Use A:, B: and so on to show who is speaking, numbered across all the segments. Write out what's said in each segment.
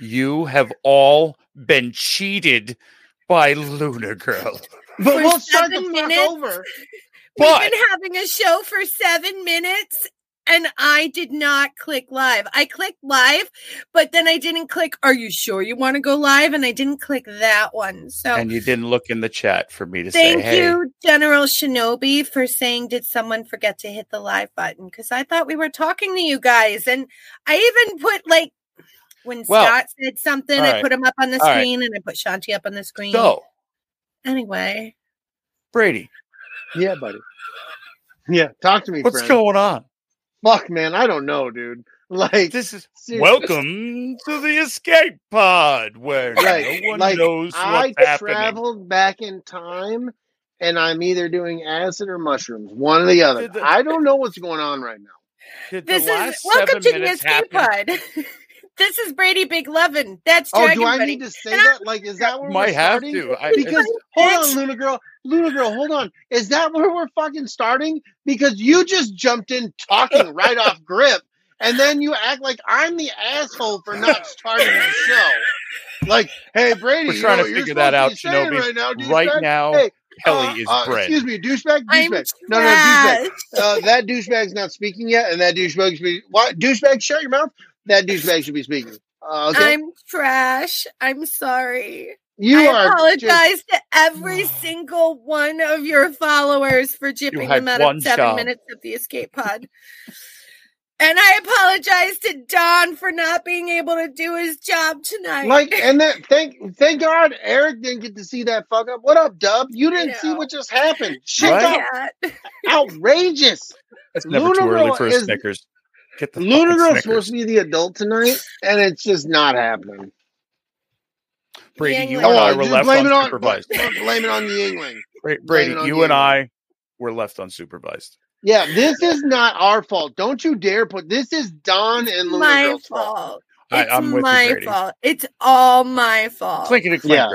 A: You have all been cheated by Luna Girl.
B: But
C: For
B: we'll start
C: seven
B: the
C: minutes?
B: fuck over.
A: But-
C: We've been having a show for seven minutes and I did not click live. I clicked live, but then I didn't click, are you sure you want to go live? And I didn't click that one. So
A: And you didn't look in the chat for me to
C: thank
A: say, hey,
C: you, General Shinobi, for saying, did someone forget to hit the live button? Because I thought we were talking to you guys. And I even put like, when
A: Well,
C: Scott said something,
A: all
C: I
A: right.
C: put him up on the
A: All right.
C: screen and I put Shanti up on the screen.
A: so,
C: anyway,
A: Brady,
B: Yeah, buddy. Yeah, talk to me,
A: what's
B: friend.
A: going on?
B: Fuck, man, I don't know, dude. Like,
A: This is
B: seriously.
A: welcome to the escape pod where
B: Right,
A: no one
B: like,
A: knows what's
B: I
A: happening.
B: traveled back in time, and I'm either doing acid or mushrooms, one or the other.
A: Did the-
B: I don't know what's going on right now.
A: Did the
C: This is
A: last seven
C: welcome to the
A: minutes
C: escape
A: happen?
C: pod. this is Brady Big Lovin. That's
B: Oh,
C: Dragon
B: do I
C: Buddy.
B: need to say
C: And I-
B: that? Like, is that where
A: Might
B: we're
A: have
B: starting?
A: to. I,
B: Because hold on, Luna Girl, Luna Girl, hold on. Is that where we're fucking starting? Because you just jumped in talking right off grip, and then you act like I'm the asshole for not starting the show. Like, hey Brady,
A: We're
B: you
A: trying
B: know
A: to figure
B: what you're supposed
A: that out,
B: be saying
A: Shinobi.
B: Right now, douchebag?
A: right now,
B: Hey,
A: Kelly
B: uh,
A: is
B: uh,
A: bread.
B: Excuse me, douchebag,
C: I'm
B: douchebag. No, no, douchebag.
C: trash.
B: Uh, that douchebag's not speaking yet, and that douchebag should be. What douchebag? Shut your mouth. That douchebag should be speaking. Uh, okay,
C: I'm trash. I'm sorry.
B: you
C: I
B: are
C: apologize
B: just-
C: to every single one of your followers for jipping
A: had
C: them out
A: one
C: of seven
A: job.
C: minutes of the escape pod. and I apologize to Don for not being able to do his job tonight.
B: Like and that thank thank God Eric didn't get to see that fuck up. What up, Dub? You didn't see
C: know.
B: what just happened. Shit
A: Right?
B: got
C: Yeah.
B: outrageous.
A: It's never too
B: Luna
A: early
B: Girl
A: for a
B: is-
A: Snickers. Get the
B: Luna
A: fucking
B: Girl's
A: Snickers.
B: supposed to be the adult tonight, and it's just not happening.
A: Brady,
C: Yang
A: you
C: Lang.
A: and
C: Oh,
A: I
B: just
A: were left
B: blame it on
A: unsupervised.
B: blame it on the Yingling.
A: Bra-
B: blame
A: Brady,
B: it on
A: you
B: Yang
A: and
B: Lang.
A: I were left unsupervised.
B: Yeah, this is not our fault. Don't you dare put this is Don and Luna
C: my
B: Girl's fault.
C: fault.
A: I,
C: It's
A: I'm with
C: my
A: you, Brady.
C: fault. It's all my fault.
A: Clinkety clink,
B: Uh, Yeah. eh, oh.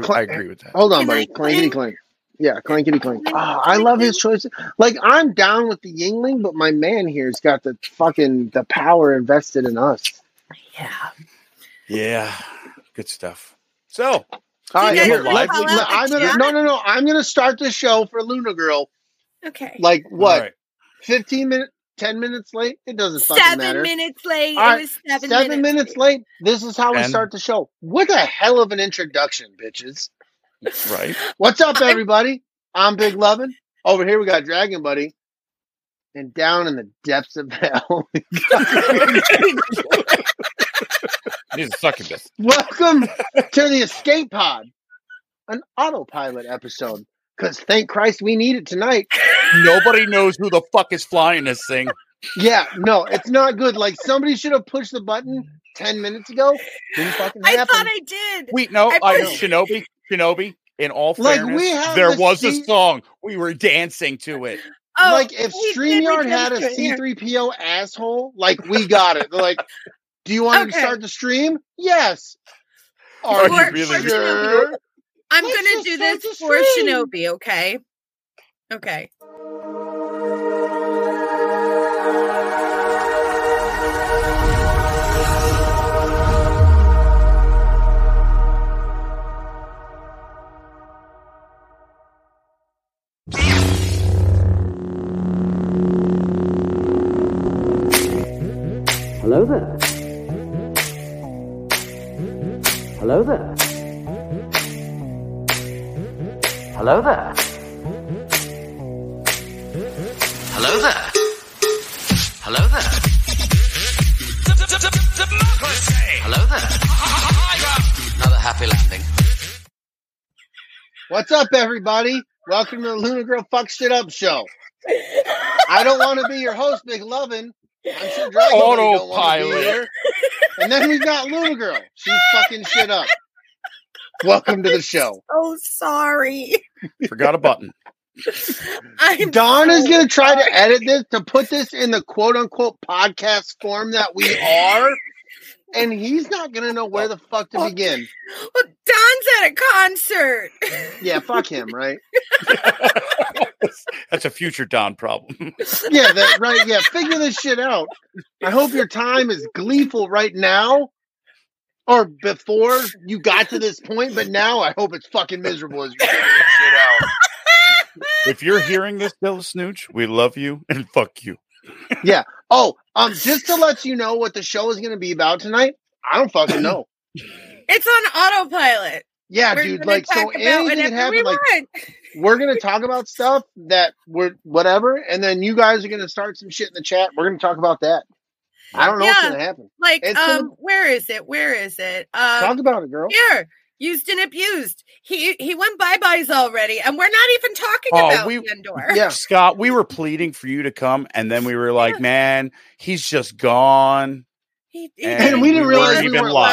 A: Brady. I, I agree with that.
B: Hold on,
C: Can
B: buddy.
C: I
B: Clankety
C: clink?
B: clank. Yeah, clankety clank.
C: Can I
B: Ah, I love his
C: clink?
B: choices. Like I'm down with the Yingling, but my man here's got the fucking the power invested in us.
C: Yeah.
A: Yeah, good stuff. So,
B: All
C: Do
B: right,
C: you guys
B: here,
A: wanna
B: let's-
A: call
B: let-
C: out the
B: I'm gonna,
C: chat?
B: no, no, no. I'm gonna start the show for Luna Girl.
C: Okay.
B: Like what?
A: all right.
B: 15 minutes, 10 minutes late? It doesn't fucking
C: seven
B: matter.
C: minutes late.
B: All right,
C: It was seven,
B: Seven minutes, late. This is how we
A: And-
B: start the show. What a hell of an introduction, bitches.
A: right?
B: What's up,
C: I'm-
B: everybody? I'm Big Lovin. Over here we got Dragon Buddy. And down in the depths of hell.
A: He's a succubus.
B: Welcome to the Escape Pod, an autopilot episode. Because thank Christ we need it tonight.
A: Nobody knows who the fuck is flying this thing.
B: Yeah, no, it's not good. Like somebody should have pushed the button ten minutes ago. Didn't fucking
C: I
B: happen.
C: thought I did.
A: We no,
C: I
A: I,
C: know.
A: Shinobi, Shinobi. In all
B: Like,
A: fairness,
B: we have
A: there
B: the
A: was
B: se-
A: a song we were dancing to it.
C: oh,
B: like if
C: we did, we
B: StreamYard
C: did
B: had
C: do
B: a
C: it
B: C
C: here.
B: three PO asshole, like we got it. They're like, do you want to
C: Okay.
B: start the stream? Yes. Are
A: Are
B: you
A: you really-
B: sure?
C: I'm
B: let's
C: gonna
B: just
C: do
B: start
C: this
B: the
C: for
B: stream.
C: Shinobi, okay? Okay.
D: Hello there. Hello there. Hello there. Hello there. Hello there. Hello there. Another happy landing.
B: What's up, everybody? Welcome to the Luna Girl Fuck Shit Up Show. I don't want to be your host, Big Lovin. I'm sure Dragon Buddy don't want to be
A: Autopilot.
B: here. And then we got Luna Girl. She's fucking shit up. Welcome to the show.
C: Oh, sorry.
A: Forgot a button.
C: I'm
B: Don is
C: so-
B: going to try to edit this to put this in the quote unquote podcast form that we are. And he's not going to know where the fuck to begin.
C: Well, Don's at a concert.
B: Yeah, fuck him, right?
A: That's a future Don problem.
B: Yeah, that, right. Yeah, figure this shit out. I hope your time is gleeful right now. or before you got to this point, but now I hope it's fucking miserable as you're figuring this shit out.
A: If you're hearing this, Della Snooch, we love you and fuck you.
B: Oh, um, just to let you know what the show is going to be about tonight, I don't fucking know.
C: It's on autopilot.
B: Yeah,
C: We're
B: dude.
C: gonna
B: Like, so
C: talk about
B: anything that
C: whatever we
B: happened, like,
C: want.
B: we're gonna talk about stuff that we're whatever, and then you guys are gonna start some shit in the chat. We're gonna talk about that. I don't know what's
C: Yeah.
B: gonna happen.
C: Like, um,
B: it's gonna-
C: where is it? Where is it?
B: Talk
C: Um,
B: about it, girl.
C: here, used and abused. He he went bye byes already, and we're not even talking
A: Oh,
C: about
A: we-
C: Andor.
B: Yeah.
A: Scott, we were pleading for you to come, and then we were like, man, he's just gone.
C: He, he
A: And,
B: And we didn't realize
A: weren't
B: we
A: even
B: weren't
A: live.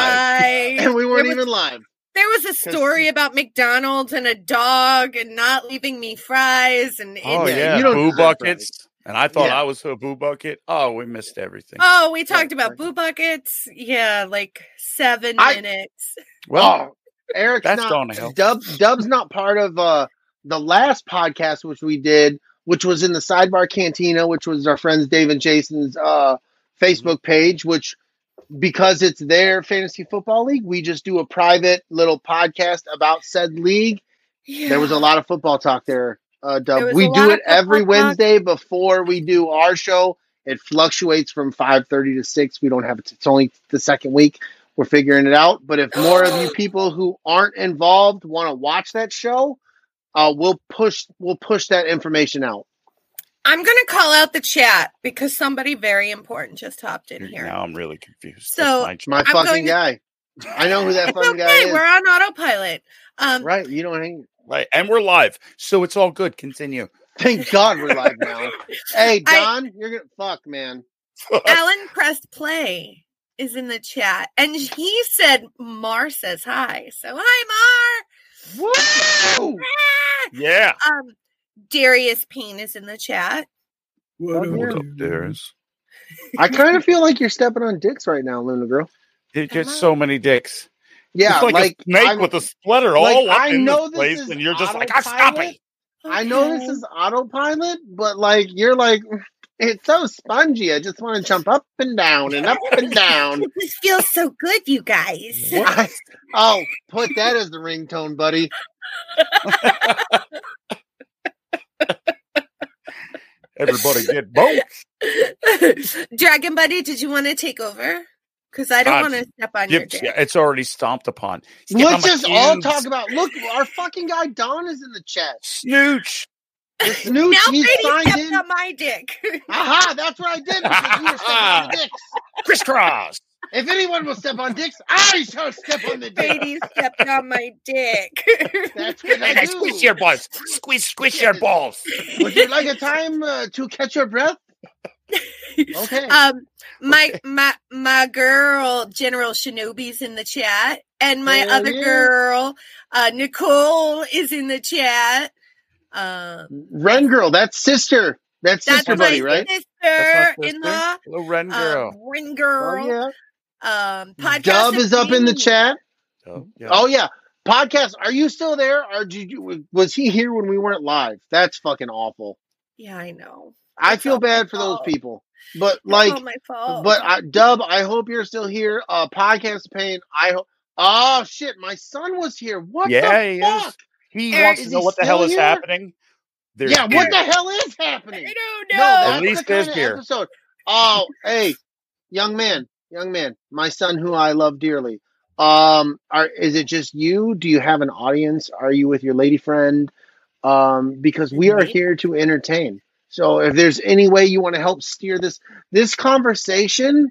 C: live.
B: And we weren't
C: There was-
B: even live.
C: There was a story about McDonald's and a dog and not leaving me fries and, and
A: Oh,
B: Yeah,
A: yeah.
B: you don't
A: Boo
B: deserve
A: buckets. And I thought
B: Yeah.
A: I was a boo bucket. Oh, we missed everything.
C: Oh, we talked about
B: exactly.
C: boo buckets. Yeah, like seven
B: I-
C: minutes.
A: Well,
B: oh, Eric's
A: that's
B: not
A: gonna help.
B: Dub Dub's not part of uh the last podcast which we did, which was in the sidebar cantina, which was our friends Dave and Jason's uh Facebook
A: Mm-hmm.
B: page, which because it's their fantasy football league, we just do a private little podcast about said league.
C: Yeah.
B: There was a lot of football talk there, uh,
C: There
B: Dub.
C: was
B: We
C: a lot
B: do
C: of
B: it every
C: football talk.
B: Wednesday before we do our show. It fluctuates from five thirty to six. We don't have it. It's only the second week. We're figuring it out. But if more of you people who aren't involved want to watch that show, uh, we'll push we'll push that information out.
C: I'm gonna call out the chat because somebody very important just hopped in here.
A: now I'm really confused.
C: So-
A: That's my
B: My
C: I'm going
B: fucking
C: to-
B: guy. I know who that
C: It's
B: fucking guy
C: okay,
B: is.
C: we're on autopilot. Um
B: Right? You don't hang.
A: ch- right. And we're live. So it's all good. Continue.
B: Thank God we're live now. Hey
C: I-
B: Don, you're gonna fuck man.
A: Uh,
C: Alan pressed play is in the chat and he said Mar says hi. So hi
B: Woo!
C: Mar.
A: Yeah.
C: Ah! Um Darius Payne is in the chat.
B: What up,
A: What's up, Darius?
B: I kind of feel like you're stepping on dicks right now, Luna Girl.
A: There's
C: Come
A: just so many dicks.
B: Yeah,
A: it's like, a snake
B: I'm-
A: with a splutter
B: like,
A: all up
B: I
A: in
B: know
A: this
B: this
A: place,
B: is
A: and you're just like, I stop it.
B: autopilot. I know this
C: Okay.
B: is autopilot, but like you're like it's so spongy. I just want to jump up and down and up and down.
C: this feels so good, you guys.
B: I- oh, put that as the ringtone, buddy.
A: Everybody get both.
C: Dragon Buddy, did you want to take over? Because I don't
A: God,
C: want to step on your
A: Uh, Yep,
C: dick.
A: yeah, it's already stomped upon. It's getting on
B: Let's
A: my
B: just all
A: pubes.
B: talk about. Look, our fucking guy Don is in the chat.
A: Snooch.
B: The snooch,
C: Now
B: he's
C: Brady
B: signed
C: stepped
B: in.
C: on my dick.
B: Aha! That's what I did because you were stepping on the dicks.
A: Crisscross.
B: If anyone will step on dicks, I shall step on the dick.
C: Brady stepped on my dick.
B: That's what
A: And I
B: I
A: squish
B: do.
A: your balls. Squish, squish your balls.
B: Would you like a time uh, to catch your breath? Okay.
C: um, my my my girl General Shinobi's in the chat, and my
B: Hell
C: other
B: yeah.
C: girl uh, Nicole is in the chat. Um,
B: Ren girl, that's sister. That's,
C: that's
B: sister
C: my
B: buddy, right?
A: That's my
C: sister-in-law,
A: Hello, Ren girl.
C: um, ring girl.
B: Oh,
C: Um,
B: yeah.
C: podcast
B: Dub is up in the
C: Queen.
B: chat.
A: Oh, yeah.
B: Oh yeah. Podcast, are you still there? Or did you, was he here when we weren't live? That's fucking awful.
C: Yeah, I know.
B: I
C: It's
B: feel
C: all my
B: bad for those
C: fault.
B: people. But
C: It's
B: like
C: all my fault.
B: but I, Dub, I hope you're still here. Uh podcast pain. I hope Oh shit, my son was here. What
A: Yeah,
B: the
A: he is.
B: fuck?
A: He
C: Eric,
A: wants to
B: is
A: know
B: he
A: what the hell
B: still
A: is
B: here?
A: happening. There's
B: Yeah, what
A: beer.
B: the hell is
C: I
B: happening?
C: don't
B: No,
C: know.
B: that's
A: At least
B: the
A: there's
B: kind of
A: beer.
B: episode. Oh, hey, young man, young man, my son who I love dearly. Um, are is it just you? Do you have an audience? Are you with your lady friend? Um, because we are
C: Lady?
B: here to entertain. So if there's any way you want to help steer this this conversation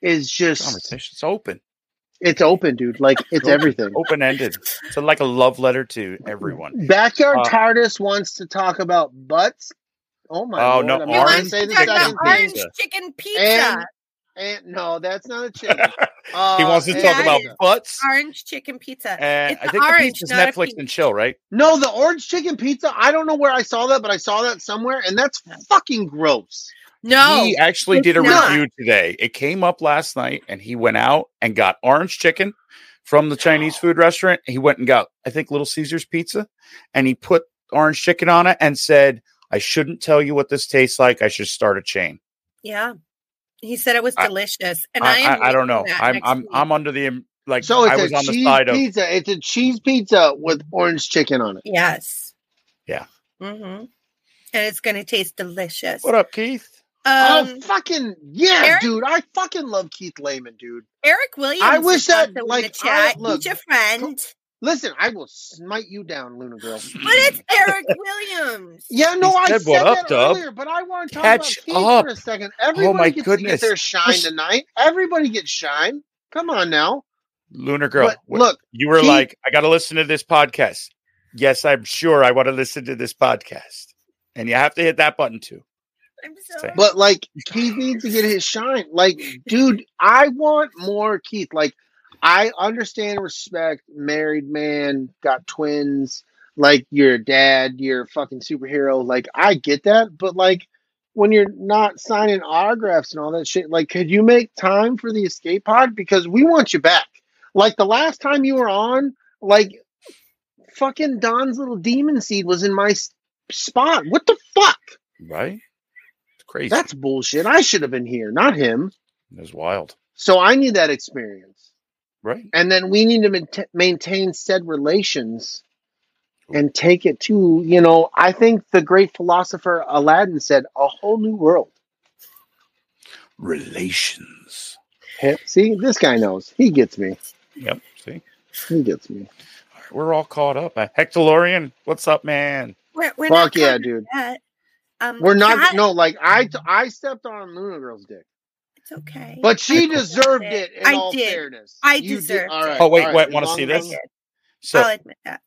B: is just
A: Conversation's open,
B: it's open, dude. Like it's everything.
A: open ended. So like a love letter to everyone.
B: Backyard
A: Uh,
B: TARDIS wants to talk about butts. Oh my
A: Oh,
B: lord,
A: no,
B: I'm not
C: He
B: gonna
A: orange
C: wants
B: say
C: to
B: the
C: talk about
B: second thing.
C: orange
A: pizza.
C: chicken pizza.
B: And- And Eh, no, that's not a chicken. Uh,
A: he wants to
B: and-
A: talk about
C: yeah.
A: butts.
C: orange chicken pizza.
A: And
C: it's
A: I
C: the
A: think
C: orange,
A: the pizza's
C: not a
A: Netflix
C: peach.
A: and chill, right?
B: no the orange chicken pizza. I don't know where I saw that, but I saw that somewhere, and that's fucking gross.
C: No,
A: he actually did a
C: it's not.
A: review today. It came up last night, and he went out and got orange chicken from the Chinese food restaurant. He went and got, I think, Little Caesars pizza, and he put orange chicken on it and said, "I shouldn't tell you what this tastes like. I should start a chain."
C: yeah, he said it was
A: I-
C: delicious, and I,
A: I,
C: am
A: I, I don't
C: making
A: know.
C: that
A: I'm
C: next
A: I'm
C: week.
A: I'm under the im- like
B: So
A: I
B: it's
A: was
B: a
A: on the
B: cheese
A: side of
B: pizza. It's a cheese pizza with orange chicken on it.
C: Yes.
A: Yeah.
C: hmm And it's going to taste delicious.
A: what up, Keith?
C: Um,
B: oh fucking yeah,
C: Eric-
B: dude! I fucking love Keith Lehman, dude.
C: Eric Williams.
B: I
C: is
B: wish that,
C: also in
B: like,
C: the
B: I-
C: chat.
B: look,
C: He's your friend,
B: Listen, I will smite you down, Luna Girl.
C: but it's Eric Williams.
B: Yeah, no,
A: He
B: I
A: said,
B: said
A: "What up,
B: that
A: dub?
B: earlier, but I want to talk
A: Catch
B: about Keith
A: up. Oh,
B: for a second. Everybody
A: my
B: gets
A: goodness.
B: to get their shine
A: Listen-
B: tonight. Everybody gets shine. Come on now.
A: Lunar girl.
B: But
A: what-
B: look,
A: you were
B: Keith-
A: like, I got to listen to this podcast. Yes, I'm sure I want to listen to this podcast, and you have to hit that button too.
C: I'm
A: Same.
C: sorry.
B: but like Keith needs to get his shine. Like, dude, I want more Keith. Like, I understand respect, married man, got twins, like you're a dad, you're a fucking superhero. Like, I get that, but like when you're not signing autographs and all that shit, like could you make time for the escape pod? Because we want you back. Like the last time you were on, like fucking Don's little demon seed was in my s- spot. What the fuck?
A: Right? It's crazy.
B: That's bullshit. I should have been here, not him.
A: it was wild.
B: So I need that experience.
A: Right?
B: And then we need to maintain maintain said relations and take it to, you know, I think the great philosopher Aladdin said, a whole new world.
A: Relations.
B: Heh, See, this guy knows. He gets me.
A: Yep. See,
B: He gets me.
A: All right, we're all caught up. Uh, Hectolorian, what's up, man?
C: we're, we're
B: Fuck
C: not
B: yeah,
C: coming
B: dude.
C: yet. Um,
B: We're not,
C: that-
B: no, like I I stepped on Luna Girl's dick,
C: It's okay.
B: but she
C: I
B: deserved
C: deserved
B: it in
C: I
B: all
C: did.
B: fairness.
C: I
B: You did-
C: deserved
B: all
C: it.
B: right,
A: Oh, wait,
B: all
A: wait,
B: as
A: wanna
B: long
A: see
B: as
C: I
A: this?
B: I'm-
C: did.
A: So
C: I'll admit that.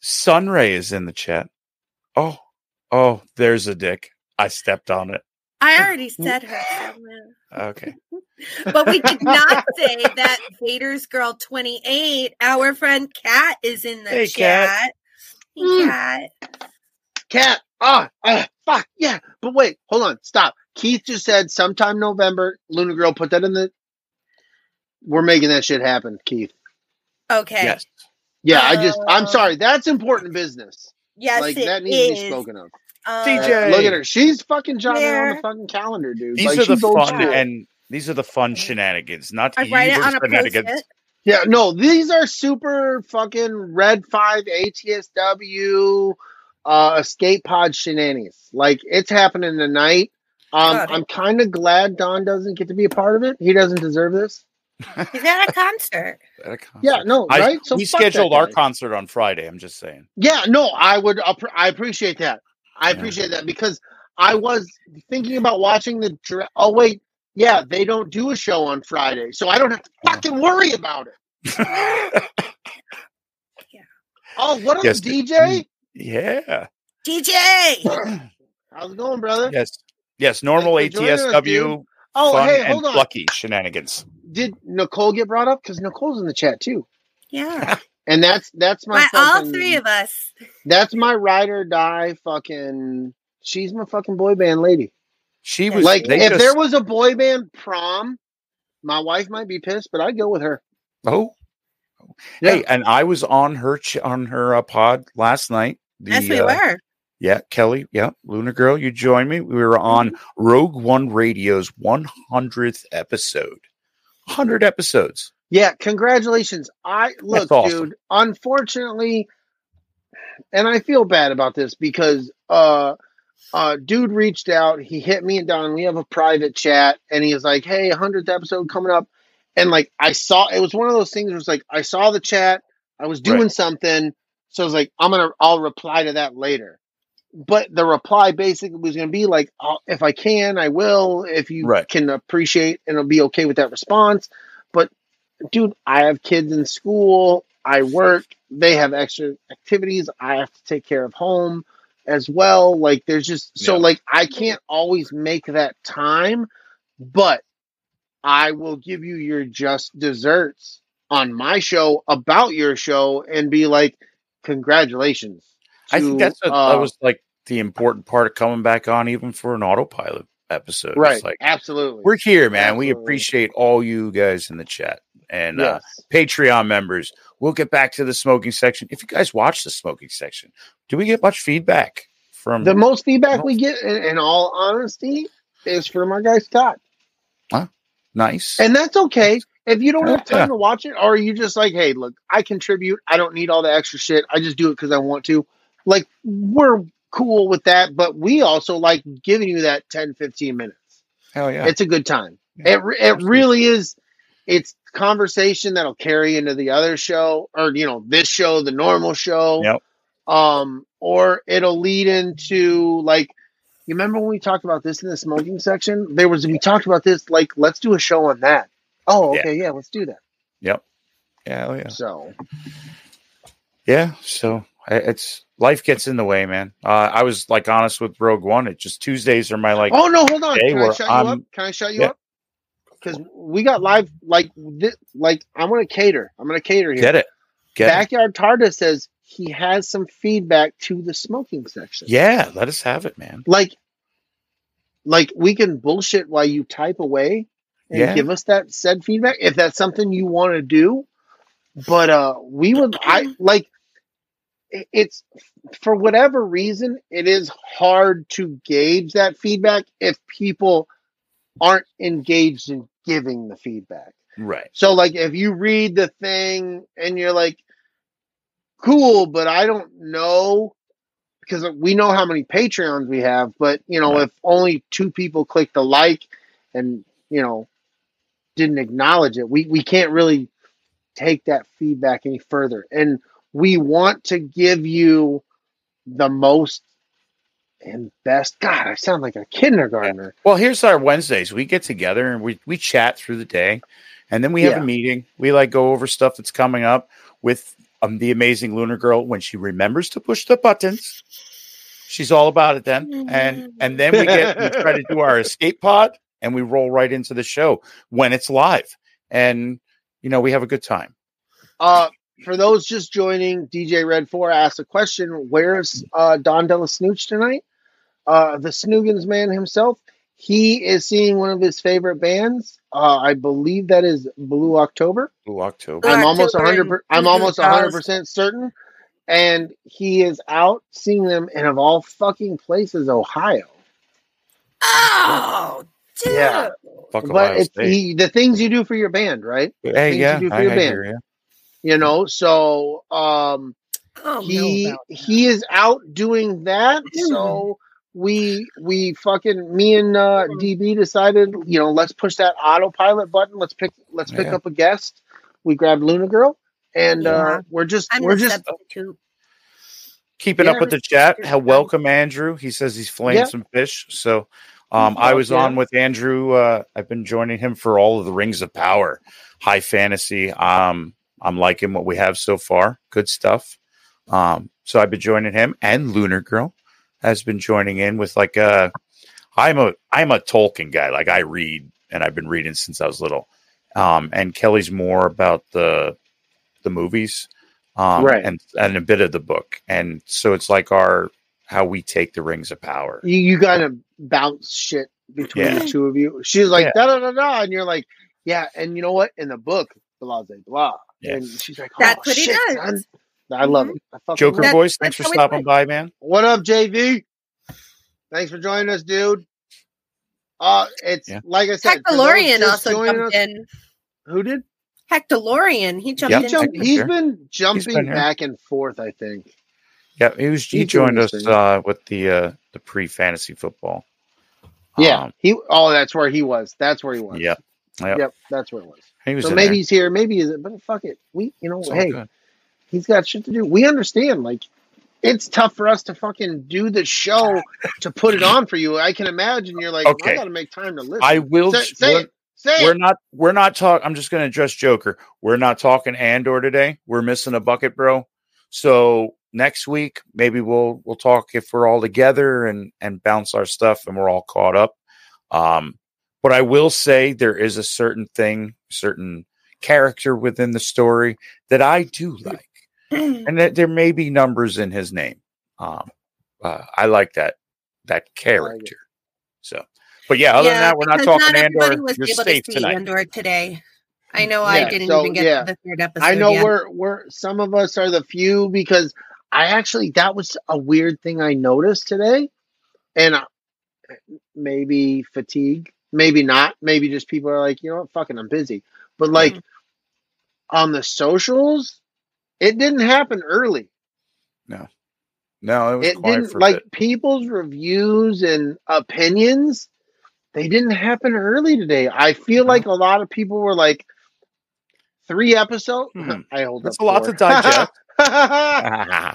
A: Sunray is in the chat. Oh, oh, there's a dick. I stepped on it.
C: I already said her. so, uh,
A: Okay.
C: but we did not say that Vader's Girl 28, our friend Kat, is in the
A: Hey,
C: chat.
A: Kat.
C: Hey,
B: Mm.
C: Kat.
B: Cat. Ah, ah, fuck. Yeah. But wait, hold on. Stop. Keith just said sometime November, Luna Girl, put that in the. We're making that shit happen, Keith.
C: Okay. Yes,
A: Yes.
B: Yeah, I just, I'm
C: Oh.
B: sorry. That's important business. like,
C: it
B: that needs to
C: is.
B: be spoken of.
C: Um,
A: DJ.
B: Look at her. She's fucking jotting it on
C: There.
B: the fucking calendar, dude.
A: These
B: like,
A: are the
B: she's old
A: fun
B: school.
A: and these are the fun shenanigans, not
C: I write it
A: evil
C: on a
A: shenanigans.
C: post-it.
B: Yeah, no, these are super fucking Red 5 ATSW uh escape pod shenanigans. Like it's happening tonight. Um
C: Got it.
B: I'm kind of glad Don doesn't get to be a part of it. He doesn't deserve this.
C: He's at a concert.
A: At a concert.
B: Yeah, no,
A: I-
B: right?
A: we
B: fuck that
A: scheduled our
B: guy.
A: concert on Friday. I'm just saying.
B: Yeah, no, I would appr- I appreciate that. I
A: Yeah.
B: appreciate that because I was thinking about watching the dra- Oh wait, yeah, they don't do a show on Friday. So I don't have to
A: Oh.
B: fucking worry about it. Oh, what up,
A: Yes, but-
B: DJ?
A: yeah.
C: DJ.
B: How's it going, brother?
A: Yes. Yes. Normal
B: Thanks for joining us,
A: ATSW
B: Oh,
A: fun
B: hey,
A: and
B: hold on.
A: lucky shenanigans.
B: did Nicole get brought up? Because Nicole's in the chat too,
C: Yeah.
B: and that's that's my
C: By all
B: fucking-
C: three of us.
B: That's my ride or die fucking. She's my fucking boy band lady.
A: She was
B: like
A: they
B: if
A: just-
B: there was a boy band prom, my wife might be pissed, but I'd go with her.
A: oh. Hey, and I was on her ch- on her uh, pod last night. The,
C: yes, we
A: uh,
C: were.
A: Yeah, Kelly. Yeah, Luna Girl, you joined me. We were on
B: Mm-hmm.
A: Rogue One Radio's 100th episode. 100 episodes.
B: Yeah, congratulations. I look,
A: awesome.
B: dude. Unfortunately, and I feel bad about this because uh, uh, dude reached out. He hit me and Don. We have a private chat, and he was like, "Hey, hundredth episode coming up," and like I saw it was one of those things. Where it's like I saw the chat. I was doing
A: Right.
B: something, so I was like, "I'm gonna, I'll reply to that later." But the reply basically was gonna be like, I'll, "If I can, I will. If you
A: Right.
B: can appreciate and it'll be okay with that response." dude, I have kids in school. I work. They have extra activities I have to take care of home as well. Like, there's just so,
A: Yeah.
B: like, I can't always make that time, but I will give you your just desserts on my show about your show and be like, congratulations.
A: I think
B: to,
A: that's what,
B: uh,
A: that was like the important part of coming back on, even for an autopilot episode. It's
B: right.
A: like,
B: absolutely.
A: we're here, man. We
B: Absolutely.
A: appreciate all you guys in the chat and uh,
B: yes.
A: Patreon members. We'll get back to the smoking section. If you guys watch the smoking section, do we get much feedback from
B: the most feedback we get, in, in all honesty, is from our guy Scott.
A: nice?
B: And that's okay. If you don't have time
A: Yeah.
B: to watch it, or are you just like, hey, look, I contribute. I don't need all the extra shit. I just do it because I want to. Like, we're cool with that, but we also like giving you that 10, 15 minutes.
A: Hell yeah.
B: It's a good time.
A: Yeah,
B: It re- it really is. It's conversation that'll carry into the other show, or you know, this show, the normal show.
A: Yep.
B: Um, or it'll lead into like, you remember when we talked about this in the smoking section? There was we talked about this. Like, let's do a show on that. Oh,
A: Yeah.
B: okay, yeah, let's do that.
A: yeah, hell yeah.
B: So
A: Yeah. So I- it's life gets in the way, man. Uh, I was like honest with Rogue One. It just Tuesdays are my like.
B: Oh no, hold on.
A: day
B: Can I
A: where
B: shut
A: I'm-
B: you up? Can I shut you
A: Yeah.
B: up? Because we got live like thi- like I'm gonna cater. I'm gonna cater here.
A: Get it. Get it.
B: Backyard Tarda says he has some feedback to the smoking section.
A: Yeah. Let us have it, man.
B: Like like we can bullshit while you type away and
A: Yeah.
B: give us that said feedback if that's something you want to do. But uh we would I like it- it's for whatever reason it is hard to gauge that feedback if people aren't engaged in giving the feedback.
A: Right.
B: So like if you read the thing and you're like, cool, but I don't know because we know how many Patreons we have, but you know,
A: Right.
B: if only two people click the like and you know didn't acknowledge it, we, we can't really take that feedback any further. And we want to give you the most and best. God, I sound like a kindergartner.
A: Well, here's our Wednesdays. We get together and we we chat through the day, and then we have
B: Yeah.
A: a meeting. We like go over stuff that's coming up with um, the amazing Lunar Girl when she remembers to push the buttons. She's all about it then, and and then we get we try to do our escape pod and we roll right into the show when it's live, and you know we have a good time.
B: Uh, for those just joining, DJ Red Four asked a question: Where's uh, Don Della Snooch tonight? Uh, the Snoogans man himself. He is seeing one of his favorite bands. Uh, I believe that is Blue October.
A: Blue October.
B: I'm almost
C: October
B: hundred. per- I'm
C: and
B: almost
C: Blue House.
B: hundred percent certain. And he is out seeing them, and of all fucking places, Ohio.
C: Oh, dude.
B: Yeah.
A: Fuck
B: Uh, but
A: Ohio
B: it's
A: State.
B: he, the things you do for your band, right?
A: hey,
B: you
A: yeah,
B: do for
A: I,
B: your
A: I
B: band.
A: hear you.
B: You know, so um,
C: I don't know
B: he
C: about that. Mm.
B: he is out doing that. So we we fucking me and uh,
C: Mm-hmm.
B: DB decided, you know, let's push that autopilot button. Let's pick let's pick
A: Yeah.
B: up a guest. We grabbed Luna Girl, and uh,
C: Yeah.
B: we're just
C: I'm
B: we're
C: the
B: just oh,
C: substitute.
A: keeping
B: Yeah.
A: up with the chat. How welcome Andrew. He says he's flaying
B: Yeah.
A: some fish. So um, I was
B: Yeah.
A: on with Andrew. Uh, I've been joining him for all of the Rings of Power, High Fantasy. Um, I'm liking what we have so far. Good stuff. Um, so I've been joining him, and Lunar Girl has been joining in with like uh, I'm a I'm a Tolkien guy. Like I read, and I've been reading since I was little. Um, and Kelly's more about the the movies um,
B: Right.
A: and and a bit of the book, and so it's like our how we take the rings of power.
B: you, you gotta bounce shit between
A: Yeah.
B: the two of you. She's like
A: Yeah.
B: da da da da, and you're like, yeah, and you know what? In the book, blah blah blah,
A: Yeah.
B: and she's like,
C: That's
B: oh,
C: what he
B: shit,
C: does.
B: son. I love
C: Mhm.
B: it. I fucking
A: Joker
B: love it.
C: That's-
A: voice, thanks
C: that's
A: for
C: how we
A: stopping
C: play.
A: by, man.
B: What up, JV? Thanks for joining us, dude. Uh, it's
A: Yeah.
B: like I said, for those
C: Hectolorian
B: just
C: also
B: joining
C: jumped
B: us-
C: in.
B: Who did?
C: Hectolorian, he jumped
A: Yeah.
B: He
C: in.
B: jumped,
A: Hector's
B: he's
A: here.
B: been jumping
A: been here.
B: back and forth. I think.
A: Yeah, he was he
B: He's doing
A: joined
B: his
A: us
B: thing.
A: uh, with the uh, the pre fantasy football.
B: Yeah,
A: Um,
B: he. Oh, that's where he was. That's where he was.
A: yeah,
B: Yep.
A: Yep.
B: that's where it was.
A: he was
B: so
A: in
B: maybe
A: there.
B: he's here, maybe isn't. But fuck it. We, you know,
A: It's all
B: hey,
A: good.
B: he's got shit to do. We understand. Like, it's tough for us to fucking do the show to put it on for you. I can imagine you're like, I
A: Okay.
B: got to make time to listen.
A: I will.
B: say, say
A: we're,
B: it. Say
A: we're
B: it.
A: not. We're not talking. I'm just going to address Joker. We're not talking Andor today. We're missing a bucket, bro. So next week, maybe we'll we'll talk if we're all together and and bounce our stuff and we're all caught up. Um, but I will say there is a certain thing, certain character within the story that I do like, and that there may be numbers in his name. Um, uh, I like that that character. So, but yeah, other than that, we're not
C: because
A: talking
C: everybody
A: Andor. You're safe tonight. Mm.
C: Andor today. I know
B: Yeah,
C: I didn't
B: so,
C: even get
B: yeah.
C: to the third episode.
B: I know
C: yet.
B: we're we're some of us are the few because I actually that was a weird thing I noticed today, and I, maybe fatigue, maybe not, maybe just people are like you know what, fucking I'm busy, But like
A: Mm-hmm.
B: on the socials, it didn't happen early.
A: No, it was
B: It
A: quiet
B: didn't
A: for a
B: like
A: bit.
B: people's reviews and opinions. They didn't happen early today. I feel
A: Mm-hmm.
B: like a lot of people were like three episodes.
A: Hmm.
B: I hold
A: That's
B: up
A: a lot
B: four.
A: to digest.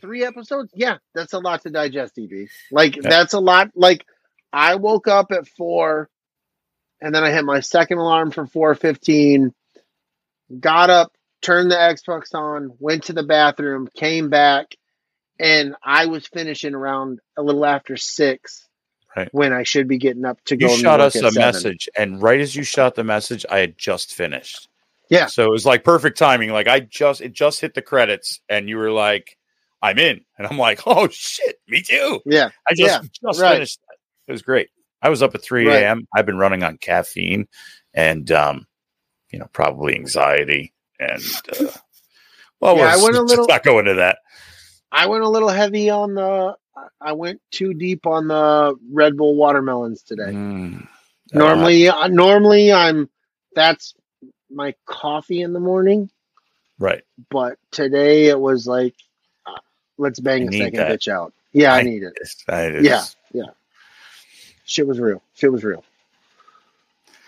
B: three episodes yeah that's a lot to digest eb like
A: Yeah.
B: that's a lot like i woke up at four and then i had my second alarm for 4.15 got up turned the xbox on went to the bathroom came back and i was finishing around a little after six
A: Right.
B: when i should be getting up to go
A: you
B: to
A: shot
B: work
A: us
B: at
A: a
B: seven.
A: message, and right as you shot the message, I had just finished.
B: Yeah.
A: So it was like perfect timing. Like I just it just hit the credits, and you were like, "I'm in," and I'm like, "Oh shit, me too."
B: yeah
A: I just just
B: right.
A: finished. That. It was great. I was up at three
B: Right.
A: a.m. I've been running on caffeine, and um, you know, probably anxiety, and uh, well,
B: Yeah,
A: we're
B: I went a
A: just
B: little-
A: not going to that.
B: i went a little heavy on the i went too deep on the red bull watermelons today
A: Mm. Uh,
B: normally uh, normally i'm that's my coffee in the morning
A: Uh, right.
B: but today it was like uh, let's
A: You
B: bang a
A: need
B: second
A: that.
B: bitch out yeah i,
A: I-
B: need it
A: It's- it
B: Yeah.
A: is-
B: shit was real shit was real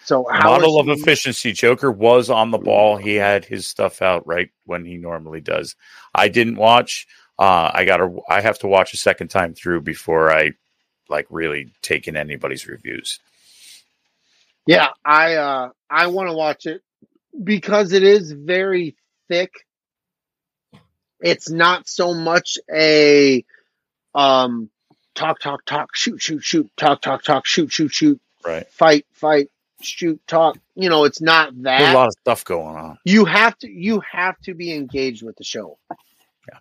B: so how
A: model of
B: is- Mm-hmm.
A: efficiency joker was on the ball he had his stuff out right when he normally does i didn't watch uh i gotta i have to watch a second time through before i like really take in anybody's reviews
B: yeah i uh i want to watch it because it is very thick it's not so much a um talk talk talk shoot shoot shoot talk talk talk shoot shoot shoot
A: right
B: fight, fight, shoot, talk. You know, it's not
A: there's a
B: that.
A: lot of stuff going on
B: You have to you have to be engaged with the show.
A: Yeah.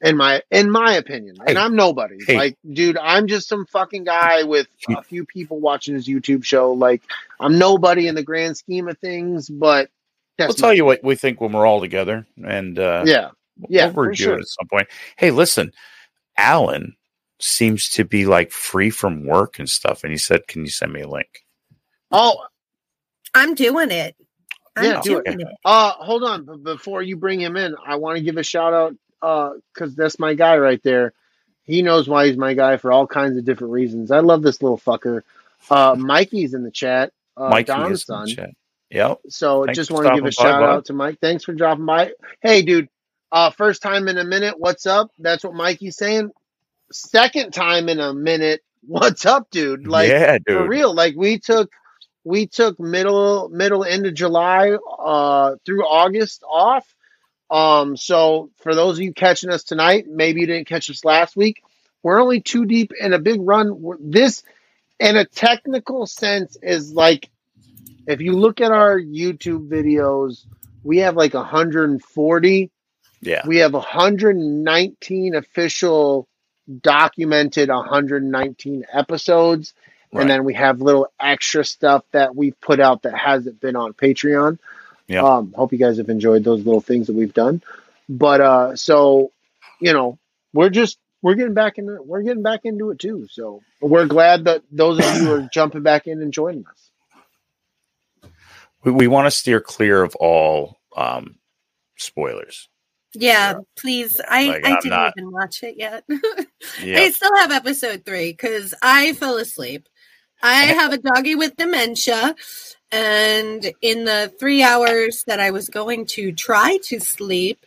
B: In my in my opinion.
A: Hey.
B: And I'm nobody.
A: Hey.
B: Like, dude, I'm just some fucking guy with a few people watching his YouTube show. Like, I'm nobody in the grand scheme of things, but that's
A: we'll tell
B: my-
A: you what we think when we're all together and uh
B: Yeah.
A: yeah,
B: yeah,
A: we'll
B: for
A: review
B: sure.
A: it at some point hey listen alan seems to be like free from work and stuff and he said can you send me a link
B: Oh,
C: I'm doing it. I'm
B: Yeah,
A: do
C: doing
A: it.
C: it.
B: uh, hold on. But before you bring him in, I want to give a shout out uh, because that's my guy right there. He knows why he's my guy for all kinds of different reasons. I love this little fucker. Uh, Mikey's in the chat. Uh,
A: Mike
B: Dom's
A: is in the
B: son.
A: chat. yep
B: So
A: Thanks
B: just
A: for
B: want to give
A: stopping
B: a
A: by,
B: shout
A: bud.
B: out to Mike. Thanks for dropping by. Hey, dude. Uh, first time in a minute. What's up? That's what Mikey's saying. Second time in a minute. What's up, dude? Like,
A: yeah dude
B: for real like we took we took middle middle end of july uh through august off um so for those of you catching us tonight maybe you didn't catch us last week we're only two deep in a big run We're- this in a technical sense is like if you look at our youtube videos we have like 140
A: yeah
B: we have 119 official documented 119 episodes
A: Right.
B: and then we have little extra stuff that we've put out that hasn't been on patreon
A: Yeah.
B: um hope you guys have enjoyed those little things that we've done but uh so you know we're just we're getting back into we're getting back into it too so we're glad that those of you are jumping back in and joining us
A: we, we want to steer clear of all um spoilers
C: Yeah, please. I,
A: Like,
C: I
A: I'm
C: didn't
A: not-
C: even watch it yet. I
A: yeah
C: still have episode three because I fell asleep. I have a doggy with dementia. And in the three hours that I was going to try to sleep,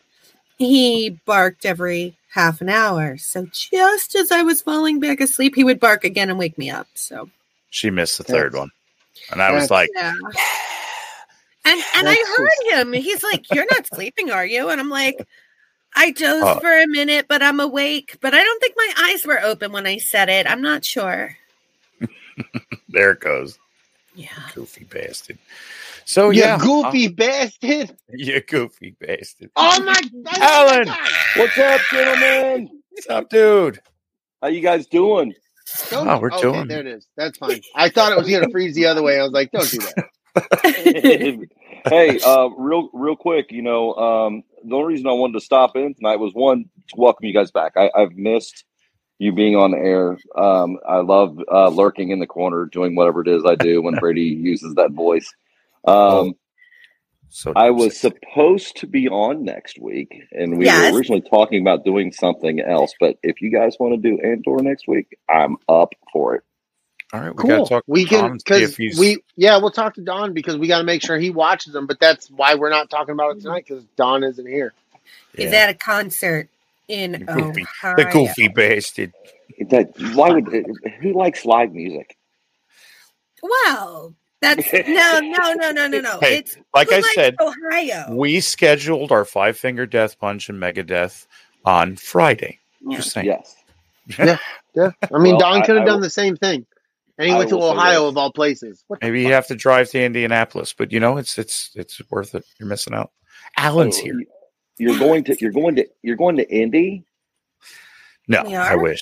C: he barked every half an hour. So just as I was falling back asleep, he would bark again and wake me up. So,
A: she missed the third
B: That's-
A: one and i was
B: that's-
A: like
C: yeah. And, and I
B: That's
C: heard him. He's like, You're not sleeping, are you? And I'm like, I dozed
A: Oh.
C: for a minute, but I'm awake. But I don't think my eyes were open when I said it. I'm not sure.
A: there it goes
C: Yeah.
A: goofy bastard so
B: you
A: Oh, yeah
B: goofy bastard
A: uh, you goofy bastard
B: oh my
A: Alan!
E: What's up, gentlemen?
A: what's up dude
E: How you guys doing?
B: Don't-
A: Oh, we're
B: okay,
A: doing
B: There it is. That's fine. I thought it was going to freeze the other way. I was like, don't do that.
E: hey, uh, real real quick, you know, um, the only reason I wanted to stop in tonight was one to welcome you guys back. I, I've missed you being on the air. Um, I love uh, lurking in the corner, doing whatever it is I do when Brady uses that voice. Um,
A: So
E: I was supposed to be on next week, and we
C: Yes.
E: were originally talking about doing something else. But if you guys want to do Andor next week, I'm up for it.
A: all right. We
B: Cool.
A: gotta talk. to
B: We
A: Tom
B: can
A: and see
B: because
A: if he's-
B: we yeah we'll talk to Don because we got to make sure he watches them. But that's why we're not talking about it tonight because Don isn't here.
C: Is
A: Yeah.
C: at a concert in
A: Goofy.
C: Ohio.
A: the goofy bastard.
E: That why would who likes live music?
C: Well, that's no, no, no, no, no, no.
A: Hey,
C: it's
A: Like
C: who
A: I
C: likes
A: said,
C: Ohio.
A: we scheduled our Five Finger Death Punch and Megadeth on Friday.
C: Yeah.
A: Just saying.
E: Yes,
B: Yeah, I mean
E: Well,
B: Don
E: I-
B: could have
E: I
B: done
E: will-
B: the same thing, and he
E: I
B: went to
E: will say
B: Ohio
E: this.
B: of all places. What the
A: Maybe you
B: fuck?
A: have to drive to Indianapolis, but you know it's it's it's worth it. You're missing out.
E: Oh,
A: Alan's here.
E: You're going to you're going to you're going to Indy.
A: No,
C: We
A: I
C: are?
A: wish.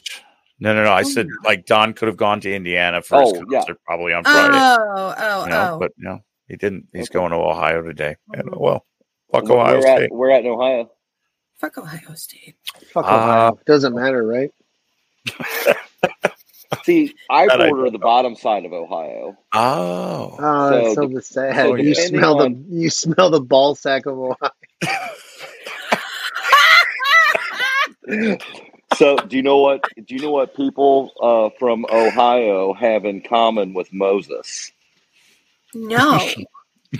A: No, no, no. I
C: Oh,
A: said like Don could have gone to Indiana for his
E: Oh,
A: concert
E: yeah.
A: probably on Friday.
C: Oh, oh,
A: you know,
C: oh.
A: but no, he didn't. He's
E: Okay.
A: going to Ohio today. And,
C: Mhm.
A: well, fuck
E: We're-
A: Ohio
E: we're
A: State.
E: At, we're at in Ohio.
C: Fuck Ohio State.
B: Fuck
A: Uh,
B: Ohio. Doesn't matter, right?
E: See, I
A: That I
E: border the bottom side of Ohio.
A: Oh,
B: Oh,
E: So
B: that's so sad.
A: so
B: you
E: depending
B: smell
E: on-
B: the you smell the ball sack of Ohio.
E: So, do you know what? Do you know what people uh, from Ohio have in common with Moses?
C: No.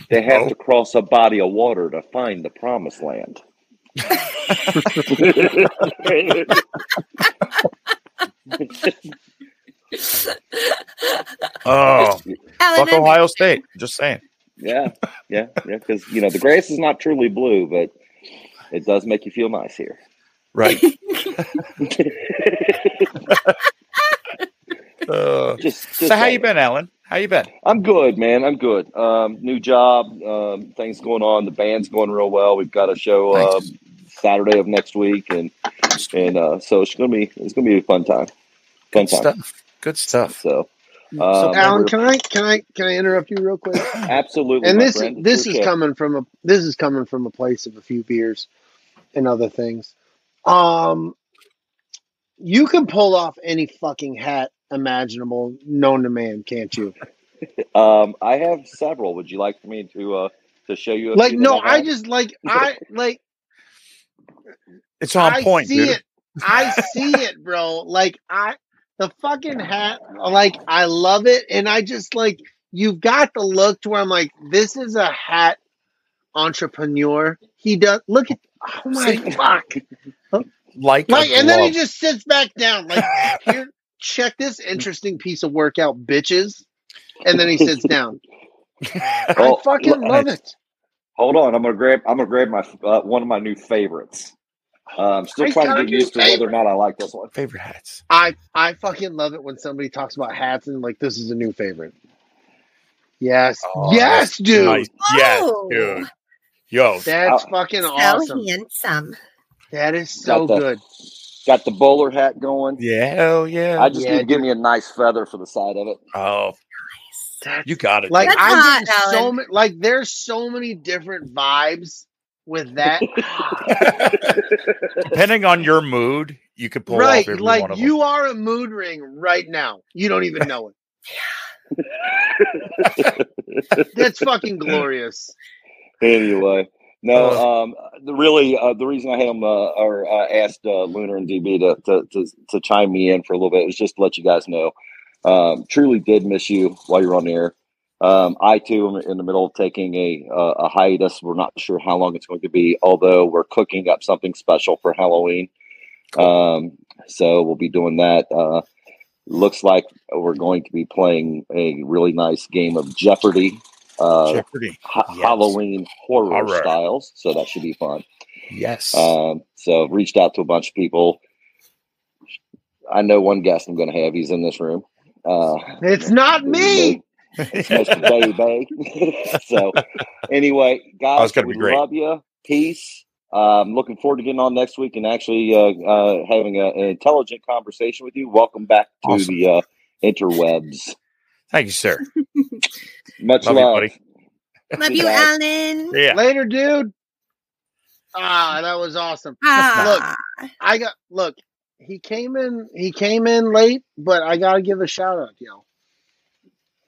E: They have
A: No.
E: to cross a body of water to find the promised land.
A: oh,
C: Alan,
A: fuck
C: I'm-
A: Ohio State. Just saying.
E: yeah, yeah, yeah. Because you know the grass is not truly blue, but it does make you feel nice here.
A: Right. Uh,
E: just, just
A: so how you
E: saying.
A: been, Alan? How you been?
E: I'm good, man. I'm good. Um, new job, um, things going on. The band's going real well. We've got a show um,
A: Nice.
E: Saturday of next week, and and uh, so it's gonna be it's gonna be a fun time. Fun
A: Good
E: time.
A: stuff. Good stuff.
E: So, um,
B: so Alan,
E: we're-
B: can I can I can I interrupt you real quick?
E: absolutely.
B: and
E: my
B: this
E: friend. It's
B: this
E: your
B: is
E: show.
B: coming from a this is coming from a place of a few beers and other things. Um, you can pull off any fucking hat imaginable known to man, can't you?
E: Um, I have several. Would you like me to uh, to show you? A
B: Like,
E: few that
B: no,
E: I,
B: I
E: have?
B: just like I like
A: It's on
B: I
A: point,
B: see
A: dude.
B: it. I see it, bro. Like I the fucking hat, like I love it. And I just like you've got the look to where I'm like, this is a hat entrepreneur. He does look at oh my
A: See?
B: fuck.
A: Like,
B: Like
A: a
B: and then he
A: glove.
B: just sits back down, like here, check this interesting piece of workout, bitches. And then he sits down.
E: Oh,
B: I fucking
E: look,
B: love it.
E: Hold on, I'm gonna grab. I'm gonna grab my uh, one of my new favorites. Uh, I'm still
B: I
E: trying
B: got
E: to
B: a
E: get
B: new
E: used to whether or not I like this one.
A: favorite hats.
B: I I fucking love it when somebody talks about hats and like this is a new favorite. Yes,
A: Oh,
B: yes,
A: that's
B: dude,
A: Nice. Yes,
C: Oh.
A: dude. Yo,
B: that's
E: Oh.
B: fucking
C: so
B: awesome.
C: handsome.
B: That is so
E: Got the-
B: good.
E: Got the bowler hat going.
A: yeah, hell yeah.
E: I just
B: Yeah,
E: need to give me a nice feather for the side of it.
A: oh,
B: That's-
A: you got it.
B: like
A: dude.
C: That's
B: I'm
C: hot,
B: getting so
C: Alan.
B: many. Like there's so many different vibes with that.
A: Depending on your mood, you could pull off
B: right,
A: every one
B: like
A: of
B: you are a mood ring right now. You don't even know it. That's fucking glorious.
E: Anyway, no. Um, the really uh, the reason I had him uh, or uh, asked uh, Lunar and DB to, to to to chime me in for a little bit was just to let you guys know. Um, truly did miss you while you're on the air. Um, I too am in the middle of taking a uh, a hiatus. We're not sure how long it's going to be, although we're cooking up something special for Halloween. Um, so we'll be doing that. Uh, looks like we're going to be playing a really nice game of Jeopardy. Uh,
A: Jeopardy.
E: ha-
A: Yes.
E: Halloween horror
A: Horror.
E: styles, so that should be fun.
A: Yes.
B: uh,
E: Um, so I've reached out to a bunch of people. I know one guest I'm going to have. He's in this room. Uh,
B: It's not me.
E: it's Mr. Baby. so anyway,
A: Oh, it's
E: guys,
A: gonna
E: we
A: be great.
E: love you. Peace. Um, looking forward to getting on next week and actually uh, uh, having a, an intelligent conversation with you. Welcome back to
A: Awesome.
E: the uh, interwebs.
A: Thank you, sir.
E: Much
A: Love you,
E: love.
A: buddy.
C: Love you,
E: Yes.
C: Alan.
A: Yeah.
B: Later, dude. Ah, that was awesome.
C: Ah,
B: I got look. He came in. He came in late, but I gotta give a shout out, yo.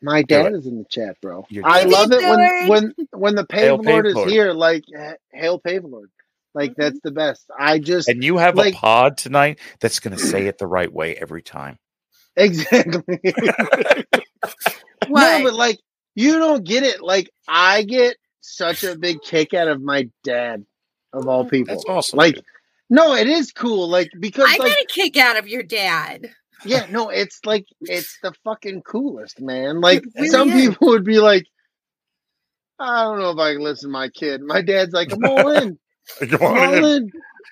B: My
A: Do
B: dad is in the chat, bro.
A: Your
B: I
A: dad.
B: love it
C: Lord.
B: when when when the
A: Hail
B: pave lord is
A: Pavelord.
B: here. Like h- hail pave lord, like
C: Mhm.
B: that's the best. I just
A: And you have
B: Like-
A: a pod tonight that's going to say it the right way every time.
B: exactly
C: What?
B: no, but like you don't get it. Like I get such a big kick out of my dad, of all people.
A: That's awesome.
B: Like,
A: dude.
B: no, it is cool. Like because
C: I
B: like
C: got a kick out of your dad.
B: yeah, no, it's like it's the fucking coolest, man. Like
C: really
B: some
C: is.
B: people would be like, I don't know if I can listen to my kid. My dad's like, I'm all in.
A: Come
B: I'm
A: on in.
B: all in.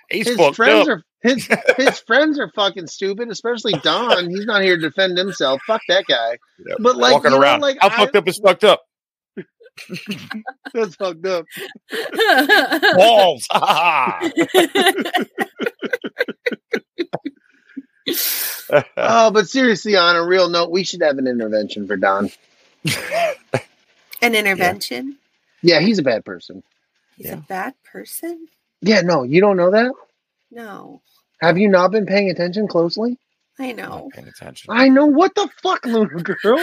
A: He's
B: His
A: fucked
B: friends
A: up.
B: are his his friends are fucking stupid, especially Don. He's not here to defend himself. Fuck that guy.
A: Yep.
B: But like,
A: walking
B: you know,
A: around.
B: like
A: How
B: I-
A: fucked up is fucked up?
B: That's fucked up.
A: Balls. Ha, ha, ha.
B: Oh, but seriously, on a real note, we should have an intervention for Don.
C: An intervention.
B: Yeah, he's a bad person.
C: He's
A: Yeah.
C: a bad person.
B: Yeah, no, you don't know that?
C: No,
B: Have you not been paying attention closely?
C: I
A: I'm
C: know.
A: not paying attention.
B: I know what the fuck, Luna girl.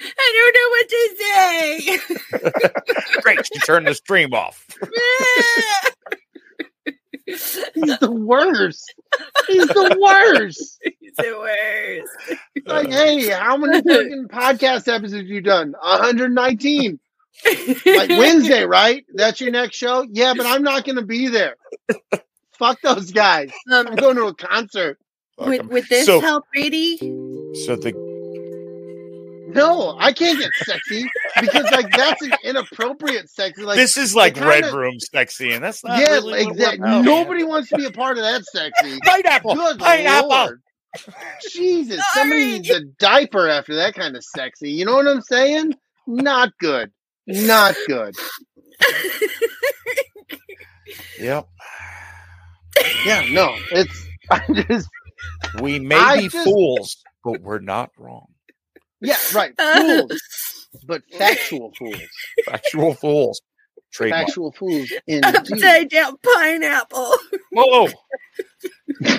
C: I don't know what to say.
A: Great. She turned the stream off.
C: He's
B: He's the worst. He's the worst.
C: the worst.
B: Like, hey, how many freaking podcast episodes have you done? 119. Like Wednesday, right? That's your next show? Yeah, but I'm not gonna be there. Fuck those guys. I'm
C: Um,
B: going to a concert.
A: Fuck
C: would,
A: 'em.
C: would this
A: So-
C: help, Brady?
A: So the
B: No, I can't get sexy because like that's an inappropriate sexy. Like
A: this is like
B: kinda-
A: red room sexy, and that's not
B: yeah,
A: really what we're
B: exactly.
A: about.
B: Nobody wants to be a part of that sexy.
A: pineapple,
B: Good
A: pineapple.
B: lord. Jesus, somebody
C: Sorry.
B: needs a diaper after that kind of sexy. You know what I'm saying? Not good. Not good.
A: Yep,
B: Yeah, no. It's I just
A: we may
B: I
A: be
B: just-
A: fools, but we're not wrong.
B: yeah, right. Fools. But factual fools.
A: Actual fools. Trademark.
B: Factual fools indeed.
C: Upside down pineapple.
A: Whoa,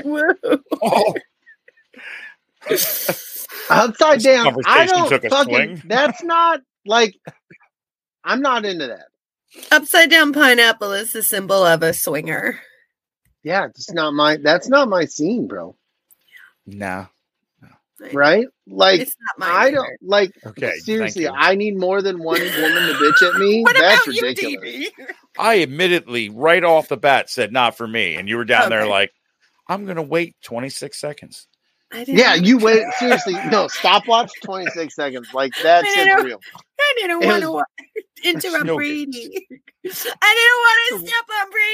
C: Whoa.
A: whoa.
B: Upside
A: This
B: down. I
A: conversation
B: don't
A: took a
B: fucking
A: swing.
B: that's not like I'm not into that.
C: Upside down pineapple is the symbol of a swinger.
B: Yeah, it's not my that's not my scene, bro.
A: Nah.
B: Right? Like
C: It's not mine.
B: I don't like
A: Okay. thank
B: Seriously,
A: you.
B: I need more than one woman to bitch at me.
C: What
B: That's
C: about
B: ridiculous.
C: you, DB?
A: I admittedly, right off the bat, said not for me, and you were down there
C: Okay.
A: like, "I'm gonna wait 26 seconds."
C: I didn't,
B: yeah, you wait. Seriously, no stopwatch. Twenty six seconds. Like that's
C: I know.
B: real.
C: I didn't
B: It
C: want
B: was-
C: to interrupt
A: No.
C: Brady. I didn't want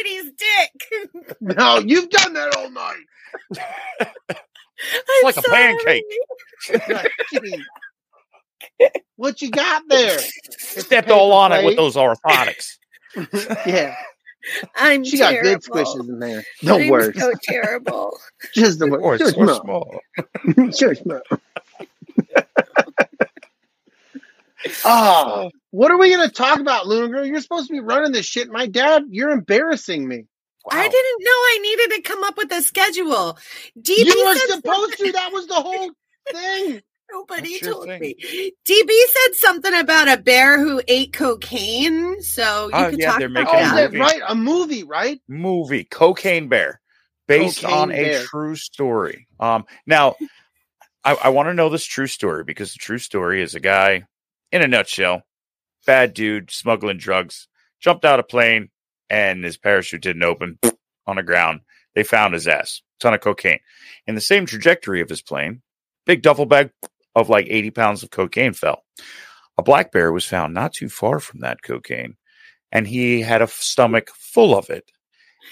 C: to step on Brady's dick.
B: No, you've done that all night.
C: I'm
A: like a pancake.
B: Like, gee, what you got there?
A: Stepped all
B: paper
A: on it with
B: plate.
A: those orthotics.
B: Yeah,
C: I'm
B: she got
C: terrible.
B: good squishes in there. No
C: I'm
B: words.
C: So terrible.
B: Just the
A: Or
B: word.
A: it's
B: Just
A: so
B: no.
A: small.
B: Just no. Ah, what are we gonna talk about, Luna Girl? You're supposed to be running this shit. My dad, you're embarrassing me.
C: I
A: Wow.
C: didn't know I needed to come up with a schedule. DB
B: You were
C: said
B: supposed to. That was the whole thing.
C: nobody
A: That's your
C: told
A: thing.
C: me. DB said something about a bear who ate cocaine. So you
A: Oh,
C: could
A: yeah,
C: talk
A: they're
C: about
A: making a
B: Oh, is that
C: that.
A: movie.
B: right? A movie, right?
A: movie cocaine bear based on
B: Cocaine
A: a
B: Bear.
A: true story um now i, I want to know this true story because the true story is a guy in a nutshell bad dude smuggling drugs jumped out a plane and his parachute didn't open on the ground they found his ass ton of cocaine in the same trajectory of his plane big duffel bag of like 80 pounds of cocaine fell a black bear was found not too far from that cocaine and he had a f- stomach full of it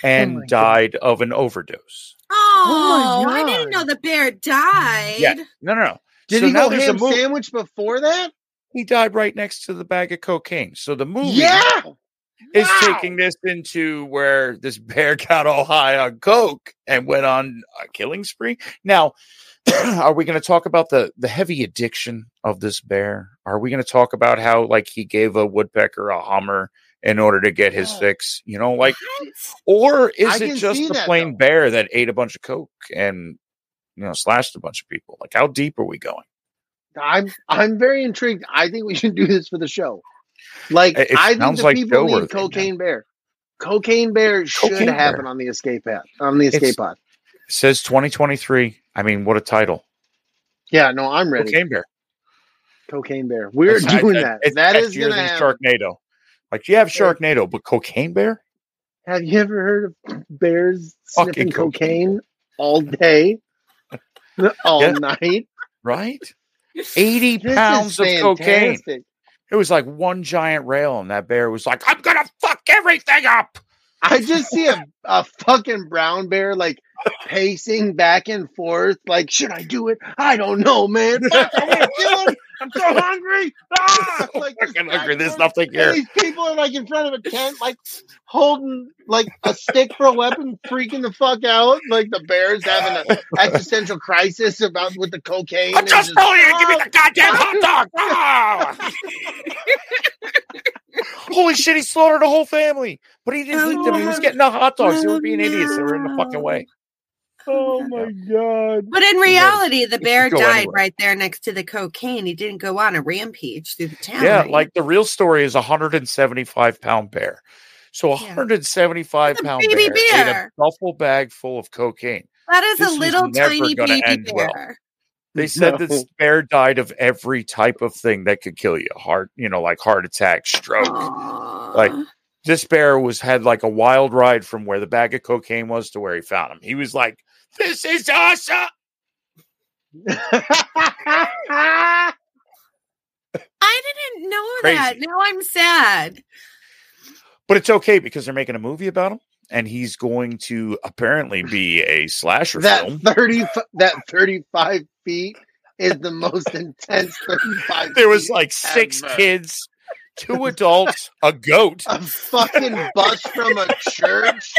A: and
B: Oh my God.
A: died of an overdose
C: Oh,
B: Oh my
C: I didn't
B: God.
C: know the bear died.
A: Yeah. no no no
B: Did
A: so
B: he
A: now
B: go
A: there's a
B: ham
A: movie
B: sandwich before that?
A: he died right next to the bag of cocaine so the movie
B: Yeah.
A: is
B: Wow.
A: taking this into where this bear got all high on coke and went on a killing spree. Now, are we going to talk about the the heavy addiction of this bear? Are we going to talk about how like he gave a woodpecker a hummer in order to get his
B: Oh.
A: fix? You know, like,
C: What?
A: or
B: I
A: is
B: can
A: it just
B: see
A: the
B: that,
A: plain
B: though.
A: bear that ate a bunch of coke and you know slashed a bunch of people? Like, how deep are we going?
B: I'm I'm very intrigued. I think we should do this for the show. Like
A: It- it
B: I think
A: sounds
B: the
A: like
B: people
A: Joe
B: need
A: Worthy,
B: Cocaine Bear. Cocaine Bear should
A: Cocaine
B: happen
A: Bear.
B: on the escape pod. On the escape
A: It's-
B: pod.
A: says 2023. I mean, what a title.
B: Yeah, no, I'm ready.
A: Cocaine Bear.
B: Cocaine Bear. We're
A: That's-
B: doing
A: I-
B: that.
A: It's
B: That
A: next
B: is
A: year
B: gonna
A: than
B: happen.
A: Sharknado. Like you have Sharknado, but Cocaine Bear?
B: Have you ever heard of bears
A: Fucking
B: sniffing
A: cocaine.
B: cocaine all day, all
A: Yeah.
B: night?
A: Right? 80
B: This
A: pounds
B: is
A: of cocaine.
B: fantastic.
A: It was like one giant rail, and that bear was like, I'm gonna fuck everything up.
B: I just see a, a fucking brown bear like pacing back and forth. Like, should I do it? I don't know, man. Fuck, I want to kill him. I'm so hungry. Ah! Like,
A: Fucking hungry. There's
B: backwards.
A: nothing
B: And
A: here.
B: these people are like in front of a tent, like holding like a stick for a weapon, freaking the fuck out. Like the bear's having an existential crisis about with the cocaine.
A: I'm
B: and
A: just bullying. Give me
B: "Ah!"
A: the goddamn hot dog. Ah! Holy shit, he slaughtered a whole family. But he didn't eat them. He was getting the hot dogs. They were being idiots. They were in the fucking way.
B: Oh my god!
C: But in reality, the bear
A: go
C: died
A: anywhere.
C: right there next to the cocaine. He didn't go on a rampage through the town.
A: Yeah,
C: right?
A: like the real story is a 175 pound bear. So a
C: Yeah.
A: 175
C: It's a
A: pound
C: baby
A: bear, ate
C: bear.
A: a duffel bag full of cocaine.
C: that is
A: this
C: a
A: was
C: little
A: never
C: tiny
A: gonna
C: baby
A: end
C: bear.
A: well. They said this
B: No.
A: bear died of every type of thing that could kill you. Heart, you know, like heart attack, stroke.
C: Oh. Aw.
A: Like, This bear was had like a wild ride from where the bag of cocaine was to where he found him. He was like, This is awesome.
C: I didn't know
A: Crazy.
C: that. Now I'm sad.
A: But it's okay because they're making a movie about him. And he's going to apparently be a slasher
B: that
A: film.
B: thirty, f- that thirty-five feet is the most intense thirty-five.
A: there was
B: feet
A: like six
B: ever.
A: kids, two adults, a goat
B: a fucking bus from a church.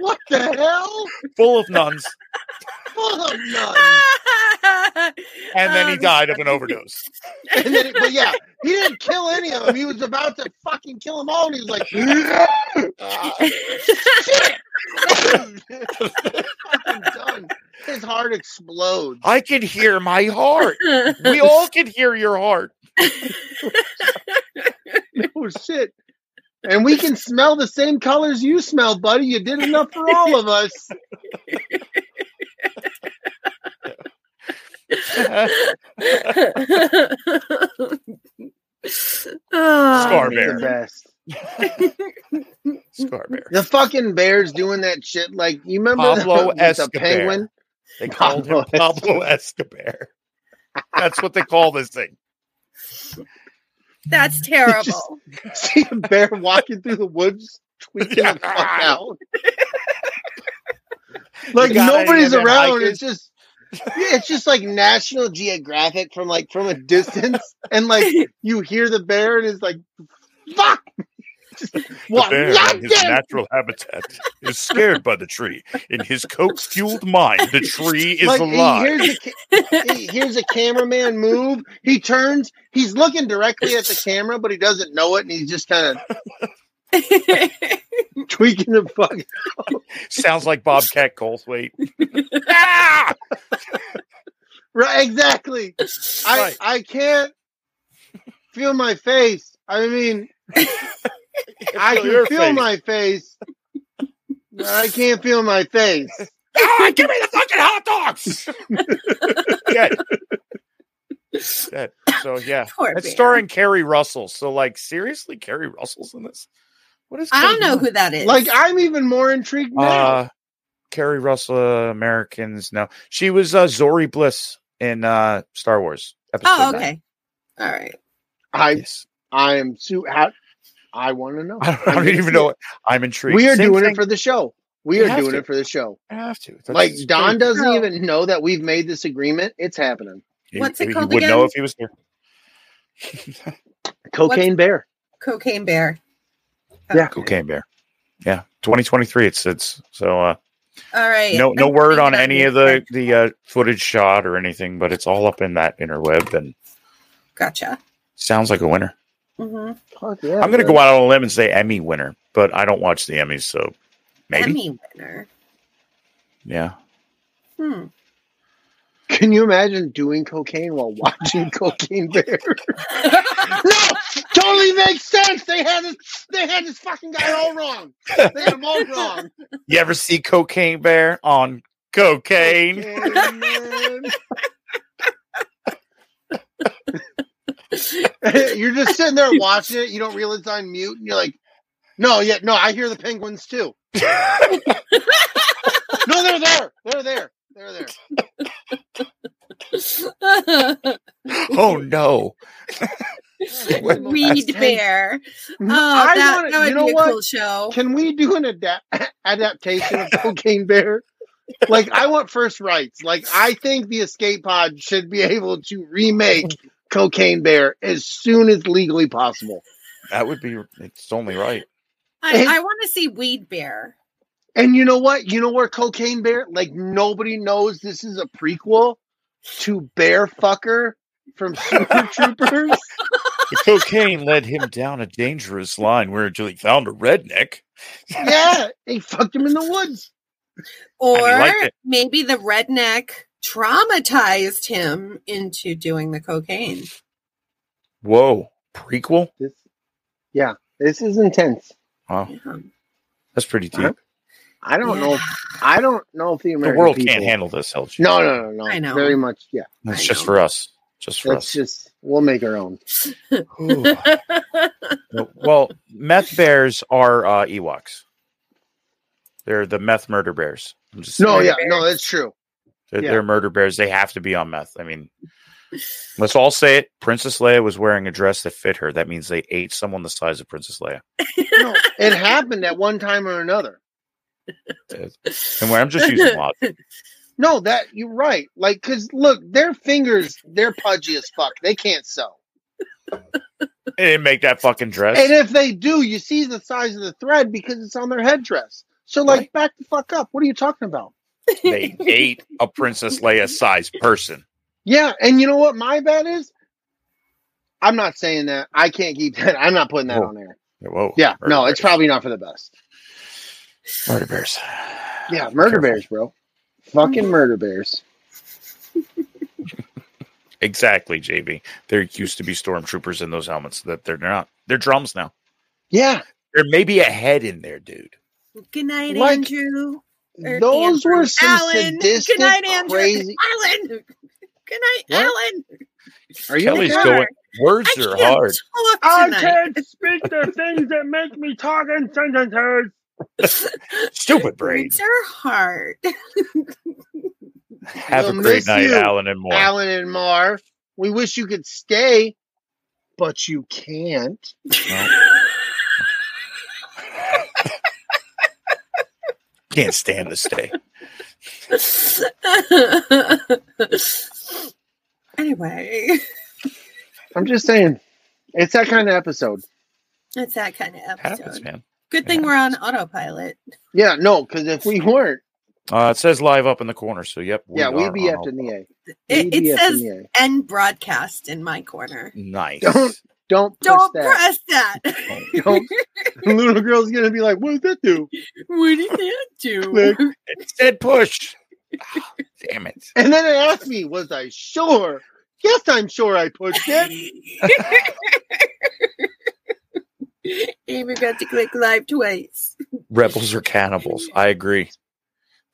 B: What the hell? Oh,
A: full of nuns,
B: Full of nuns.
A: and then he
C: Um,
A: died of an overdose.
B: And then, but yeah, he didn't kill any of them. He was about to fucking kill them all, and he was like, "Ah, shit. fucking done. His heart explodes.
A: I can hear my heart. We all can hear your heart.
B: Oh shit. And we can smell the same colors you smell, buddy. You did enough for all of us.
A: Scar
C: Oh,
A: bear.
B: The best.
A: Scar bear.
B: The fucking bears doing that shit. Like you remember
A: Pablo
B: with the
A: Escobar.
B: penguin?
A: They called him
B: Pablo
A: Pablo Escobar. That's what they call this thing.
C: That's terrible.
B: See a bear walking through the woods, tweaking the fuck out. like
A: You got any of
B: nobody's
A: them
B: around.
A: hikers?
B: It's just yeah, it's just like National Geographic from like from a distance, and like you hear the bear, and it's like, fuck. Just
A: The
B: walk-
A: bear in his
B: goddamn-
A: natural habitat is scared by the tree. In his coke fueled mind, the tree is
B: like, he
A: alive.
B: Here's a, ca- he hears a cameraman move. He turns. He's looking directly at the camera, but he doesn't know it, and he's just kind of tweaking the fuck.
A: Sounds like Bobcat Goldthwait. ah!
B: Right, exactly. I
A: Right.
B: I can't feel my face. I mean, I
A: feel
B: can
A: your
B: feel
A: face.
B: my face, but I can't feel my face.
A: All right, Ah, give me the fucking hot dogs. Dead. Dead. So yeah,
C: Poor
A: it's
C: bear.
A: starring Carrie Russell. So like, seriously, Carrie Russell's in this? What is?
C: I don't
A: going
C: know
A: on?
C: who that is.
B: Like I'm even more intrigued now.
A: Uh, Carrie Russell, uh, Americans. No, she was uh, Zori Bliss in uh, Star Wars. Episode
C: oh,
A: nine.
C: okay. All right.
B: I
A: Yes.
B: I am too. How, I want to know.
A: I don't, I don't even know. What, I'm intrigued.
B: We are
A: Same
B: doing
A: thing-
B: it for the show. We
A: You
B: are
A: have
B: doing
A: to.
B: it for the show.
A: I have to. That's-
B: Like
A: it's
B: Don
A: crazy.
B: doesn't
C: No.
B: even know that we've made this agreement. It's happening.
A: He-
C: What's it
A: he
C: called
A: would know
C: again?
A: if he was here.
B: Cocaine Bear.
C: Cocaine bear.
B: Yeah.
A: Cocaine Bear. Yeah, 2023. It's it's so. uh
C: All right.
A: no no
C: I'm
A: word
C: putting
A: on
C: it
A: any of
C: Instagram.
A: the the uh, footage shot or anything but it's all up in that interweb and
C: Gotcha.
A: sounds like a winner
C: hmm
B: Fuck yeah.
A: i'm gonna
B: bro.
A: go out on a limb and say emmy winner but i don't watch the emmys so maybe
C: Emmy winner.
A: yeah
C: Hmm.
B: Can you imagine doing cocaine while watching Cocaine Bear? no, totally makes sense. They had this, they had this fucking guy all wrong. They had him all wrong.
A: You ever see Cocaine Bear on cocaine?
B: Cocaine Man. you're just sitting there watching it. You don't realize it's on mute, and you're like, "No, yeah, no, I hear the penguins too. No, they're there. They're there. They're there."
A: oh no!
B: What?
C: Reed Bear. Oh,
B: Mm-hmm. I
C: that,
B: wanna-
C: that would
B: you know
C: be a
B: what?
C: cool show.
B: Can we do an adapt- adaptation of Cocaine Bear? Like, I want first rights. Like, I think the Escape Pod should be able to remake Cocaine Bear as soon as legally possible.
A: That would be. It's only right.
C: I, I want to see Weed Bear.
B: And you know what? You know where Cocaine Bear? Like, nobody knows this is a prequel to Bear Fucker from Super Troopers.
A: The cocaine led him down a dangerous line where he found a redneck.
B: Yeah, they fucked him in the woods.
A: he
C: Or
A: liked it.
C: maybe the redneck traumatized him into doing the cocaine.
A: Whoa! Prequel?
B: This, yeah, this is intense.
A: Wow,
C: Yeah.
A: that's pretty deep.
B: Huh? I don't know. If, I don't know if the
A: The
B: American
A: world
B: people-
A: can't handle this, LG.
B: No, no, no, no.
C: I know.
B: Very much, yeah.
A: it's
C: I
A: just
C: know.
A: for us. Just for
B: That's
A: us.
B: just we'll make our own.
A: Ooh. well, meth bears are uh, Ewoks. They're the meth murder bears. I'm just
B: No,
A: saying.
B: yeah, no, that's true.
A: They're,
B: yeah.
A: they're murder bears. They have to be on meth. I mean, let's all say it. Princess Leia was wearing a dress that fit her. That means they ate someone the size of Princess Leia.
B: No, it happened at one time or another.
A: And where I'm just using logic.
B: No, that you're right. Like, cause look, their fingers, they're pudgy as fuck. They can't sew.
A: They didn't make that fucking dress.
B: And if they do, you see the size of the thread because it's on their headdress. So like
A: Right.
B: back the fuck up. What are you talking about?
A: they ate a Princess Leia size person.
B: Yeah, and you know what my bad is? I'm not saying that. I can't keep that. I'm not putting that
A: Oh.
B: on there.
A: Whoa.
B: Yeah,
A: Murder
B: no, it's
A: bears.
B: probably not for the best.
A: murder bears.
B: Yeah, murder
A: Careful.
B: bears, bro. Fucking murder bears.
A: Exactly, JB. There used to be stormtroopers in those helmets that they're not. They're drums now.
B: Yeah.
A: There may be a head in there, dude.
C: Good night,
B: Like-
C: Andrew. Or
B: Those
C: Andrew.
B: were some sadistic,
C: Good night, Andrew.
B: crazy.
C: Alan. Good night,
B: What?
C: Alan.
B: Are you
A: Kelly's
B: okay?
C: sure?
A: going. Words
C: I
A: are
C: can't
A: hard.
C: talk tonight.
B: speak the things that make me talk in sentences.
A: Stupid brain.
C: Words are hard.
A: Have a
B: We'll
A: great
B: miss
A: night,
B: you,
A: Alan and more.
B: Alan and Mar, we wish you could stay, but you can't.
A: Can't stand this day.
C: anyway,
B: I'm just saying, it's that kind of episode.
C: it's that kind of
A: happens,
C: episode.
A: man.
C: Good thing we're on autopilot.
B: Yeah, no, because if we weren't,
A: Uh, it says live up in the corner, so yep.
B: yeah,
A: are
B: we'd be
A: on
B: effed in the A.
C: It,
B: We'd be
C: it
B: effed in
C: says
B: the A.
C: end broadcast in my corner.
A: Nice.
B: Don't- Don't push
C: Don't
B: that.
C: press that.
B: Don't. Little girl's gonna be like, "What did that do?"
C: what did that do?
B: Click.
A: It said push. Ah, damn it.
B: And then it asked me, "Was I sure?" Yes, I'm sure I pushed it.
C: Amy got to click live twice.
A: Rebels are cannibals. I agree.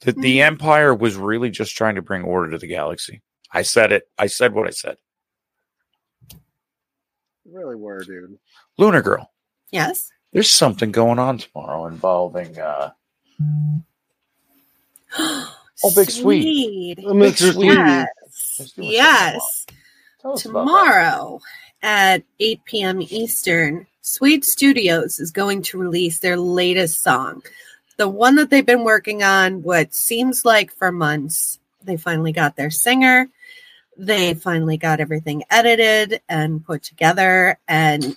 A: The,
B: Hmm.
A: the Empire was really just trying to bring order to the galaxy. I said it. I said what I said.
B: Really were, dude.
A: Lunar Girl,
C: Yes.
A: there's something going on tomorrow involving uh,
C: oh,
A: Big Sweet. Mr. Sweet.
C: Yes.
A: Let's do it
C: Yes. Tomorrow at 8 p.m. Eastern, Sweet Studios is going to release their latest song. The one that they've been working on, what seems like for months. They finally got their singer. They finally got everything edited and put together. And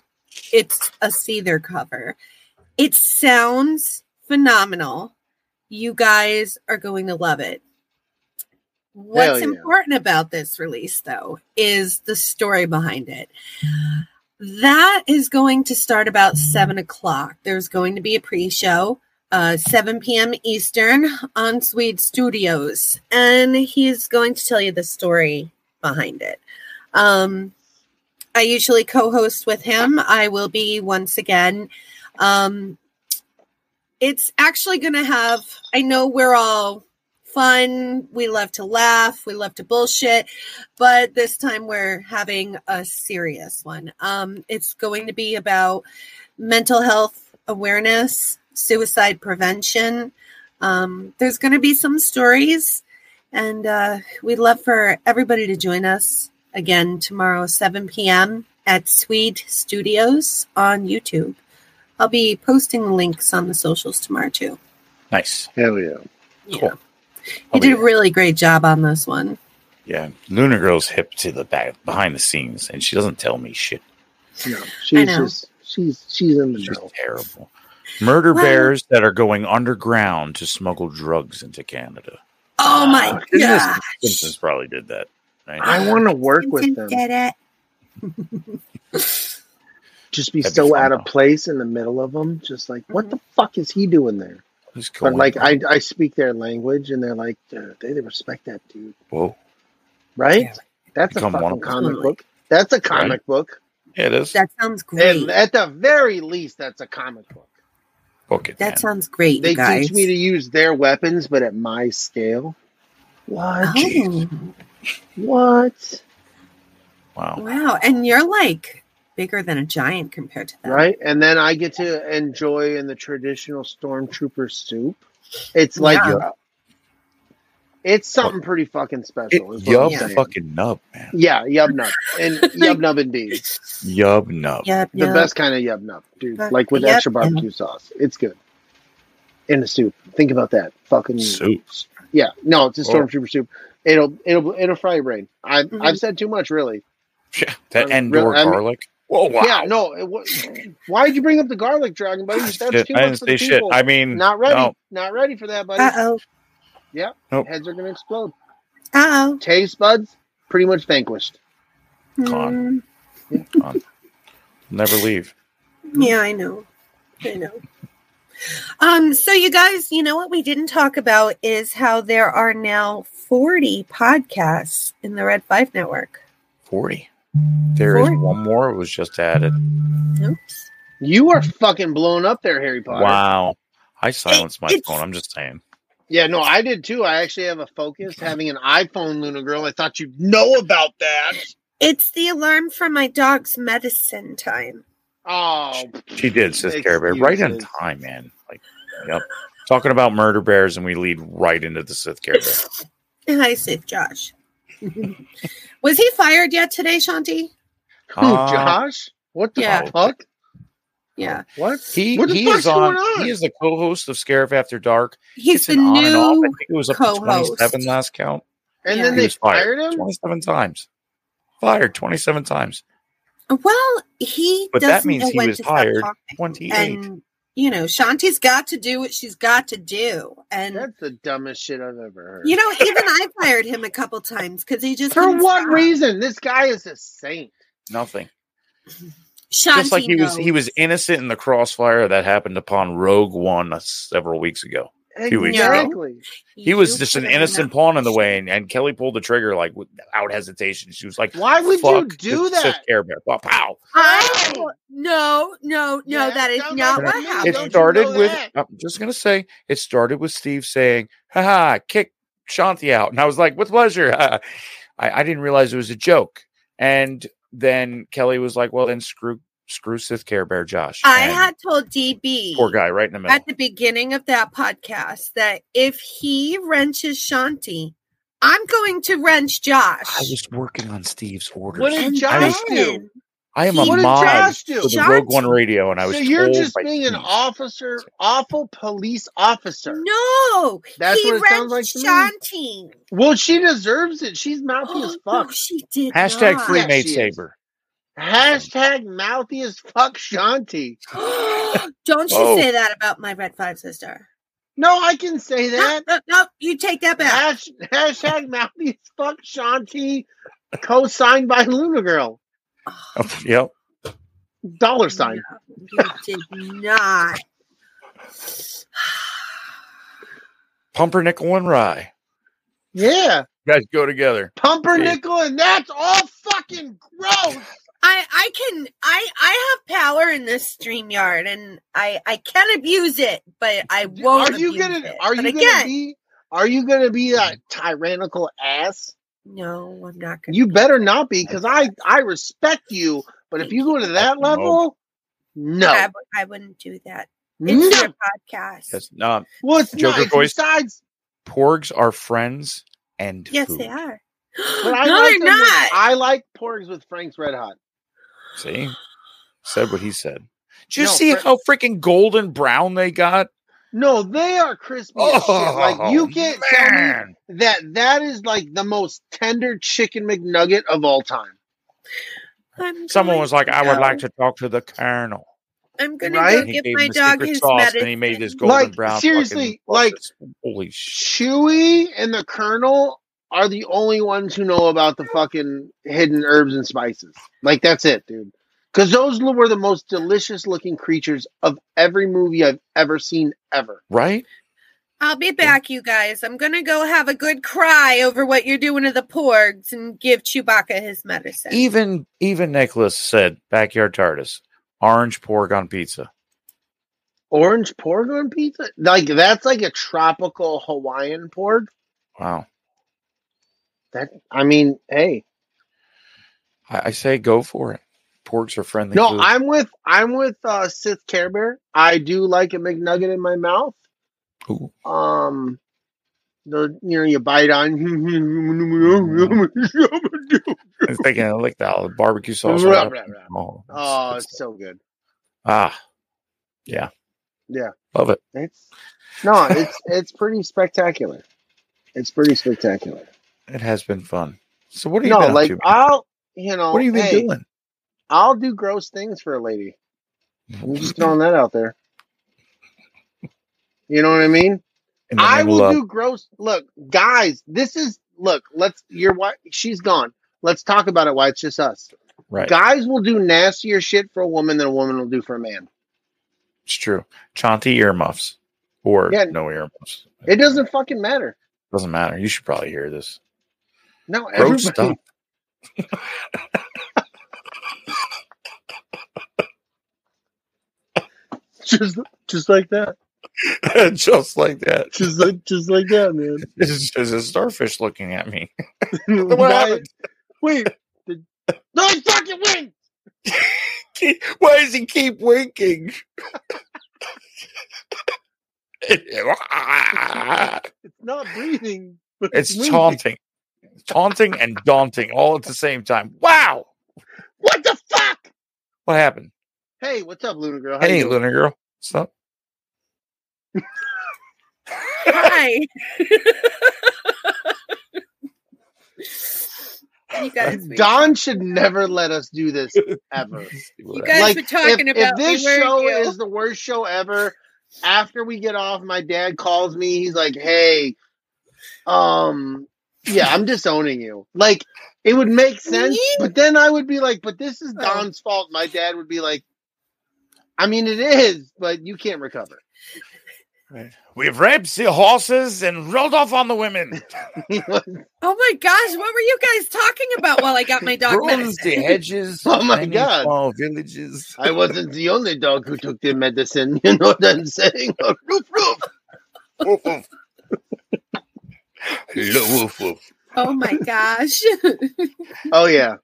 C: it's a Seether cover. It sounds phenomenal. You guys are going to love it. What's
B: yeah.
C: important about this release, though, is the story behind it. That is going to start about seven o'clock. There's going to be a pre show. uh, 7 p.m. Eastern on Swede Studios. And he's going to tell you the story behind it. Um, I usually co host with him. I will be once again. Um, it's actually going to have, I know we're all fun. We love to laugh. We love to bullshit. But this time we're having a serious one. Um, it's going to be about mental health awareness, suicide prevention. Um, there's going to be some stories. And uh, we'd love for everybody to join us again tomorrow, 7 p.m. at Swede Studios on YouTube. I'll be posting links on the socials tomorrow too.
A: Nice.
B: Hell yeah.
C: Yeah.
A: I'll
C: You
A: be
C: did a
A: there.
C: really great job on this one.
A: Yeah, Lunar Girl's hip to the back behind the scenes, and she doesn't tell me shit.
B: No, she's
C: know.
B: just she's she's in the
A: She's
B: know.
A: terrible. Murder
C: Well-
A: bears that are going underground to smuggle drugs into Canada.
C: Oh my
B: Ah, Isn't this
C: god!
A: Simpsons probably did that. Right?
B: I want to work with
C: Vincent
B: them.
C: did it.
B: Just
A: That'd be
B: be so
A: fun,
B: out
A: though.
B: of place in the middle of them. Just like,
C: Mm-hmm.
B: what the fuck is he doing there?
A: Who's
B: But
A: going
B: like, I I speak their language, and they're like, "Dude, they they respect that dude,
A: Whoa.
B: right?
C: Yeah.
B: That's a
A: Become one
B: fucking
A: of them.
B: comic
C: Totally.
B: book. That's a comic book.
A: Yeah, it is.
C: That sounds great.
B: And at the very least, that's a comic book.
A: Book it,
C: that
A: man.
C: sounds great,
B: They
C: you guys.
B: teach me to use their weapons, but at my scale. What?
C: oh,
B: What?
A: Wow.
C: wow! And you're like bigger than a giant compared to them.
B: Right? And then I get to enjoy in the traditional stormtrooper soup. It's like
A: Yeah.
B: it's something pretty fucking
A: It,
B: special. is what I'm
A: yub
B: saying.
A: fucking nub, man.
B: Yeah, yub nub. And yub nub indeed.
A: Yub nub.
C: Yep.
B: The
C: yep.
B: best kind of yub nub, dude.
C: But-
B: Like with
C: yep,
B: extra barbecue sauce. It's good. In the soup. Think about that. Fucking
A: Soup.
B: Yeah. No, it's a
A: Oh.
B: stormtrooper soup. It'll it'll it'll fry your brain. I
C: Mhm.
B: I've said too much really.
A: Yeah. That
B: Um,
A: Endor
B: real- I mean-
A: garlic. Whoa, wow.
B: Yeah, no. It, wa- why'd you bring up the garlic dragon, buddy? That's
A: Shit,
B: too
A: I didn't
B: much
A: say
B: for the
A: shit.
B: people.
A: I mean,
B: not ready.
A: no.
B: Not ready for that, buddy.
C: Uh oh.
A: Nope.
B: Heads are gonna explode.
C: Uh oh.
B: Taste buds, pretty much vanquished.
C: Hmm.
A: Con. Never leave.
C: Yeah, I know. I know. Um, so you guys, you know what we didn't talk about is how there are now 40 podcasts in the Red Five Network.
A: 40. There is
C: Forty.
A: one more. It was just added.
C: Oops.
B: You are fucking blown up there, Harry Potter.
A: Wow. I silenced my
C: it's-
A: phone. I'm just saying.
B: Yeah, no, I did too. I actually have a focus having an iPhone, Luna Girl. I thought you'd know about that.
C: It's the alarm for my dog's medicine time.
B: Oh,
A: She did, Sis Care Bear. Right on
B: Excuses.
A: time, man. Like, yep. Talking about murder bears, and we lead right into the Sith Care Bear.
C: Hi, Sith Josh. Was he fired yet today, Shanti?
B: who,
A: Uh,
B: Josh? What the
C: Yeah.
B: fuck?
C: Yeah.
B: What?
A: He,
B: What the
A: he
B: fuck's
A: is on,
B: going on?
A: He is the co-host of Scarif After Dark.
C: He's
A: It's
C: the
A: an on and off. I
C: new
A: think it was up
C: co-host.
A: to 27 last count.
B: And
C: Yeah.
B: then
A: He
B: they
A: was fired
B: fired him.
A: 27 times. Fired 27 times.
C: well, he
A: But that
C: doesn't
A: means
C: know
A: he
C: when
A: was
C: to stop
A: hired
C: talking.
A: 28.
C: And you know, Shanti's got to do what she's got to do. And
B: That's the dumbest shit I've ever heard.
C: You know, even I fired him a couple times because he just
B: For
C: wouldn't
B: what
C: stop.
B: reason? This guy is a saint.
A: Nothing.
C: Shanti
A: Just like he was he
C: knows.
A: was innocent in the crossfire that happened upon Rogue One uh, several weeks ago. Few weeks
C: ago.
B: Exactly.
A: He was
C: You
A: just an
C: put him in
A: innocent
C: that
A: pawn in the
C: position.
A: way, and, and Kelly pulled the trigger like without hesitation. She was like,
B: Why would
A: Fuck
B: you do
A: the Sith
B: that?
A: Care Bear. Pow, pow.
C: I no, no, no.
B: Yeah,
C: that is
B: sounds
C: not
B: like
C: what
B: me.
C: happened.
A: It
B: Don't you
A: started
B: know
A: with
B: that?
A: I'm just gonna say it started with Steve saying, haha, kick Shanti out. And I was like, with pleasure. I, I didn't realize it was a joke. And then Kelly was like, Well, then screw screw Sith Care Bear Josh.
C: I
A: And
C: had told DB
A: poor guy right in the middle.
C: at the beginning of that podcast that if he wrenches Shanti, I'm going to wrench Josh.
A: I was working on Steve's orders.
B: What did
C: and
B: Josh do?
C: then
A: I am
C: he-
A: a
B: What did
A: mod
B: Josh do?
A: for the Rogue
C: Josh-
A: One radio, and I was
B: so you're
A: told
B: just
A: by
B: being an
A: Steve-
B: officer, awful police officer.
C: no,
B: That's
C: he
B: what it sounds like
C: wrenched
B: to me.
C: Shanti.
B: Well, she deserves it. She's mouthy as
C: Oh,
B: fuck.
C: she did.
A: hashtag free
B: Yeah,
A: made
B: she is.
A: saver.
B: Hashtag mouthy as fuck, Shanti.
C: not. Don't you
A: Oh.
C: say that about my red five sister.
B: No, I can say
C: No,
B: that.
C: no, no, you take that back.
B: Hash, hashtag mouthy as fuck, Shanti. Co-signed by Luna Girl.
A: yep.
B: Dollar sign.
C: No, you did not.
A: Pumpernickel and rye.
B: Yeah,
A: Guys go together.
B: pumpernickel, and that's all fucking gross.
C: I I can I I have power in this stream yard and I I can abuse it, but I won't.
B: Are you
C: abuse
B: gonna?
C: it.
B: Are you
C: But
B: gonna
C: again,
B: be? Are you gonna be that tyrannical ass?
C: No, I'm not gonna.
B: You better not be, because I I respect you. But if you go to that level,
C: I,
B: no,
C: would- I wouldn't do that.
B: no.
C: It's your podcast.
A: Yes. No,
B: Well, it's
A: Joker
B: not. It's
A: voice.
B: besides,
A: porgs are friends and
C: Yes,
A: food.
C: they are.
B: but I
C: No,
B: like
C: they're
B: them with-
C: not.
B: I like porgs with Frank's Red Hot.
A: See, said what he said. Did you
B: No,
A: see
B: Fra-
A: how freaking golden brown they got? Oh,
B: No, they are crispy as shit. Like you can't tell
A: man.
B: me that that is like the most tender chicken McNugget of all time.
C: I'm
A: Someone
C: going
A: was like,
C: to
A: "I would
C: go-
A: like to talk to the colonel."
C: I'm gonna
B: Right?
C: go
A: He
C: give
A: gave
C: my
A: him the
C: dog
A: secret
C: his
A: sauce,
C: medicine.
A: and he made this golden
B: Like
A: brown.
B: seriously,
A: fucking
B: like
A: breakfast. holy shit!
B: Chewy and the Colonel are the only ones who know about the fucking hidden herbs and spices. Like that's it, dude. Because those were the most delicious looking creatures of every movie I've ever seen ever.
A: Right?
C: I'll be back, you guys. I'm gonna go have a good cry over what you're doing to the porgs and give Chewbacca his medicine.
A: Even even Nicholas said, "Backyard TARDIS, orange pork on pizza."
B: Orange pork on pizza? Like that's like a tropical Hawaiian pork.
A: Wow.
B: That I mean, hey.
A: I, I say go for it. Porgs are friendly.
B: No,
A: food.
B: I'm with I'm with uh Sith Care Bear. I do like a McNugget in my mouth.
A: Ooh.
B: Um the you know you bite on
A: I was thinking I like that all the uh, barbecue sauce.
B: Blah,
A: right
B: blah,
A: up- Oh, it's-
B: Oh,
A: it's-
B: it's so good.
A: ah, yeah,
B: Yeah.
A: love it.
B: It's no, it's it's pretty spectacular. It's pretty spectacular.
A: It has been fun. So what are you
B: No,
A: been up
B: like
A: to, man?
B: I'll you know
A: what have you been
B: hey,
A: doing?
B: I'll do gross things for a lady. I'm just throwing that out there. You know what I mean?
A: In the
B: I
A: name of
B: will
A: love.
B: do gross. Look, guys, this is look. Let's. Your wife. She's gone. Let's talk about it. Why it's just us.
A: right.
B: Guys will do nastier shit for a woman than a woman will do for a man.
A: It's true. Chauncey earmuffs or
B: Yeah.
A: no earmuffs.
B: It doesn't fucking matter.
A: doesn't matter. You should probably hear this.
B: No,
A: Gross
B: everybody.
A: stuff.
B: Just, just like that.
A: just like that.
B: Just like, just like that, man.
A: This is just a starfish looking at me.
B: Why-
A: happened?
B: Wait. The, no it fucking win.
A: Keep- Why does he keep winking? it's
B: It's not breathing. but moving.
A: taunting. Taunting and daunting all at the same time. Wow.
B: What the fuck?
A: What happened?
B: Hey, what's up, Luna girl? How you
A: Hey,
B: doing?
A: Lunar Girl. What's up?
C: Hi. you guys, we-
B: Don should never let us do this ever.
C: you guys
B: Like,
C: were talking
B: if,
C: about
B: if this
C: me, weren't
B: show
C: you?
B: is the worst show ever, after we get off, my dad calls me. He's like, "Hey, um, yeah, I'm disowning you." Like, it would make sense,
C: Me?
B: but then I would be like, "But this is
C: Oh.
B: Don's fault." My dad would be like, "I mean, it is, but you can't recover."
A: We've raped the horses and rolled off on the women.
C: oh my gosh, what were you guys talking about while I got my dog
A: Ruins
C: medicine?
A: the hedges.
B: Oh my
A: many
B: God.
A: Small villages.
B: I wasn't the only dog who took their medicine. You know what I'm saying? Roof, roof.
A: Woof, woof. Hello, woof, woof.
C: Oh my gosh.
B: Oh yeah,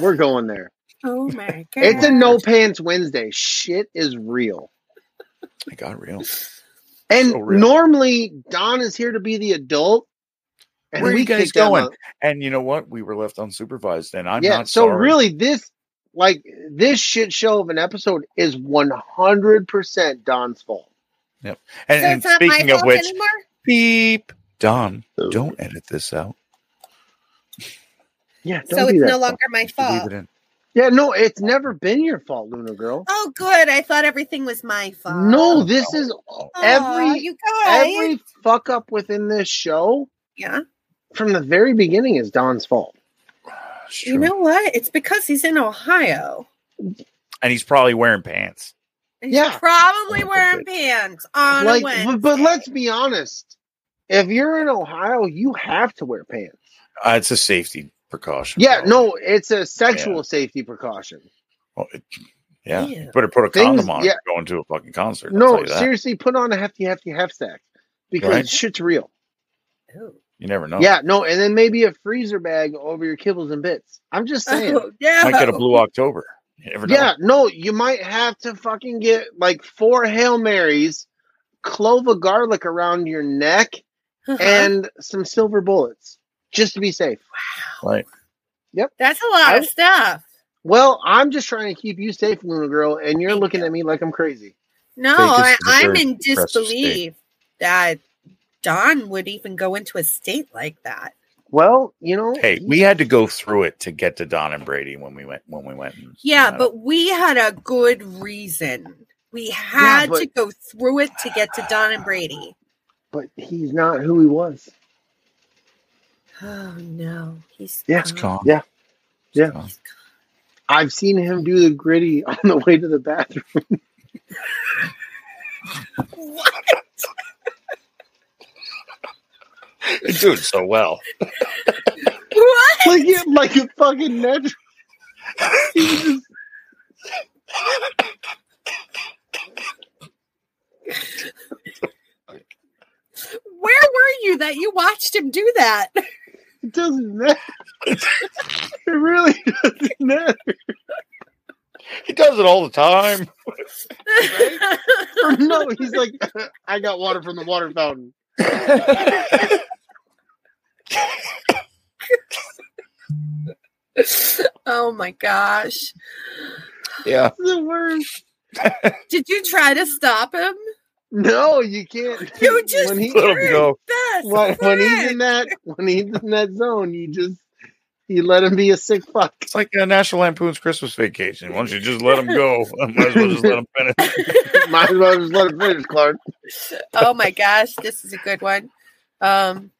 B: we're going there.
C: oh my god.
B: It's a no pants Wednesday. Shit is real.
A: It got Oh real.
B: And
A: So real.
B: normally Don is here to be the adult.
A: Where are you guys
B: kick down
A: going?
B: the-
A: And you know what? We were left unsupervised, and I'm
B: yeah.
A: not
B: so
A: sorry.
B: really, this like this shit show of an episode is one hundred percent Don's fault.
A: And,
C: so
A: and
C: it's not my
A: speaking of
C: fault
A: which,
C: anymore?
A: beep, Don, don't edit this out.
B: Yeah. Don't
C: So
B: do
C: it's
B: that.
C: no longer my
A: Just leave
C: fault.
A: it in.
B: yeah. No, it's never been your fault, Luna girl.
C: Oh good. I thought everything was my fault.
B: No, this is
C: Aw,
B: every
C: you guys.
B: every fuck up within this show
C: yeah.
B: from the very beginning is Don's fault.
A: It's
C: You
A: true.
C: know what? It's because he's in Ohio.
A: and he's probably wearing pants.
C: He's
B: Yeah.
C: probably wearing pants on
B: like,
C: a
B: but-
C: Wednesday.
B: but let's be honest. If you're in Ohio, you have to wear pants.
A: Uh, it's a safety precaution.
B: Yeah, no, it's a sexual safety precaution.
A: Well, it- yeah.
C: Ew.
A: You better put a
B: Things-
A: condom on
B: yeah.
A: if you're going to a fucking concert. I'll tell
B: No,
A: you, that.
B: seriously, put on a hefty, hefty half sack because
A: Right. Oh.
B: shit's real.
C: Oh.
A: you never know.
B: Yeah, no, and then maybe a freezer bag over your kibbles and bits. I'm just saying.
C: Oh, yeah.
A: Might get a blue October. You never know.
B: yeah, no, you might have to fucking get like four Hail Marys, clove of garlic around your neck,
C: Uh-huh.
B: and some silver bullets just to be safe.
A: Right.
C: That's a lot of stuff.
B: Well, I'm just trying to keep you safe, Luna Girl, and you're looking at me like I'm crazy.
C: No,
A: Vegas
C: I,
A: is a
C: I'm
A: very
C: in
A: progressive state.
C: disbelief that Don would even go into a state like that.
B: Well, you know,
C: Oh,
A: Hey,
B: he-
A: we had to go through it to get to Don and Brady when we went when we went. and- I
C: Yeah,
A: don't-
C: but we had a good reason. We had
B: but-
C: to go through it to get to Don and Brady.
B: but he's not who he was.
C: Oh no, he's
B: Yeah.
A: it's gone.
B: Yeah.
A: It's
B: Yeah.
A: gone.
B: I've seen him do the gritty on the way to the bathroom.
C: What?
A: You're doing so well.
C: What?
B: Like it, like a fucking natural. He was just-
C: Where were you that you watched him do that?
B: it doesn't matter. It really doesn't matter.
A: He does it all the time.
B: Or no, he's like, I got water from the water fountain.
C: oh my gosh.
A: Yeah.
B: It's the worst.
C: Did you try to stop him?
B: No, you can't.
C: You just
B: when he,
A: Let him
C: Frick,
A: go.
C: Best
B: when, when he's in
C: frick.
B: that when he's in that zone, you just you let him be a sick fuck.
A: It's like a National Lampoon's Christmas Vacation. Once you just let him go, I might as well just let him finish.
B: Might as well just let him finish, Clark.
C: oh my gosh, this is a good one. Um,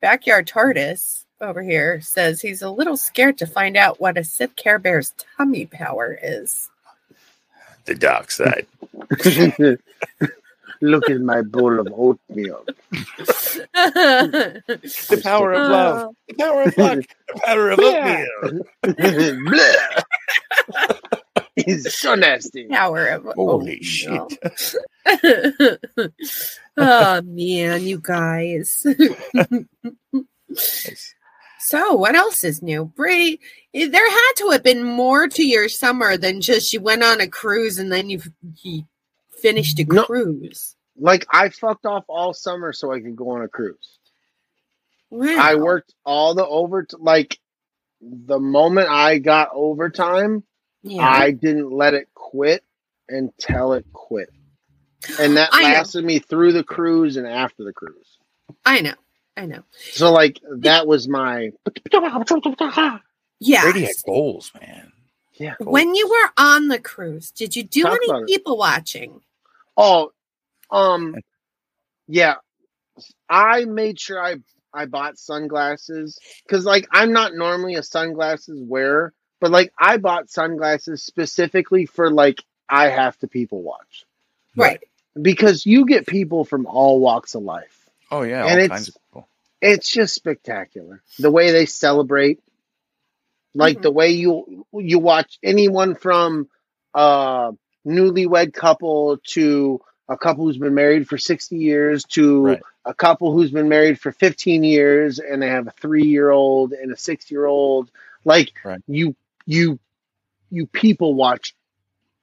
C: Backyard Tortoise over here says he's a little scared to find out what a Sith Care Bear's tummy power is.
A: The dark side.
B: Look at my bowl of oatmeal.
A: The power of love.
C: Oh,
A: The power of luck. The power of
B: Yeah.
A: oatmeal.
B: Bleh. He's so nasty.
C: power of
A: Holy
C: oh,
A: shit.
C: no. oh man, you guys. so, what else is new, Brady? eh, There had to have been more to your summer than just you went on a cruise and then you you finished a
B: No.
C: cruise.
B: Like I fucked off all summer so I could go on a cruise.
C: Wow.
B: I worked all the over like the moment I got overtime,
C: Yeah.
B: I didn't let it quit until it quit. And that
C: I know.
B: lasted me through the cruise and after the cruise.
C: I know. I know.
B: So like that was my
C: Yeah.
A: Brady had goals, man.
B: Yeah.
A: Goals.
C: When you were on the cruise, did you do
B: Talk about
C: any
B: it.
C: people watching?
B: Oh, um, yeah. I made sure I I bought sunglasses because like I'm not normally a sunglasses wearer, but like I bought sunglasses specifically for like I have to people watch
C: Right.
B: because you get people from all walks of life.
A: Oh yeah,
B: And
A: all
B: it's-
A: kinds of people.
B: It's just spectacular the way they celebrate, like
A: Mm-hmm.
B: the way you you watch anyone from uh newlywed couple to a couple who's been married for 60 years to
A: Right.
B: a couple who's been married for 15 years and they have a 3-year-old and a 6-year-old like
A: Right.
B: you you you people watch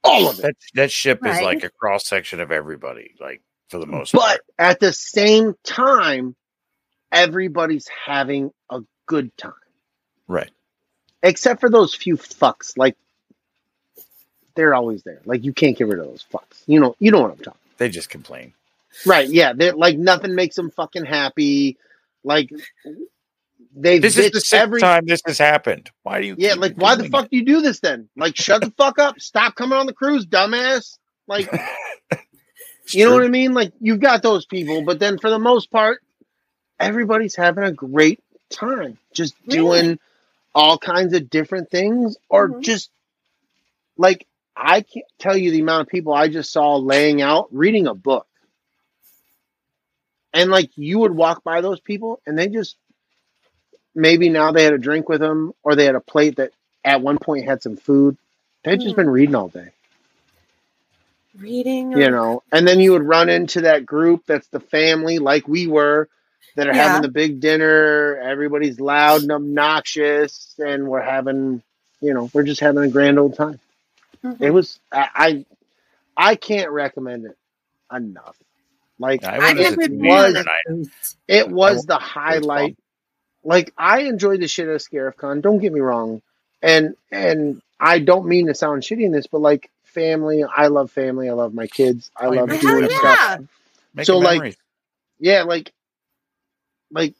B: all of it
A: That that ship is
C: Right.
A: like a cross section of everybody, like for the most
B: but
A: part.
B: at the same time everybody's having a good time
A: Right.
B: except for those few fucks like they're always there like you can't get rid of those fucks you know you know what i'm talking
A: They just complain.
B: Right. Yeah. They're like nothing makes them fucking happy. Like they
A: This is
B: bitch
A: the sixth
B: every
A: time this has happened. Why do you
B: yeah.
A: keep
B: Like why the
A: doing
B: fuck do you do this then? Like shut the fuck up. Stop coming on the cruise, dumbass. Like
A: it?
B: you know what I mean? Like you've got those people, but then for the most part, everybody's having a great time, just
C: Really?
B: doing all kinds of different things, or
C: Mhm.
B: just like I can't tell you the amount of people I just saw laying out reading a book. And like you would walk by those people and they just maybe now they had a drink with them or they had a plate that at one point had some food. They've just
C: Mhm.
B: been reading all day,
C: Reading,
B: you know. And then you would run into that group that's the family, like we were, that are
C: Yeah.
B: having the big dinner. Everybody's loud and obnoxious, and we're having, you know, we're just having a grand old time.
C: Mhm.
B: It was I I, I can't recommend it enough. Like
A: I
C: I
A: went as
C: think
A: a
C: we've
B: it
A: teenager and
B: was
C: been on
A: I
C: a boost.
B: it was the
A: was
B: highlight. Like I enjoyed the shit out of ScarifCon. Don't get me wrong, and and I don't mean to sound shitty in this, but like family, I love family. I love my kids. I
A: Oh, you
B: love
A: make
B: doing
A: memories.
B: stuff.
C: Hell
A: making
B: So, like,
A: memories.
B: Yeah, like like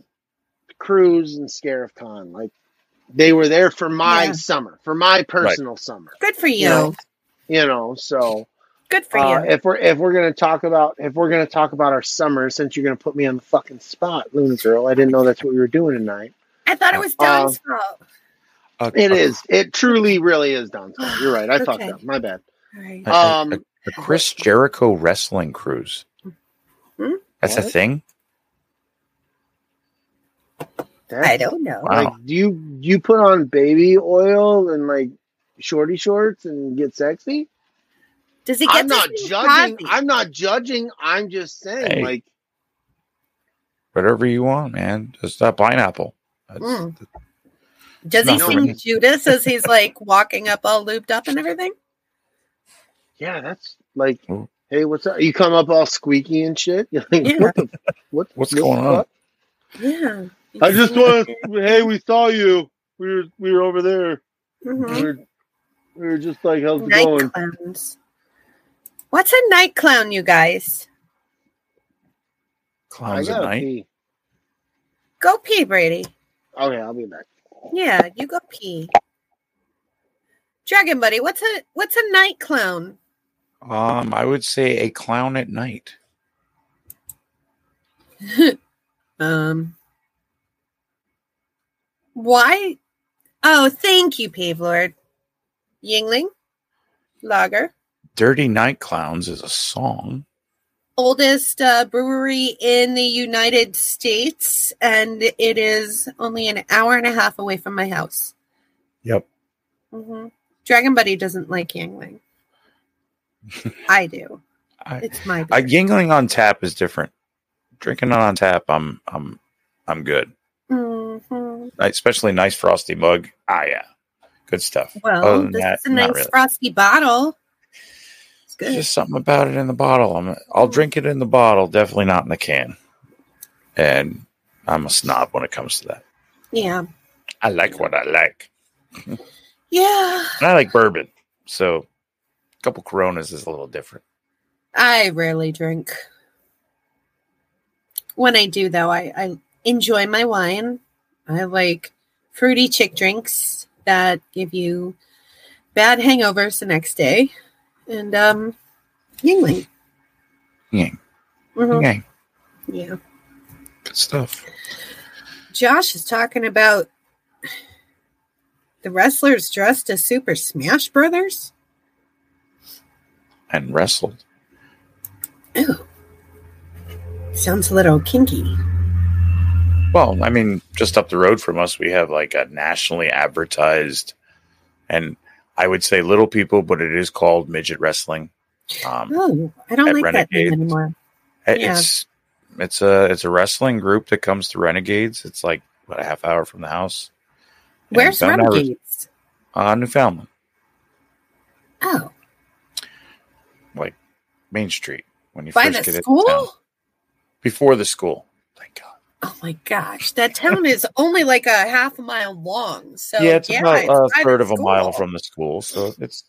B: Cruise and ScarifCon. Like they were there for my
C: Yeah.
B: summer, for my personal summer.
C: Good for you.
B: Yeah. You know, so
C: Good for
B: Uh,
C: you.
B: if we're if we're gonna talk about if we're gonna talk about our summer, since you're gonna put me on the fucking spot, Luna Girl, I didn't know that's what we were doing tonight.
C: I thought it was
B: uh,
C: Don's fault.
A: A-
B: It
A: a-
B: is. It truly, really is Don's fault. You're right. I fucked
C: Oh. Okay.
B: up. My bad.
C: All right.
A: a- a-
B: Um,
A: a Chris Jericho wrestling cruise.
C: Hmm?
A: That's a
B: What?
A: thing.
B: that's,
C: I don't know.
A: Wow.
B: Like, do you do you put on baby oil and like shorty shorts and get sexy?
C: Does he get
B: I'm
C: this
B: not
C: from
B: judging.
C: Cosby?
B: I'm not judging. I'm just saying,
A: Hey.
B: like,
A: Whatever you want, man. Just that pineapple. That's,
C: Mm. Does he
A: Not for
C: sing
A: me.
C: Judas as he's like walking up all lubed up and everything?
B: yeah, that's like,
A: Ooh.
B: hey, what's up? You come up all squeaky and shit. You're like,
C: Yeah.
B: what the what?
A: What's
B: what the
A: going on?
B: fuck?
C: Yeah.
B: I just want to. Hey, we saw you. We were we were over there. We
C: Mhm.
B: were, we were just like, how's it
C: Night
B: going?
C: clowns. What's a night clown, you guys?
B: I
A: Clowns at
B: gotta
A: night.
B: pee.
C: Go pee, Brady.
B: Okay, I'll be back.
C: Yeah, you go pee. Dragon Buddy, what's a what's a night clown?
A: Um, I would say a clown at night.
C: Um Why? Oh, thank you, Pave Lord. Yingling, Lager,
A: Dirty Night Clowns is a song.
C: oldest uh, brewery in the United States, and it is only an hour and a half away from my house.
A: Yep. Mm-hmm.
C: hmm Dragon Buddy doesn't like Yingling. I do.
A: I,
C: It's my
A: I,
C: beer.
A: Yingling on tap is different. Drinking it on tap, I'm I'm I'm good.
C: Mhm.
A: Especially nice frosty mug. Ah, yeah, good stuff. Other
C: Well,
A: than
C: this
A: that,
C: is a
A: Oh, not
C: nice
A: really.
C: frosty bottle. It's
A: There's
C: good.
A: just something about it in the bottle. I'm, I'll drink it in the bottle, definitely not in the can. And I'm a snob when it comes to that.
C: yeah.
A: I like what I like,
C: Yeah.
A: and I like bourbon. So, a couple Coronas is a little different.
C: I rarely drink. When I do, though, I, I enjoy my wine. I like fruity chick drinks that give you bad hangovers the next day. And um, Yingling.
A: Ying.
C: Mhm.
A: Ying.
C: Yeah.
A: Good stuff.
C: Josh is talking about the wrestlers dressed as Super Smash Brothers.
A: And wrestled.
C: Ooh. Sounds a little kinky.
A: Well, I mean, just up the road from us, we have like a nationally advertised, and I would say little people, but it is called midget wrestling. Um,
C: Oh, I don't
A: At
C: like that name
A: Renegade.
C: anymore.
A: it-
C: Oh, yeah.
A: It's it's a it's a wrestling group that comes to Renegades. It's like what a half hour from the house. And
C: Where's
A: don't ever-
C: Renegades?
A: Uh, Newfoundland,
C: Oh,
A: like Main Street. When you
C: by
A: first
C: the
A: get it
C: school?
A: before the school. Thank God.
C: Oh my gosh, that town is only like a half a mile long. So
A: yeah, it's about a
C: by
A: third
C: the
A: of a mile
C: school.
A: from the school, so it's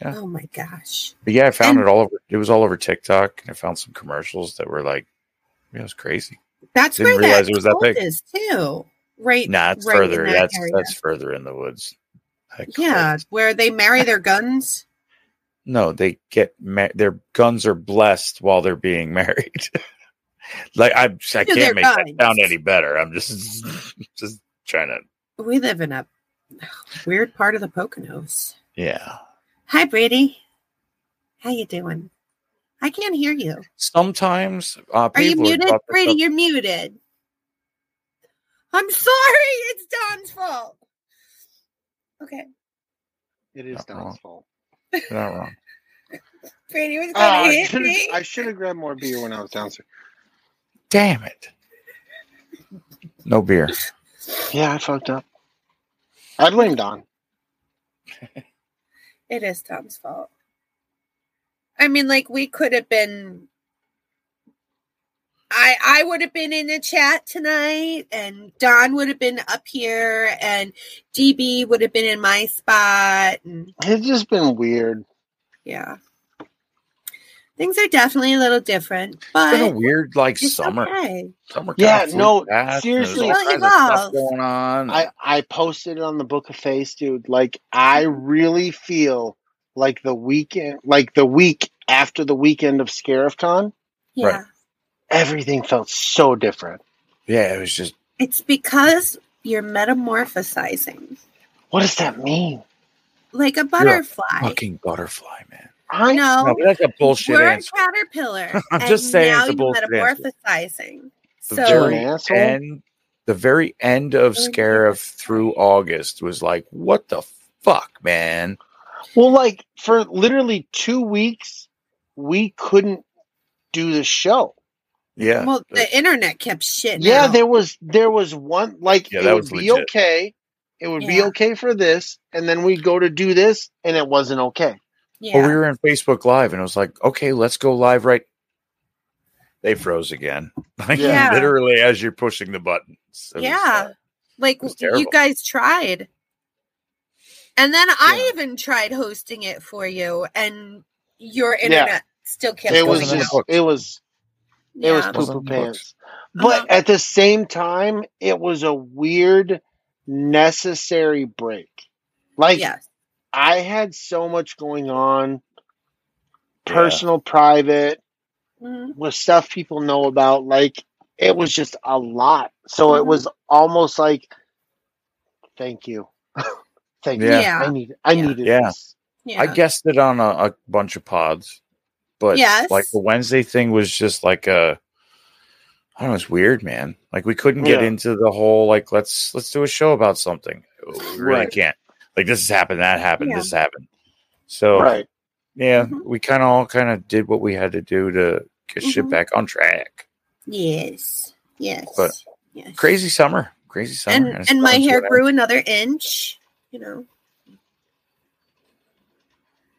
A: yeah.
C: Oh my gosh,
A: But yeah, I found
C: And-
A: it all over. It was all over TikTok, and I found some commercials that were like, yeah, it was crazy.
C: that's
A: Didn't
C: where
A: realize
C: that
A: it was that
C: cult
A: big.
C: is too. Right?
A: Nah, it's
C: right in
A: further.
C: that
A: That's
C: area.
A: that's further in the woods. That
C: Yeah,
A: cult.
C: where they marry their guns.
A: No, they get ma- their guns are blessed while they're being married. like I, I
C: To their
A: can't make
C: guns.
A: that sound any better. I'm just just trying to.
C: We live in a weird part of the Poconos.
A: Yeah,
C: Hi, Brady. How you doing? I can't hear you.
A: Sometimes uh,
C: Are you
A: people
C: muted,
A: talking
C: Brady?
A: stuff-
C: You're muted. I'm sorry. It's Don's fault. Okay,
B: It is
A: Uh-oh.
B: Don's fault.
A: You're not wrong.
C: Brady was
B: Ah,
C: gonna
B: I
C: hit
B: should
C: me.
B: have I should have grabbed more beer when I was downstairs.
A: Damn it! No beer.
B: Yeah, I fucked up. I blame Don.
C: It is Tom's fault. I mean, like we could have been. I I would have been in the chat tonight, and Don would have been up here, and DB would have been in my spot, and
B: It's just been weird.
C: yeah, things are definitely a little different,
A: It's been
C: but
A: a weird like
C: it's
A: summer.
C: okay.
A: Summer.
B: Yeah,
A: kinda flew
B: no,
A: fast, and there's
B: seriously.
A: all
C: Well,
A: kinds of stuff
C: evolve.
A: going on.
B: I, I posted on the Book of Face, dude. Like I really feel like the weekend like the week after the weekend of Scarifcon,
C: Yeah,
A: Right.
B: everything felt so different.
A: yeah, it was just
C: it's because you're metamorphosizing
B: What does that mean?
C: like a butterfly.
A: fucking butterfly, man.
B: I
C: no,
A: No, but that's a bullshit
C: Oh, We're
A: answer.
C: a caterpillar.
A: I'm
C: and
A: just saying
C: now
A: it's a bullshit
C: you're
A: answer.
C: metamorphosizing.
A: The
C: so
B: You're an
A: very
B: asshole.
A: end, the very end of
C: Really?
A: Scarif through August was like, what the fuck, man?
B: Well, like for literally two weeks, we couldn't do the show.
A: Yeah,
C: well, the internet kept shitting.
B: Yeah,
C: out.
B: there was there was one like
A: Yeah,
B: it
A: that
B: would
A: was
B: be
A: legit.
B: okay. It would be
C: Yeah.
B: okay for this, and then we'd go to do this, and it wasn't okay.
C: yeah.
A: But we were in Facebook Live, and it was like, okay, let's go live right. They froze again, like
B: Yeah.
A: literally as you're pushing the buttons. It was,
C: Yeah.
A: uh,
C: like
A: was
C: you
A: terrible.
C: guys tried, and then I
B: Yeah.
C: even tried hosting it for you, and your
B: Yeah.
C: internet still kept.
B: it was
A: wasn't in the
B: just
A: books.
B: it was it was
C: Yeah.
A: Wasn't
B: poo
A: in
B: poo
A: the
B: pants.
A: books.
B: But
C: Uh-huh.
B: at the same time, it was a weird, necessary break. Like
C: yes.
B: I had so much going on,
A: Yeah.
B: personal, private,
C: Mhm.
B: with stuff people know about. Like it was just a lot. So it
C: Mhm.
B: was almost like, thank you, thank
A: Yeah.
B: you.
C: Yeah.
B: I need, I
C: Yeah.
B: needed
A: Yeah.
B: this.
C: Yeah.
A: I guessed it on a, a bunch of pods, but
C: Yes.
A: like the Wednesday thing was just like a, I don't know, it's weird, man. Like we couldn't get
B: Yeah.
A: into the whole like let's let's do a show about something. Oh, We really
B: Right.
A: can't. Like this has happened, that happened,
C: Yeah.
A: this happened. So
B: Right.
A: yeah,
C: Mhm.
A: we kind of all kind of did what we had to do to get shit
C: Mhm.
A: back on track.
C: yes. Yes.
A: But
C: yes.
A: Crazy summer, crazy summer,
C: And
A: it's
C: and my
A: gone to
C: hair
A: an
C: grew another inch. You know.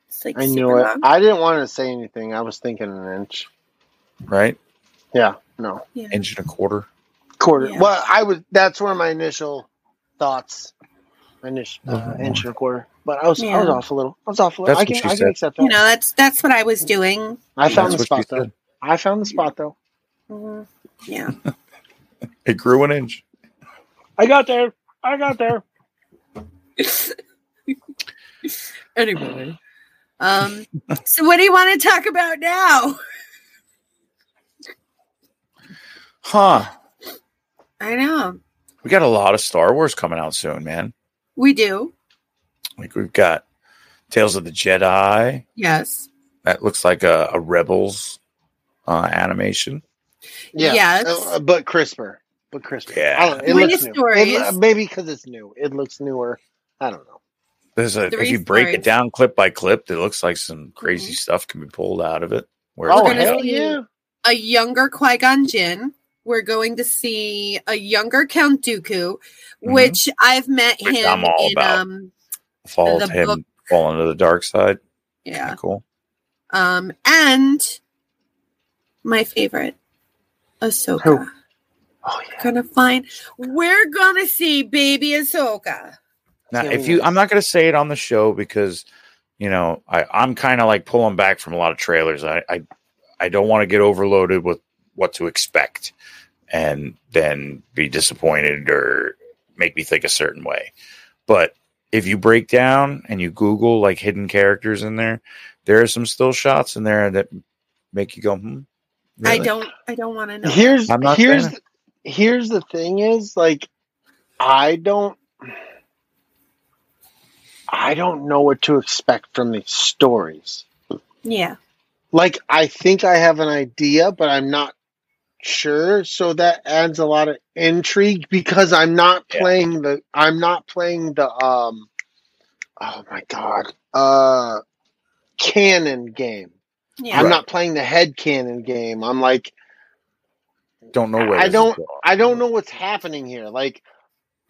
C: It's like
B: I
C: super
B: knew it.
C: long.
B: I didn't want to say anything. I was thinking an inch.
A: end, right
B: Yeah. No.
C: Yeah.
A: inch and a quarter.
B: quarter.
C: Yeah.
B: Well, I was. That's where my initial thoughts, initial uh,
A: Mhm.
B: inch and a quarter. But I was, I was
C: Yeah.
B: off a little. I was off a little.
A: That's
B: I
A: what
B: can,
A: she
B: I
A: said.
B: can accept that.
C: you know that's that's what i was doing
B: I
C: you
B: found
A: That's
B: the
A: what she
B: spot though.
A: said.
B: I found the spot though.
C: Mhm. yeah
A: It grew an inch.
B: I got there. I got there.
C: anyway um so what do you want to talk about now
A: Huh.
C: i know
A: We got a lot of Star Wars coming out soon, man.
C: we do
A: Like we've got Tales of the Jedi.
C: yes
A: That looks like a, a Rebels uh, animation.
B: Yeah.
C: Yes.
B: Uh, but crisper. But crisper.
A: Yeah.
B: I don't know. It
C: Three
B: looks new.
C: stories.
B: It, uh, maybe because it's new. It looks newer. I don't know.
A: There's a
C: Three
A: if you break it
C: stories.
A: down clip by clip, it looks like some crazy
C: Mhm.
A: stuff can be pulled out of it. Where
C: We're
A: it's
B: Oh
C: gonna
B: hell
C: see-
B: yeah!
C: a younger qui-gon jinn we're going to see a younger count dooku which i've met
A: Which
C: him
A: I'm all
C: in
A: about.
C: um
A: fall of
C: the
A: him
C: book- Uh,
A: falling to the dark side.
C: yeah
A: Cool.
C: um and my favorite ahsoka
B: Who? Oh yeah.
C: gonna find we're gonna see baby ahsoka
A: Now,
B: Yeah,
A: if
B: we
A: you,
B: will.
A: I'm not going to say it on the show because, you know, I, I'm kind of like pulling back from a lot of trailers. I, I, I don't want to get overloaded with what to expect and then be disappointed or make me think a certain way. But if you break down and you Google like hidden characters in there, there are some still shots in there that make you go, hmm.
C: i
A: really?"
C: don't i don't want to know
B: Here's
A: I'm not
B: here's
A: saying
B: the, here's the thing is like I don't I don't know what to expect from these stories.
C: Yeah.
B: Like I think I have an idea, but I'm not sure. So that adds a lot of intrigue because I'm not
A: Yeah.
B: playing the I'm not playing the um oh my god. Uh cannon game.
C: Yeah.
B: I'm
A: Right.
B: not playing the head cannon game. I'm like
A: Don't know where this
B: I
A: is
B: don't
A: going.
B: I don't know what's happening here. Like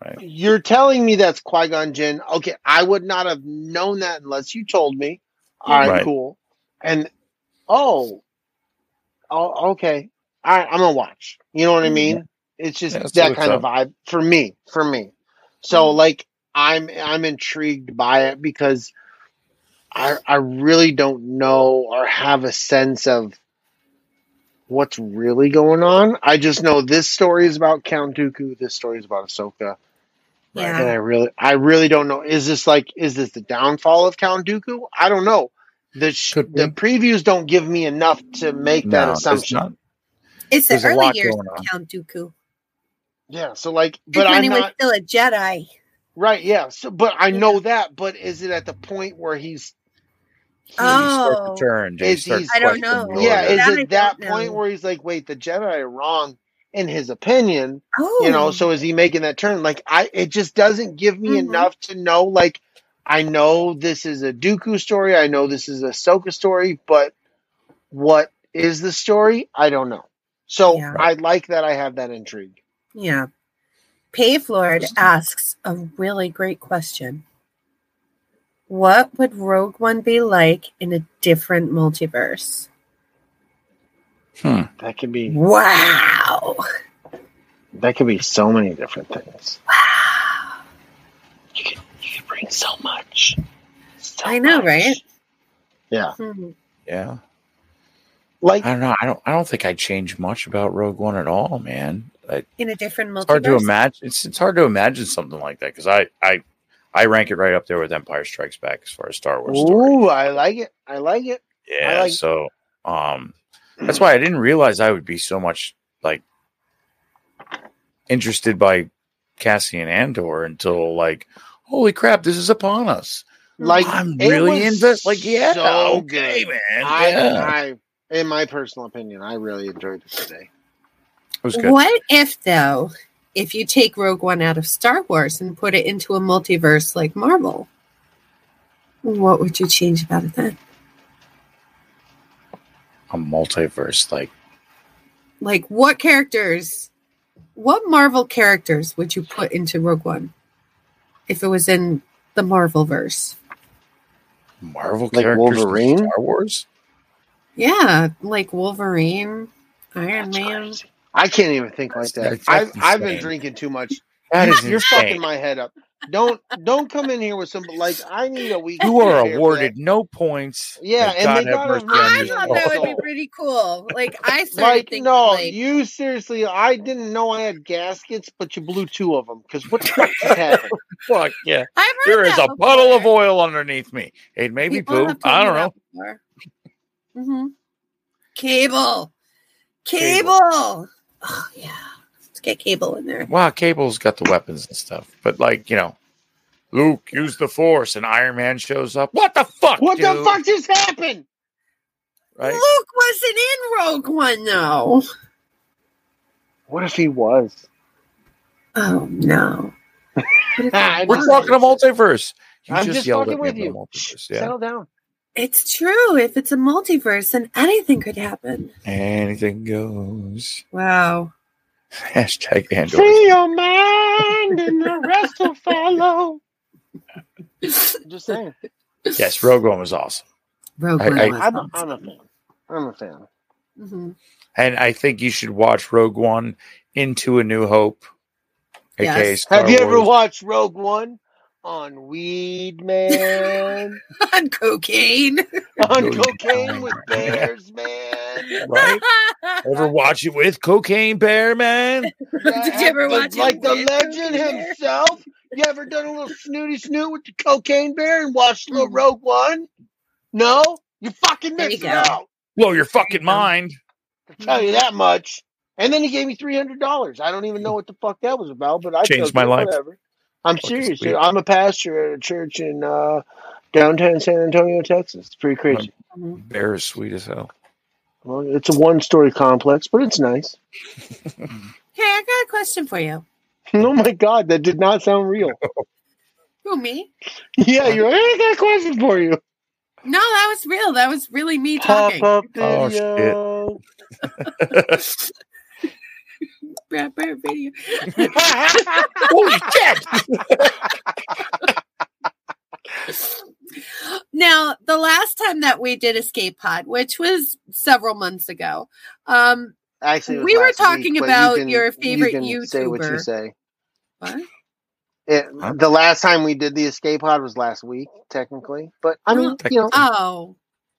A: Right.
B: you're telling me that's Qui Gon Jinn. Okay, I would not have known that unless you told me. All right,
A: Right.
B: cool. And oh, oh, okay. All right, I'm gonna watch. You know what I mean? It's just
A: Yeah, that's Mm.
B: that
A: what
B: kind of
A: it's
B: vibe for me. For me. So
C: Mhm.
B: like I'm I'm intrigued by it because I I really don't know or have a sense of what's really going on. I just know this story is about Count Dooku. This story is about Ahsoka,
C: Yeah.
B: and I really I really don't know. Is this like is this the downfall of Count Dooku? I don't know. The sh-
A: Could
B: the
A: be.
B: previews don't give me enough to make
A: No,
B: that
A: it's
B: assumption.
A: not.
C: It's the
A: There's a
C: early
A: lot
C: years
A: going on.
C: of Count Dooku.
B: Yeah. So like,
C: It's
B: but
C: when
B: I'm
C: he was
B: not
C: still a Jedi.
B: right. Yeah. So but I
C: Yeah.
B: know that. But is it at the point where he's he-
A: You start
C: Oh.
A: to turn. You
B: Is
A: start
B: he's-
A: to
C: I don't
A: question
C: know.
A: the
B: yeah,
A: order.
B: is
C: That I
B: it that
C: don't
B: point
C: know.
B: where he's like, wait, the Jedi are wrong in his opinion?
C: Oh.
B: You know, so is he making that turn? Like, I it just doesn't give me
C: Mhm.
B: enough to know. Like, I know this is a Dooku story. I know this is a Soka story, but what is the story? I don't know. So
C: Yeah.
B: I like that I have that intrigue.
C: Yeah. Pavlord asks a really great question. What would Rogue One be like in a different multiverse?
B: That could be
C: Wow.
B: that could be so many different things.
C: Wow.
B: You could, you could bring so much. So
C: I know,
B: much.
C: right?
B: Yeah.
C: Hmm.
A: Yeah.
B: Like
A: I don't know. I don't. I don't think I change much about Rogue One at all, man. I,
C: In a different multiverse.
A: it's hard to imagine. It's it's hard to imagine something like that because I I I rank it right up there with Empire Strikes Back as far as Star Wars story.
B: Ooh, I like it. I like it.
A: Yeah.
B: like-
A: so um, that's why I didn't realize I would be so much like interested by Cassian Andor until like, holy crap, this is upon us.
C: Hmm.
B: Like
A: I'm
B: it
A: really
B: was
A: invested. Like, yeah,
B: so
A: okay,
B: good.
A: man.
B: I,
A: yeah.
B: I, in my personal opinion, I really enjoyed it today.
A: it was good.
C: What if, though, if you take Rogue One out of Star Wars and put it into a multiverse like Marvel, what would you change about it then?
A: A multiverse, like
C: Like, what characters, what Marvel characters would you put into Rogue One if it was in the Marvel verse?
A: Marvel
B: Like
A: characters
B: Wolverine?
A: in Star Wars.
C: Yeah, like Wolverine, Iron Man.
B: I can't even think like that.
A: That's-
B: I've
A: that's
B: I've been
A: insane.
B: drinking too much.
A: That is
B: You're
A: insane.
B: fucking my head up. Don't don't come in here with some like I need a week. to
A: you are
B: prepare for
A: awarded no points.
B: Yeah,
A: May
B: and
A: God
B: they
A: have
B: got
A: mercy
B: a
A: on
C: I
A: you.
B: reason.
C: thought that would be
B: Oh.
C: pretty cool. Like, I
B: that.
C: started
B: Like
C: thinking,
B: no,
C: like,
B: you seriously. I didn't know I had gaskets, but you blew two of them. Because what the fuck just happened?
A: Fuck yeah.
C: I've heard
A: There is
C: that
A: a puddle
C: before.
A: of oil underneath me. It may be
C: People
A: poo.
C: have told
A: I
C: me
A: don't know.
C: that before. Mhm. Cable. Cable.
B: Cable.
C: Oh, yeah. Let's get cable in there.
A: Wow, Cable's got the weapons and stuff. But like, you know, Luke, use the force, and Iron Man shows up. What the fuck?
B: What the
A: dude?
B: fuck just happened?
A: Right?
C: Luke wasn't in Rogue One, though.
B: What if he was?
C: Oh, no.
B: I
A: We're
B: know.
A: talking a multiverse. You
B: I'm
A: just,
B: just
A: yelled
B: fucking
A: at me
B: with
A: about
B: you.
A: multiverse.
B: Shh,
A: Yeah.
B: Settle down.
C: It's true. If it's a multiverse, then anything could happen.
A: Anything goes.
C: Wow.
A: Hashtag Andor.
B: Free your mind and the rest will follow. I'm just saying.
A: Yes, Rogue One was awesome.
C: Rogue
A: I-
C: One
A: I-
C: was
B: I'm,
C: awesome.
B: I'm a fan. I'm a fan.
C: Mhm.
A: And I think you should watch Rogue One into a New Hope. aka
C: Yes.
A: Star
B: Have you ever
A: Wars.
B: watched Rogue One on Weed Man?
C: On cocaine.
B: on
A: Good
B: Cocaine
A: God.
B: with Bears Man?
A: Right? Ever watch it with Cocaine Bear Man?
C: Did you ever
B: the-
C: watch it
B: Like the
C: with
B: legend
C: Cocaine Bear?
B: himself? You ever done a little snooty snoot with the Cocaine Bear and watched Little
C: Mhm.
B: Rogue One? No? You fucking
C: There you
B: missed
C: go. Mm-hmm.
B: out.
A: Blow your
C: There you
A: fucking
C: go.
A: mind.
B: tell you that
C: Mm-hmm.
B: much. And then he gave me three hundred dollars. I don't even know what the fuck that was about, but I
A: Changed
B: took
A: my
B: it,
A: life.
B: Whatever. I'm
A: Fuck,
B: serious.
A: it's weird.
B: dude. I'm a pastor at a church in uh, downtown San Antonio, Texas. It's pretty
A: Uh-huh.
B: crazy.
A: Bear is sweet as hell.
B: Well, it's a one-story complex, but it's nice.
C: Hey, I got a question for you.
B: Oh my god, that did not sound real.
C: Who me?
B: yeah, you're. Like, I got a question for you.
C: No, that was real. That was really me
B: Pop
C: talking.
B: up
A: Oh,
B: video.
C: Brad Bird video.
A: Holy shit!
C: Now, the last time that we did Escape Pod, which was several months ago, um,
B: Actually, it was
C: We were
B: last week,
C: talking
B: but you
C: about
B: can-
C: your favorite
B: you can Say what you
C: YouTuber.
B: say.
C: what?
B: It,
A: Huh?
B: The last time we did the escape pod was last week, technically. But I mean, you know,
C: oh,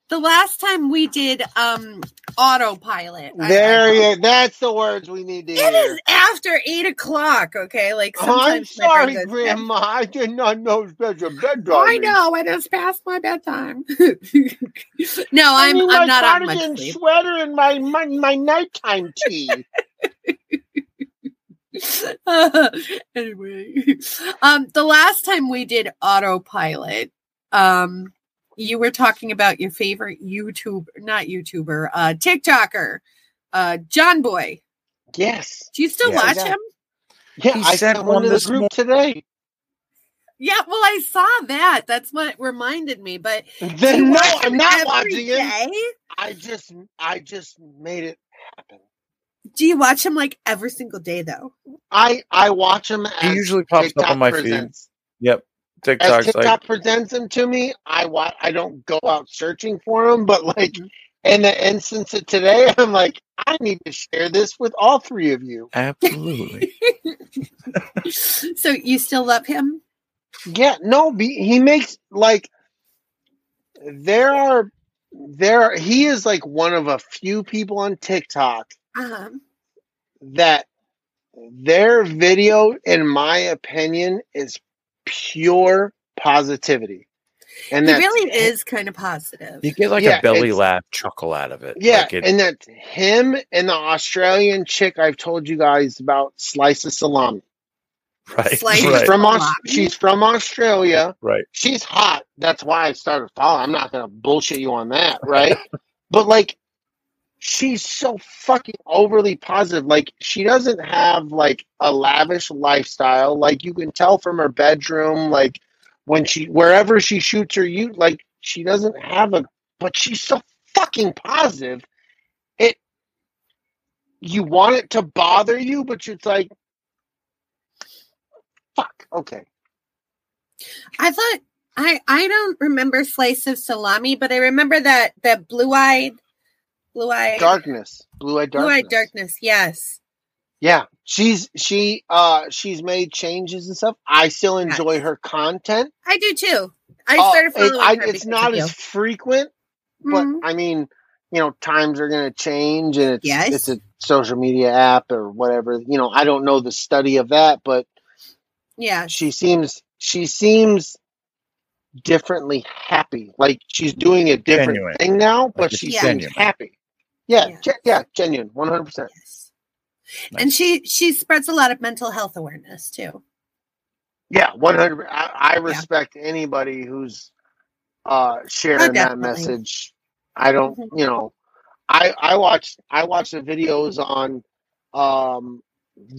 C: the last time we did um, autopilot. I- I-
B: there you. That's the words we need to hear.
C: It is after eight o'clock. Okay, like
B: Oh, I'm
C: sometimes my brain
B: sorry,
C: goes, Oh,
B: Grandma. I did not know special bed
C: I know it is past my bedtime. no, I'm
B: need
C: I'm
B: my
C: not on much
B: cardigan
C: sleep.
B: sweater and my my, my nighttime tea.
C: anyway, um, the last time we did autopilot, um, you were talking about your favorite YouTube, not YouTuber, uh, TikToker, uh, John Boy.
B: yes.
C: Do you still
A: Yeah.
C: watch
B: Yeah.
C: him?
B: Yeah,
A: He
B: I
A: sent
B: sent one
A: one
B: to the
A: this
B: group
A: mor-
B: today.
C: Yeah, well, I saw that. That's what reminded me. But do you
B: Then no,
C: watch
B: I'm
C: him
B: not
C: every
B: watching it.
C: day?
B: I just I just made it happen.
C: Do you watch him like every single day though?
B: I I watch him as
A: He usually pops
B: TikTok
A: up on my feed.
B: presents.
A: Yep.
B: As
A: TikTok's
B: TikTok
A: like,
B: presents him to me, I wa- I don't go out searching for him, but like
A: Mm-hmm.
B: in the instance of today, I'm like, I need to share this with all three of you.
A: absolutely.
C: so you still love him?
B: Yeah, no, be, he makes like there are there he is like one of a few people on TikTok
C: Uh-huh.
B: that their video in my opinion is pure positivity. And
C: He
B: that's
C: really is kind of positive.
A: You get like
B: Yeah,
A: a belly
B: it's-
A: laugh chuckle out of it.
B: Yeah,
A: Like it,
B: and that's him and the Australian chick I've told you guys about slice of salami.
A: right.
C: Slice
B: She's
A: Right.
B: from Aus-
C: Salami?
B: she's from Australia.
A: right.
B: she's hot. That's why I started following. I'm not gonna bullshit you on that, right? but like, she's so fucking overly positive. Like, she doesn't have like a lavish lifestyle. Like you can tell from her bedroom. Like when she wherever she shoots her, you like she doesn't have a. But she's so fucking positive. It you want it to bother you, but it's like. Fuck. Okay.
C: I thought I I don't remember slice of salami, but I remember that that blue eyed blue eyed
B: Darkness. Blue eyed
C: blue
B: darkness.
C: eyed darkness. Yes.
B: Yeah, she's she uh she's made changes and stuff. I still enjoy
C: Nice.
B: her content.
C: I do too. I
B: Uh,
C: started
B: it-
C: following
B: I-
C: her
B: it's
C: because
B: not
C: of you.
B: as frequent, but
C: Mhm.
B: I mean, you know, times are going to change, and it's
C: Yes.
B: it's a social media app or whatever. You know, I don't know the study of that, but
C: yeah.
B: she seems she seems differently happy. Like she's doing a different
A: Genuine.
B: thing now, but
A: it's
B: she
A: genuine.
B: seems happy. Yeah,
C: Yeah.
B: yeah, ge- yeah genuine, one hundred percent.
C: Yes. And she she spreads a lot of mental health awareness too.
B: Yeah, one hundred. I, I respect anybody who's uh sharing that
C: definitely.
B: message. I don't,
C: Mhm.
B: you know, I I watch I watch the videos on um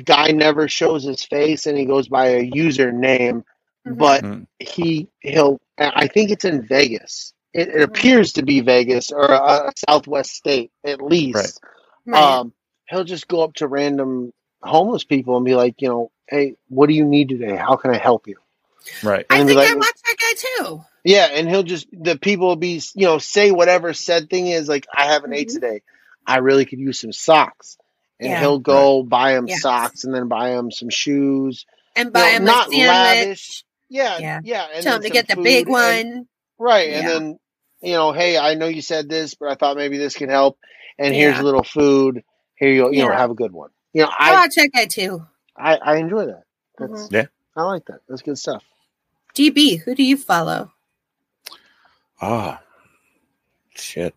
B: guy never shows his face and he goes by a username,
C: Mhm.
B: but
A: Mhm.
B: he he'll I think it's in Vegas. It, it
C: Mhm.
B: appears to be Vegas or a, a Southwest state at least
A: Right.
C: Right.
B: um, he'll just go up to random homeless people and be like, you know, hey, what do you need today? How can I help you?
A: Right.
C: I
B: and
C: think
B: be
C: I
B: like-
C: watched that guy too.
B: Yeah, and he'll just the people will be, you know, say whatever said thing is like, I have an eight
C: Mhm.
B: today. I really could use some socks, and
C: Yeah.
B: he'll go buy him
C: Yes.
B: socks and then buy him some shoes.
C: And buy
B: know,
C: him
B: not
C: a sandwich.
B: lavish, Yeah,
C: Yeah.
B: yeah, and then
C: Tell him to
B: some
C: get the big
B: food and-
C: one.
B: Right. And
C: Yeah.
B: then, you know, hey, I know you said this, but I thought maybe this could help. And here's a
C: Yeah.
B: little food. Here you go. You know,
C: Yeah.
B: have a good one. You know,
C: I
B: I,
C: watched that guy too.
B: I, I enjoy that. That's,
C: Mhm.
A: Yeah.
B: I like that. That's good stuff.
C: DB, who do you follow?
A: Ah, shit.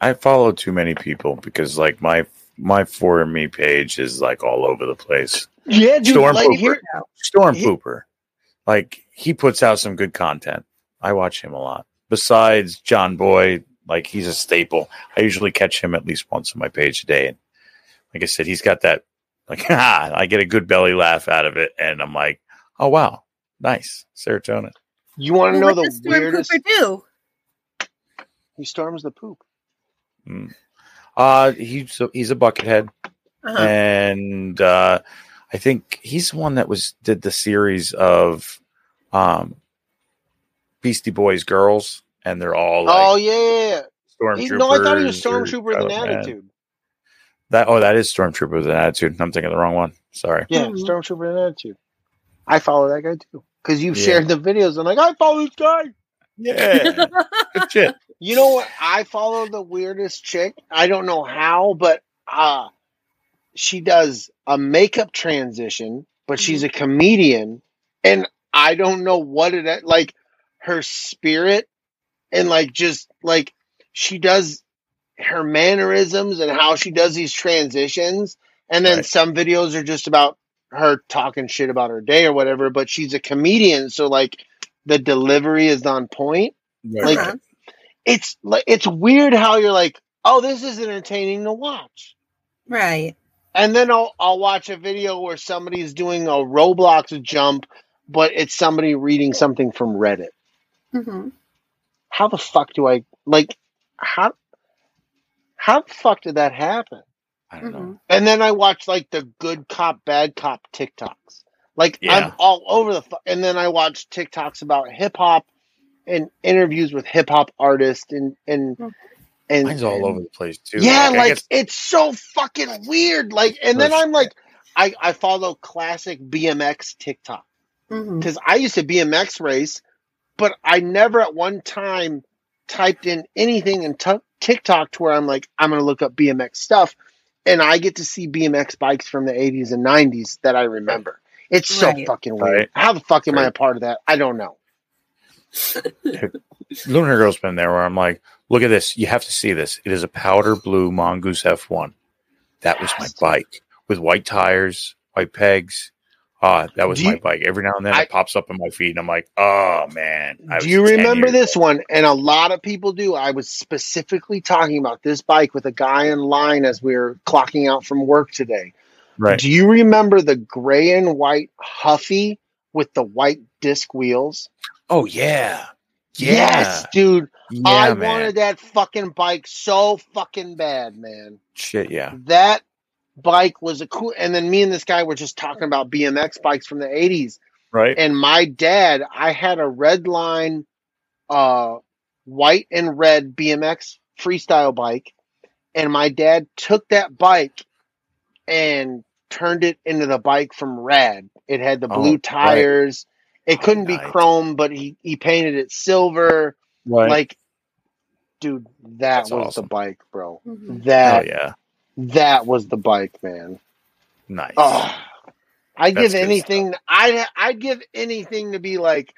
A: I follow too many people because like my my for me page is like all over the place.
B: Yeah, dude.
A: Storm
B: like
A: pooper.
B: here,
A: Storm
B: He-
A: pooper. Like he puts out some good content. I watch him a lot. Besides John Boy, like he's a staple. I usually catch him at least once on my page a day. And like I said, he's got that like ha, I get a good belly laugh out of it, and I'm like, oh wow, nice serotonin.
B: You want to
C: Well,
B: know
C: what
B: the
C: does
B: weirdest?
C: Stormtrooper do?
B: He storms the poop.
A: Uh, he's a, he's a buckethead,
C: Uh-huh.
A: and uh, I think he's the one that was did the series of um, Beastie Boys girls, and they're all like
B: oh yeah,
A: stormtroopers.
B: He- no, I thought he was
A: or
B: stormtrooper with an
A: Kylo Ren.
B: attitude.
A: That oh, that is stormtrooper with an attitude. I'm thinking of the wrong one. Sorry.
B: Yeah,
C: Mhm.
B: stormtrooper with an attitude. I follow that guy too because you've
A: Yeah.
B: shared the videos. I'm like, I follow this guy.
A: Yeah, good shit.
B: You know what? I follow the weirdest chick. I don't know how, but uh she does a makeup transition, but she's a comedian and I don't know what it like her spirit and like just like she does her mannerisms and how she does these transitions and then
A: Right.
B: some videos are just about her talking shit about her day or whatever, but she's a comedian so like the delivery is on point
A: Right,
C: Uh-huh.
B: Like- it's like it's weird how you're like, oh, this is entertaining to watch.
C: right.
B: And then I'll I'll watch a video where somebody's doing a Roblox jump, but it's somebody reading something from Reddit.
C: Mhm.
B: How the fuck do I like how how the fuck did that happen?
A: I don't know.
B: And then I watch like the good cop, bad cop TikToks. Like
A: Yeah.
B: I'm all over the fu- and then I watch TikToks about hip hop and interviews with hip hop artists and and
C: Mhm.
B: and
A: Mine's all over the place too.
B: yeah,
A: I
B: like
A: guess-
B: it's so fucking weird. Like, and then
A: That's-
B: I'm like, I, I follow classic BMX TikTok
C: Mhm.
B: because I used to BMX race, but I never at one time typed in anything in t- TikTok to where I'm like, I'm going to look up BMX stuff. And I get to see BMX bikes from the 80s and 90s that I remember. It's so
C: Right.
B: fucking weird.
A: Right.
B: How the fuck am I
A: Right.
B: a part of that? I don't know.
A: Lunar Girl's been there where I'm like, look at this. You have to see this. It is a powder blue Mongoose F1. That was my
B: Yes.
A: bike with white tires, white pegs. Ah, that was
B: Do
A: my
B: you-
A: bike. Every now and then
B: I-
A: it pops up in my feed and I'm like, oh man. I
B: do
A: was
B: you
A: 10
B: remember
A: years
B: this one? And a lot of people do. I was specifically talking about this bike with a guy in line as we were clocking out from work today.
A: old." Right.
B: Do you remember the gray and white Huffy with the white disc wheels?
A: Oh yeah. Yeah.
B: Yes, dude.
A: Yeah,
B: I
A: man.
B: wanted that fucking bike so fucking bad, man.
A: Shit, yeah.
B: That bike was a cool. And then me and this guy were just talking about BMX bikes from the 80s
A: Right.
B: and my dad, I had a red line, uh, white and red BMX freestyle bike, and my dad took that bike and turned it into the bike from Rad. It had the
A: Oh,
B: blue
A: right.
B: tires. It
A: Oh,
B: couldn't be
A: nice.
B: chrome, but he he painted it silver.
A: right.
B: Like, dude, that
A: That's
B: was
A: awesome.
B: the bike, bro.
C: Mhm.
A: oh
B: That
A: yeah.
B: that was the bike, man.
A: Nice.
B: Oh, I
A: That's
B: give
A: good
B: anything. I I give anything to be like,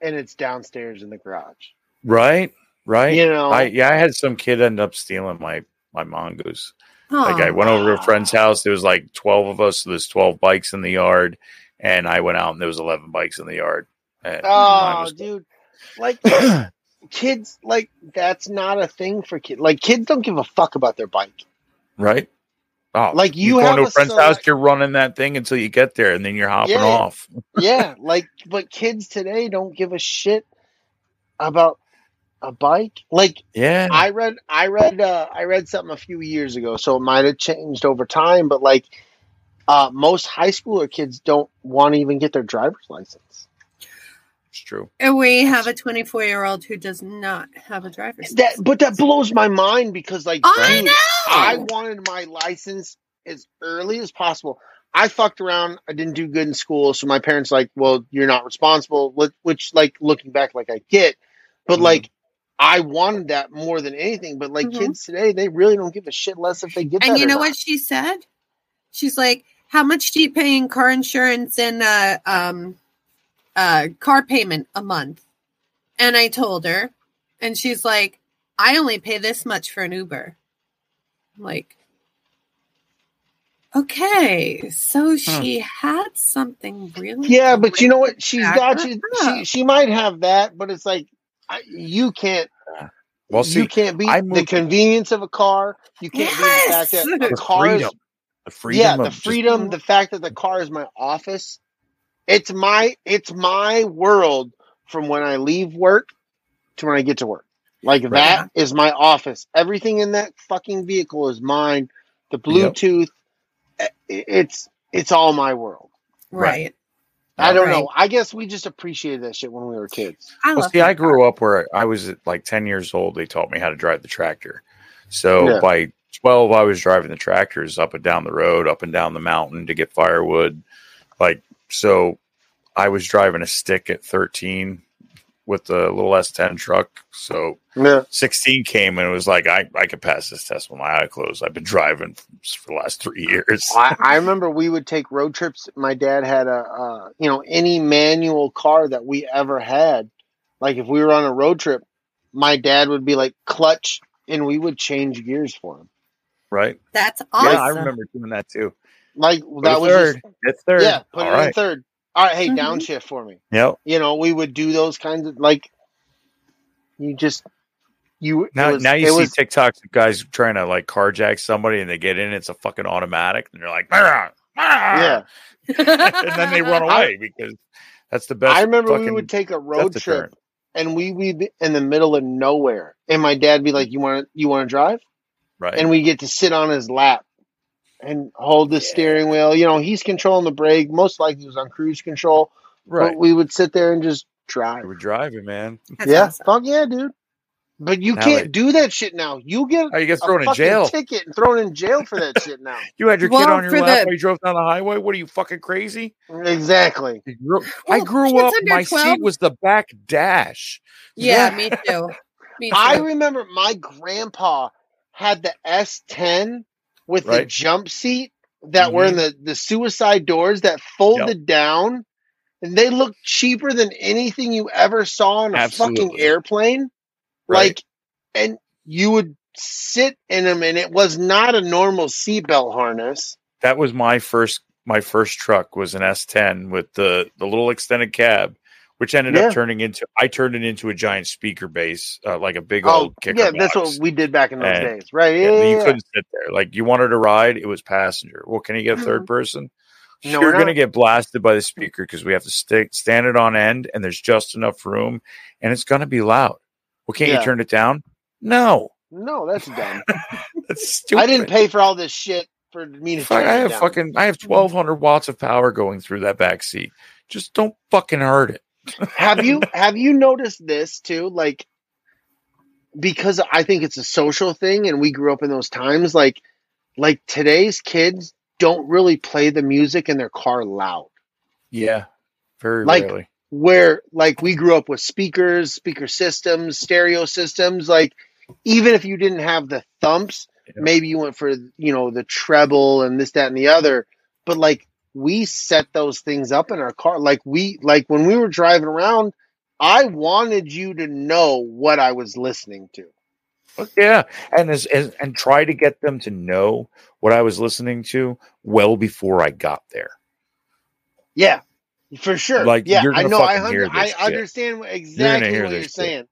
B: and it's downstairs in the garage.
A: Right. Right.
B: You know,
A: I yeah, I had some kid end up stealing my my mongoose. Like I
C: Aw.
A: went over to a friend's
B: wow.
A: house. There was like twelve of us. So there's twelve bikes in the yard, and I went out and there was eleven bikes in the yard. And mine
B: oh,
A: was-
B: dude, like kids, like that's not a thing for kids. Like kids don't give a fuck about their bike.
A: right? Oh,
B: Like, you
A: go
B: have
A: to a
B: a
A: friend's
B: select-
A: house, you're running that thing until you get there, and then you're hopping
B: Yeah.
A: off.
B: Yeah, like but kids today don't give a shit about a bike. Like
A: Yeah,
B: I read, I read, uh, I read something a few years ago, so it might have changed over time. But like, uh, most high schooler kids don't want to even get their driver's license.
A: it's true.
C: And we have a 24 year old who does not have a driver's
B: That,
C: license.
B: but that blows my mind because, like,
C: I
B: dude,
C: know.
B: I wanted my license as early as possible. I fucked around. I didn't do good in school, so my parents like, "Well, you're not responsible," which, which like, looking back, like I get, but
C: Mm-hmm.
A: Mhm.
B: like, I wanted that more than anything. But like,
C: Mhm.
B: kids today, they really don't give a shit less if they get that.
C: And you
B: or
C: know
B: not.
C: what she said? She's like, "How much do you pay in car insurance and uh, um, uh, car payment a month?" And I told her, and she's like, "I only pay this much for an Uber." I'm like, Okay,
A: Hmm.
C: so she had something really.
B: Yeah, but you know what? She's
C: Back
B: got
C: her
B: you.
C: up.
B: She she might have that, but it's like I, you can't.
A: Well,
B: you
A: see,
B: can't beat
A: I
B: the
A: moved-
B: convenience of a car. You can't beat the fact that
C: Yes! Mm.
B: a
A: the
B: car is
A: freedom, the freedom,
B: yeah, the
A: of just-
B: freedom, the fact that the car is my office. It's my it's my world from when I leave work to when I get to work. Like that is my office. Everything in that fucking vehicle is mine. The
A: Yep.
B: Bluetooth, i- it's it's all my world.
C: right.
B: I don't
C: Right.
B: know. I guess we just appreciated that shit when we were kids.
C: I
A: Well,
C: love
A: see,
C: my
A: I grew up where I was at like 10 years old. They taught me how to drive the tractor. So
B: Yeah.
A: by 12, I was driving the tractors up and down the road, up and down the mountain to get firewood. Like, so I was driving a stick at 13 with the little S10 truck. So
B: Yeah.
A: 16 came and it was like, I, I could pass this test with my eye closed. I've been driving for the last three years.
B: I, I remember we would take road trips. My dad had a, uh, you know, any manual car that we ever had. Like if we were on a road trip, my dad would be like clutch, and we would change gears for him.
A: Right.
C: That's
A: Yeah,
C: awesome.
A: I remember doing that too.
B: Like
A: Put
B: that
A: a
B: was
A: third.
B: just,
A: Get third.
B: yeah, put
A: All
B: it in
A: right.
B: third. All right, hey,
C: Mhm.
B: downshift for me.
A: Yep.
B: You know, we would do those kinds of like. You just you it
A: Now,
B: was-
A: now you
B: it
A: see
B: was-
A: TikToks of guys trying to like carjack somebody and they get in, it's a fucking automatic, and they're like, "Rah, rah,"
B: yeah.
A: and then they run away because that's the best.
B: I remember we
A: fucking
B: would take a
A: death
B: road trip
A: deterrent.
B: and we we be in the middle of nowhere, and my dad be like, "You want to you want to drive?"
A: right?
B: And we get to sit on his lap and hold the steering wheel. You know, he's controlling the brake. Most likely, he was on cruise control.
A: right.
B: But we would sit there and just drive.
A: We were driving, man.
C: That's
B: Yeah,
C: awesome.
B: fuck yeah, dude. But you
A: Now
B: can't
A: they-
B: do that shit now. You get
A: Oh, you get
B: a
A: thrown in
B: fucking
A: jail.
B: ticket and thrown in jail for that shit now.
A: you had your kid
C: Well,
A: on your
C: for
A: lap
C: the-
A: while you drove down the highway. What are you fucking crazy?
B: Exactly.
A: You grew- I
C: Well,
A: grew
C: kids
A: up.
C: under
A: My
C: 12
A: seat was the back dash.
C: Yeah, me too. Me too.
B: I remember my grandpa had the S10 with the
A: Right.
B: jump seat that were in
A: Mhm.
B: the, the suicide doors that folded down, and they looked cheaper than anything you ever saw on a fucking
A: Absolutely.
B: airplane.
A: Right.
B: Like, and you would sit in them, and it was not a normal seatbelt harness.
A: that was my first my first truck was an S10 with the the little extended cab, which ended
B: Yeah.
A: up turning into I turned it into a giant speaker base, uh, like a big
B: Oh,
A: old kicker
B: yeah,
A: box.
B: that's what we did back in those
A: And-
B: days, right?
A: Yeah,
B: Yeah,
A: you
B: yeah,
A: couldn't sit there. Like you wanted to ride, it was passenger. Well, can you get a third person?
B: Mm-hmm. No, we're
A: You're going
B: not.
A: to get blasted by the speaker because we have to stick stand it on end, and there's just enough room, and it's going to be loud. Well, can't
B: Yeah.
A: you turn it down? No,
B: No, that's dumb.
A: that's stupid.
B: I didn't pay for all this shit for me to.
A: Fuck,
B: turn
A: I
B: it
A: have
B: down.
A: fucking I have twelve hundred watts of power going through that back seat. Just don't fucking hurt it.
B: have you have you noticed this too like because i think it's a social thing and we grew up in those times like like today's kids don't really play the music in their car loud
A: Yeah, very
B: Like-
A: rarely.
B: where like we grew up with speakers speaker systems stereo systems like even if you didn't have the thumps
A: Yeah.
B: maybe you went for you know the treble and this that and the other but like we set those things up in our car like we like when we were driving around i wanted you to know what i was listening to
A: Fuck yeah, and as, as and try to get them to know what I was listening to well before I got there.
B: yeah for sure
A: Like,
B: yeah
A: you're
B: i
A: gonna
B: know i,
A: fucking
B: hun-
A: hear
B: I
A: this shit.
B: understand exactly
A: hear
B: what
A: this
B: you're
A: shit.
B: saying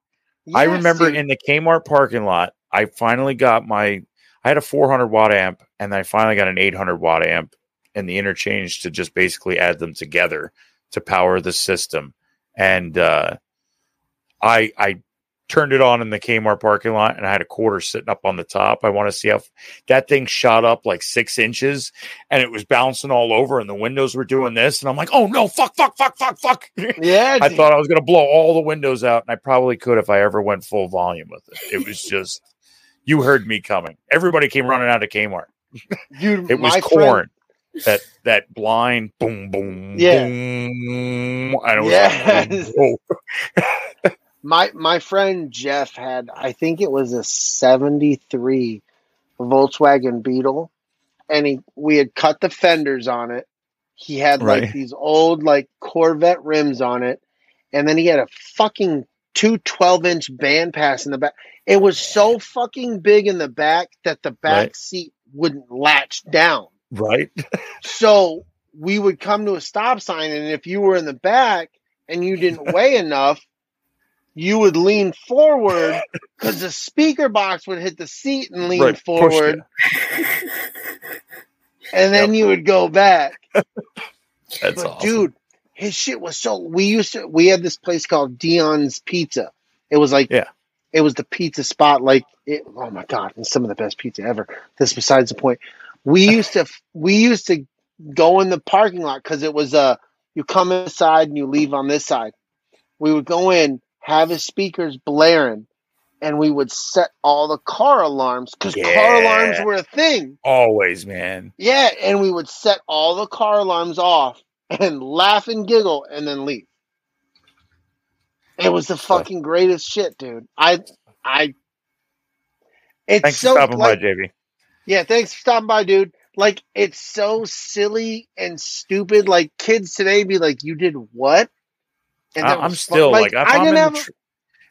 A: I
B: Yes,
A: remember
B: dude.
A: in the Kmart parking lot, I finally got my I had a 400 watt amp, and I finally got an 800 watt amp and the interchange to just basically add them together to power the system. And uh, I I turned it on in the Kmart parking lot, and I had a quarter sitting up on the top. I want to see how f- that thing shot up like six inches, and it was bouncing all over, and the windows were doing this, and I'm like, oh no, fuck, fuck, fuck, fuck, fuck.
B: yeah
A: I
B: dude.
A: thought I was going to blow all the windows out, and I probably could if I ever went full volume with it. It was just, you heard me coming. Everybody came running out of Kmart.
B: dude
A: It was
B: my friend-
A: corn. That that blind boom boom
B: Yeah.
A: boom. I don't
B: Yes. My my friend Jeff had I think it was a 73 Volkswagen Beetle and he we had cut the fenders on it. He had like
A: Right.
B: these old like Corvette rims on it and then he had a fucking two 12-inch band pass in the back. It was so fucking big in the back that the back
A: Right.
B: seat wouldn't latch down.
A: Right.
B: So we would come to a stop sign, and if you were in the back and you didn't weigh enough, you would lean forward because the speaker box would hit the seat and lean
A: Right, push
B: forward, and then you would go back.
A: That's
B: but
A: awesome.
B: dude, his shit was so. We used to. We had this place called Dion's Pizza. It was like
A: Yeah.
B: It was the pizza spot. Like it, oh my god, it's some of the best pizza ever. That's besides the point. We used to. We used to go in the parking lot because it was uh you come inside and you leave on this side. We would go in, have his speakers blaring, and we would set all the car alarms because car
A: Yeah.
B: alarms were a thing.
A: Always, man.
B: Yeah, and we would set all the car alarms off and laugh and giggle and then leave. It was the fucking greatest shit, dude. I, I. It's
A: Thanks
B: so
A: for stopping
B: like,
A: by, JV.
B: yeah, thanks for stopping by, dude. Like it's so silly and stupid. Like kids today be like, "You did what?"
A: I,
B: that
A: I'm
B: was fun.
A: still like, if,
B: I
A: I'm in
B: didn't
A: the
B: have.
A: tr-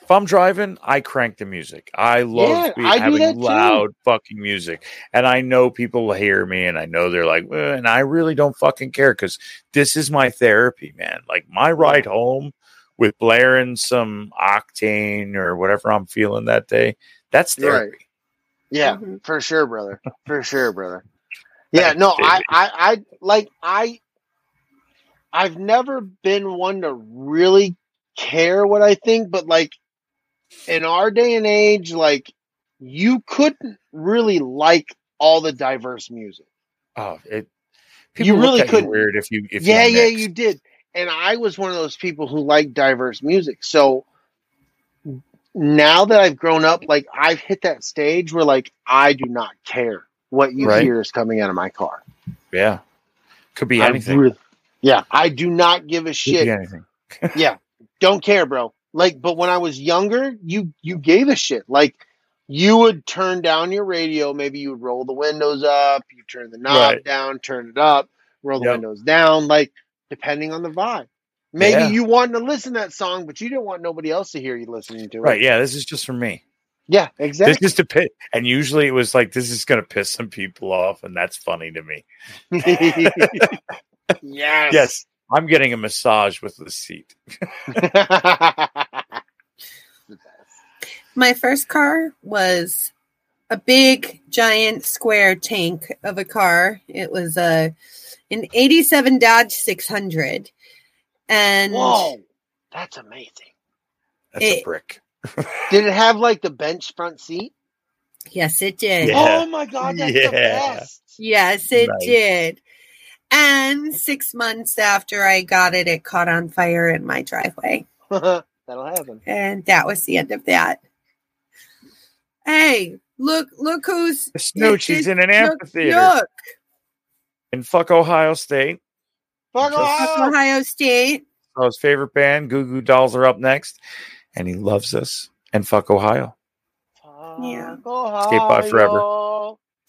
A: if I'm driving, I crank the music. I love
B: Yeah,
A: be-
B: I do that
A: having
B: too.
A: loud fucking music, and I know people hear me, and I know they're like, "Eh," and I really don't fucking care because this is my therapy, man. Like my ride home with blaring some octane or whatever I'm feeling that day. That's
B: Right.
A: therapy.
B: yeah,
C: Mhm.
B: for sure, brother. For sure, brother. Yeah,
A: Thanks,
B: no, I,
A: David.
B: I, I like I. I've never been one to really care what I think, but like in our day and age, like you couldn't really like all the diverse music.
A: Oh, it.
B: You
A: People
B: really
A: really could
B: couldn't.
A: you weird if you if
B: yeah,
A: you
B: yeah,
A: mixed.
B: you did. And I was one of those people who liked diverse music. So now that I've grown up, like I've hit that stage where like I do not care what you
A: Right.
B: hear is coming out of my car.
A: yeah could be
B: I
A: anything.
B: really- yeah, I do not give a
A: Could be
B: shit.
A: anything.
B: Don't care, bro. Like, but when I was younger, you you gave a shit. Like, you would turn down your radio. Maybe you would roll the windows up. You turn the knob
A: Right.
B: down. Turn it up. Roll the
A: Yep.
B: windows down. Like, depending on the vibe. Maybe
A: Yeah.
B: you wanted to listen to that song, but you didn't want nobody else to hear you listening to it.
A: Right. Yeah. This is just for me.
B: Yeah. Exactly.
A: This is to piss, and usually it was like this is going to piss some people off, and that's funny to me.
B: yes.
A: Yes, I'm getting a massage with the seat.
C: My first car was a big, giant, square tank of a car. It was a an '87 Dodge 600, and
B: Whoa, that's amazing.
A: That's a
C: It-
A: brick.
B: Did it have like the bench front seat?
C: yes, it did.
A: Yeah.
B: Oh my god, that's
A: Yeah.
B: the best.
C: Yes, it
A: Nice.
C: did. And six months after I got it, it caught on fire in my driveway.
B: That'll happen.
C: And that was the end of that. Hey, look, look who's
A: Snooch, he's in an
C: look,
A: amphitheater
C: look,
A: in fuck Ohio State.
B: Fuck
A: Just-
B: off.
C: Ohio State.
A: So his favorite band, Goo Goo Dolls, are up next, and he loves us. And fuck Ohio.
C: Yeah.
A: Skate by forever.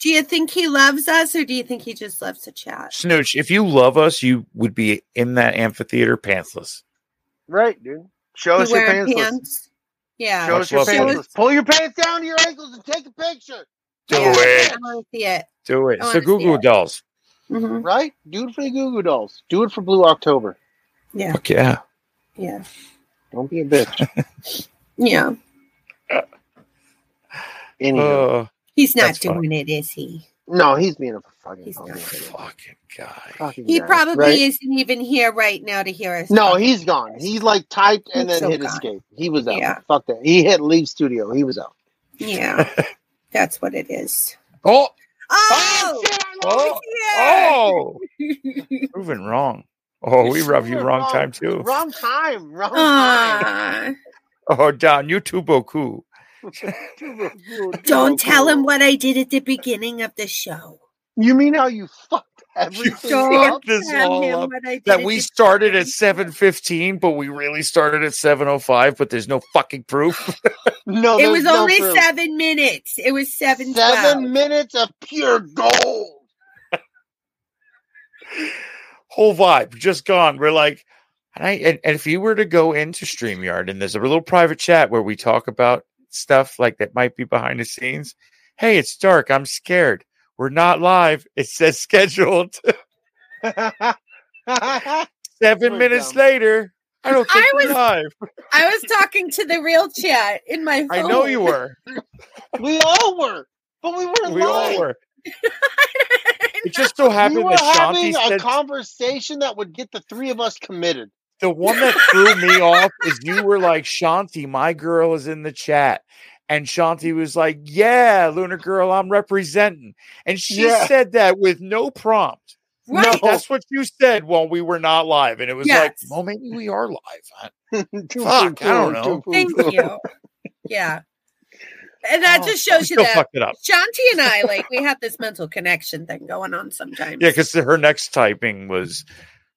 C: Do you think he loves us or do you think he just loves to chat?
A: Snooch, if you love us, you would be in that amphitheater pantsless.
B: Right, dude. Show
C: You
B: us your
C: wearing
B: pants.
C: pants? Yeah.
B: Show us your
A: Much love,
B: pants.
C: buddy.
B: Pull your pants down to your ankles and take a picture.
A: Do
C: Yeah,
A: it.
C: I wanna see it.
A: Do it. It's
C: I
A: the
C: wanna
A: Goo
C: see
A: Goo
C: it.
A: Dolls.
C: Mhm.
B: Right? Do it for the Goo Goo Dolls. Do it for Blue October.
C: Yeah.
A: Fuck yeah.
C: Yeah.
B: Don't be a bitch.
C: Yeah.
B: Anywho.
A: Oh,
C: He's not
A: That's
C: doing it, is he?
B: no, he's being a fucking
C: He's
B: punk.
C: not.
A: fucking guy.
B: Fucking
C: He
B: guy,
C: probably
B: right?
C: isn't even here right now to hear us.
B: No,
C: talk.
B: he's gone. He like typed and
C: He's
B: then
C: so
B: hit
C: gone.
B: escape. He was out.
C: Yeah.
B: Fuck that. He hit leave studio. He was out.
C: Yeah. That's what it is.
A: Oh,
C: Oh,
B: shit, I lost
A: oh,
C: yeah.
A: oh. Proven wrong. Oh,
B: You
A: we
B: sure
A: rubbed you
B: were
A: wrong
B: wrong.
A: time too.
B: Oh, Wrong time. Wrong time.
C: Aw.
A: Oh, Don, you too boku.
C: Don't tell him what I did at the beginning of the show.
B: You mean how you fucked everything
C: Don't
B: up?
A: fucked this
C: tell
A: all
C: him
A: up.
C: what I did
A: That
C: at
A: we
C: the
A: started at
C: beginning.
A: 7:15, but we really started at 7:05, but there's no fucking proof. Oh,
B: No,
C: It
B: there's
C: was
B: no
C: only
B: proof.
C: seven minutes. It was seven.
B: Seven
C: 12.
B: minutes of pure gold.
A: Whole vibe just gone. We're like, and I and, and if you were to go into StreamYard and there's a little private chat where we talk about stuff like that might be behind the scenes. Hey, it's dark. I'm scared. We're not live. It says scheduled. Seven
B: We're
A: minutes
B: dumb.
A: later, I don't think
C: I
A: we're
C: was-
A: live.
C: I was talking to the real chat in my phone.
A: I know you were.
B: we all were, but we weren't
A: We
B: live.
A: all were. It just so
B: we
A: happened
B: were
A: that
B: having
A: Shanti
B: a
A: said
B: conversation that would get the three of us committed.
A: the one that threw me off is you were like, Shanti, my girl is in the chat. And Shanti was like, Yeah, Lunar Girl, I'm representing. And she
B: Yeah.
A: said that with no prompt.
C: Right.
B: No.
A: That's what you said while we were not live. And it was like,
C: Yes.
A: Well, maybe we are live.
B: Fuck,
A: I don't know.
C: Thank you. Yeah. And that
A: Oh,
C: just
A: I
C: shows you
A: still
C: that
A: fucked it up.
C: Shanti and I, like, we have this mental connection thing going on sometimes.
A: Yeah, because her next typing was,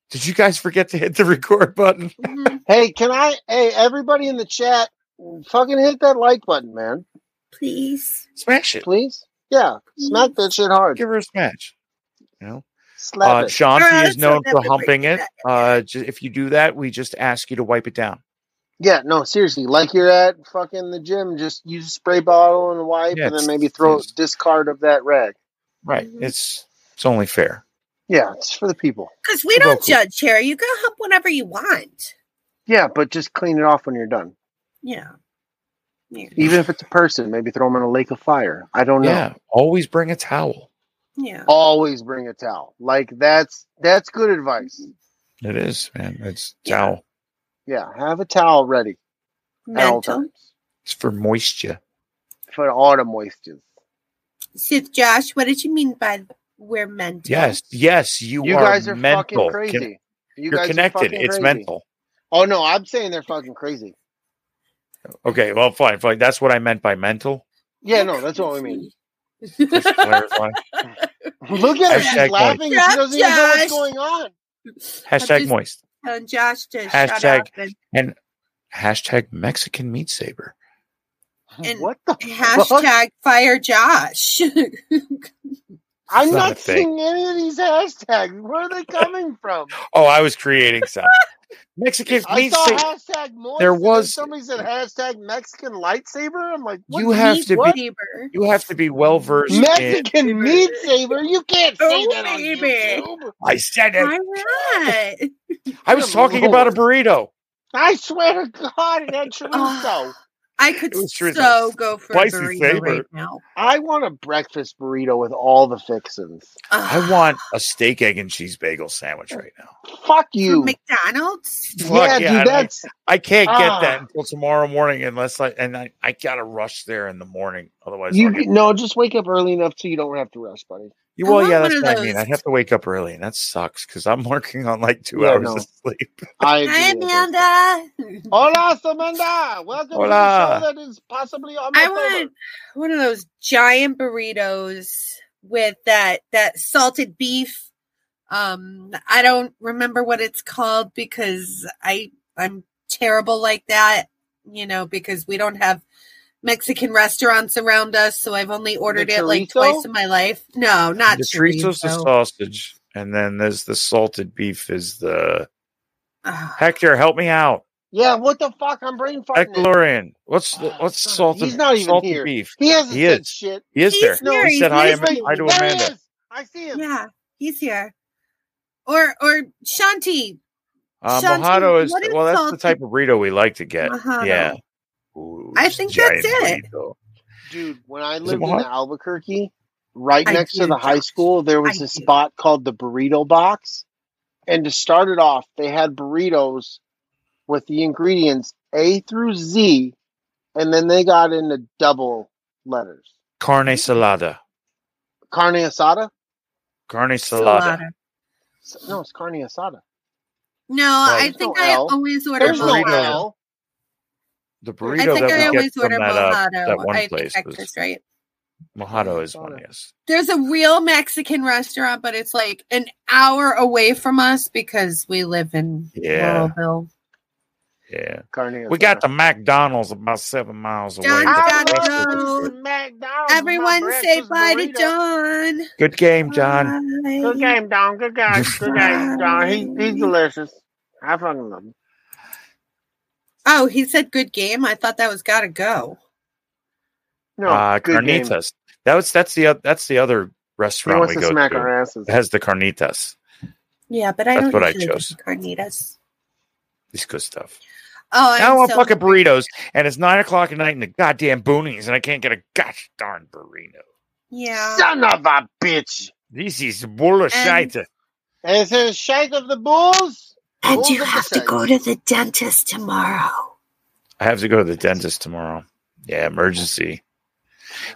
A: Did you guys forget to hit the record button?
C: Mhm.
B: Hey, can I? Hey, everybody in the chat, fucking hit that like button, man.
C: Please. Mm-hmm.
A: Smash it.
B: Please. Yeah, smack that shit hard.
A: Give her a smash. You know?
B: Slap
A: uh,
B: it.
A: Shanti
C: Alright,
A: is
C: so
A: known for
C: definitely
A: humping
C: do
A: it.
C: that.
A: Uh, ju- if you do that, we just ask you to wipe it down.
B: Yeah, no, seriously. Like you're at fucking the gym, just use a spray bottle and wipe,
A: Yeah,
B: and then
A: it's-
B: maybe throw
A: it's-
B: discard of that rag.
A: Right.
B: Mm-hmm.
C: Mhm.
A: It's it's only fair.
B: Yeah, it's for the people.
C: Because we
A: Go
C: don't
A: cool.
C: judge here. You go hump whenever you want.
B: Yeah, but just clean it off when you're done.
C: Yeah. Yeah.
B: Even if it's a person, maybe throw them in a lake of fire. I don't know.
A: Yeah. Always bring a towel.
C: Yeah.
B: Always bring a towel. Like that's that's good advice.
A: It is, man. It's
C: Yeah.
A: towel.
B: Yeah, have a towel ready at all
C: Mental.
B: times
A: It's for moisture.
B: for all the moistures.
C: So, Josh, what did you mean by we're mental?
A: Yes. Yes. You,
B: You
A: are
B: guys are
A: mental.
B: fucking crazy.
A: Con-
B: you
A: You're
B: guys Are
A: connected.
B: fucking
A: It's
B: crazy.
A: mental.
B: Oh no, I'm saying they're fucking crazy.
A: Okay. Well, fine. Fine. That's what I meant by mental.
B: Yeah, no, that's what we mean.
A: Just to clarify.
B: Look at her;
A: Hashtag
B: she's laughing and
C: moist.
B: she doesn't even know
C: Josh.
B: what's going on.
A: Hashtag
C: just-
A: moist.
C: Telling Josh to shut
A: Hashtag-
C: up and,
A: Hashtag Mexican meat saber.
C: And-
B: what the?
C: hashtag fire Josh.
B: I'm
A: It's not a
B: not
A: thing.
B: seeing any of these hashtags. Where are they coming from?
A: Oh, I was creating some. Mexican
B: I
A: meat
B: saw
A: saber.
B: hashtag moist.
A: There
B: and then
A: was-
B: somebody said hashtag Mexican lightsaber. I'm like, what
A: You have
C: Meat
A: to be-
C: saber.
A: You have to be well versed in.
B: Mexican meat saber? You can't say
C: Oh,
B: that on
C: baby.
B: YouTube.
A: I said it.
C: Why not?
A: I was
B: Good
A: talking about a burrito.
B: I swear to God, it had chorizo.
C: Ah. I could
A: It was
C: so
A: true, though.
C: go for
A: Spicy
C: a burrito
A: saber.
C: right now.
B: I want a breakfast burrito with all the fixins.
A: I
C: Ah,
A: want a steak, egg, and cheese bagel sandwich right now.
B: Fuck
C: from
B: you.
C: McDonald's.
A: Fuck
B: yeah,
A: yeah, I-
B: dude, that's
A: I can't get that
B: Ah.
A: until tomorrow morning, unless I and I, I gotta rush there in the morning. Otherwise,
B: you.
A: I'll get,
B: No, just wake up early enough so you don't have to rush, buddy.
A: you.
C: I
A: Well,
C: want
A: yeah,
C: one
A: that's
C: of
A: what I mean.
C: those.
A: I'd have to wake up early, and that sucks because I'm working on like two
B: Yeah,
A: hours
B: no.
A: of sleep.
B: I
C: Hi,
B: agree with that.
C: Amanda.
B: Hola, Samanda. Welcome
A: Hola.
B: to the show that is possibly on my
C: I want one of those giant burritos with that that salted beef. Um, I don't remember what it's called because I I'm terrible like that. You know, because we don't have Mexican restaurants around us, so I've only ordered it like
B: chorizo?
C: twice in my life. No, not
A: the chorizo's the
C: chorizo.
A: sausage, and then there's the salted beef is the
C: Ah.
A: Hector. Help me out,
B: Yeah, what the fuck? I'm brain farting. it.
A: Hectorian. What's the,
B: Ah,
A: what's
B: son,
A: salted?
B: he's not even
A: salted
B: here.
A: beef.
B: He hasn't
A: He
B: said
A: is.
B: shit.
A: He is
C: He's
A: there.
C: here,
A: He
C: he's
A: said hi.
C: here.
A: Am- hi to
B: there he
A: Amanda.
B: is. I see him.
C: Yeah, he's here. Or or Shanti.
A: Uh,
C: Shanti,
A: mojado is
C: what is
A: well. That's the
C: salted-
A: type of burrito we like to get.
C: Mojado.
A: Yeah. Ooh,
C: I
A: it's a
C: think
A: giant
C: that's it.
A: burrito.
B: Dude, when I
A: it
B: lived in
A: Oaxaca?
B: Albuquerque, right
C: I
B: next to
C: do,
B: the high
C: Josh.
B: school, there was
C: I
B: a
C: do.
B: spot called the Burrito Box. And to start it off, they had burritos with the ingredients A through Z, and then they got into double letters.
A: Carne salada.
B: Carne asada?
A: Carne salada.
C: Salada.
B: No, it's carne asada.
C: No,
A: Like-
C: I think
B: There's no
C: I
B: L.
C: always order
B: There's no
A: burrito.
C: mojado.
B: L.
A: The
C: I
A: burrito
C: think I
A: that we get
C: always
A: from
C: order
A: that uh,
C: mojado.
A: that one
C: I
A: place
C: think Hector's
A: was-
C: right.
A: mojado is one. Yes.
C: There's a real Mexican restaurant, but it's like an hour away from us because we live in
A: Yeah.
C: Laurelville.
A: Yeah.
B: Carne asada.
A: We got the McDonald's about seven miles away.
C: John's
A: The
B: I
C: gotta
A: rest
B: love
A: of
C: go.
A: it's
B: these McDonald's.
C: Everyone
B: My
C: say
B: breakfast
C: bye to
B: burrito.
C: John.
A: good. Good game, John.
B: Good
C: Bye.
B: game, Don. Good guy. Good game, Don. He, he's delicious. I fucking love him.
C: Oh, he said good game. I thought that was gotta go.
B: No,
A: uh,
B: good game.
A: carnitas. That was that's the oth- that's the other
B: He
A: restaurant
B: wants
A: we
B: to
A: go
B: smack
A: to
B: our asses.
A: it has the carnitas.
C: Yeah, but I
A: That's
C: don't
A: what I
C: usually
A: chose.
C: do carnitas.
A: It's good stuff.
C: Oh,
A: Now I
C: I'm
A: want
C: so-
A: fucking burritos, and it's nine o'clock at night in the goddamn boonies, and I can't get a gosh darn burrito.
C: Yeah.
B: Son of a bitch.
A: This is bullshit.
B: And it says Shite of the Bulls.
C: and
B: Bulls of
C: you
B: the
C: have to
B: Shite.
C: go to the dentist tomorrow.
A: I have to go to the dentist tomorrow. Yeah, emergency.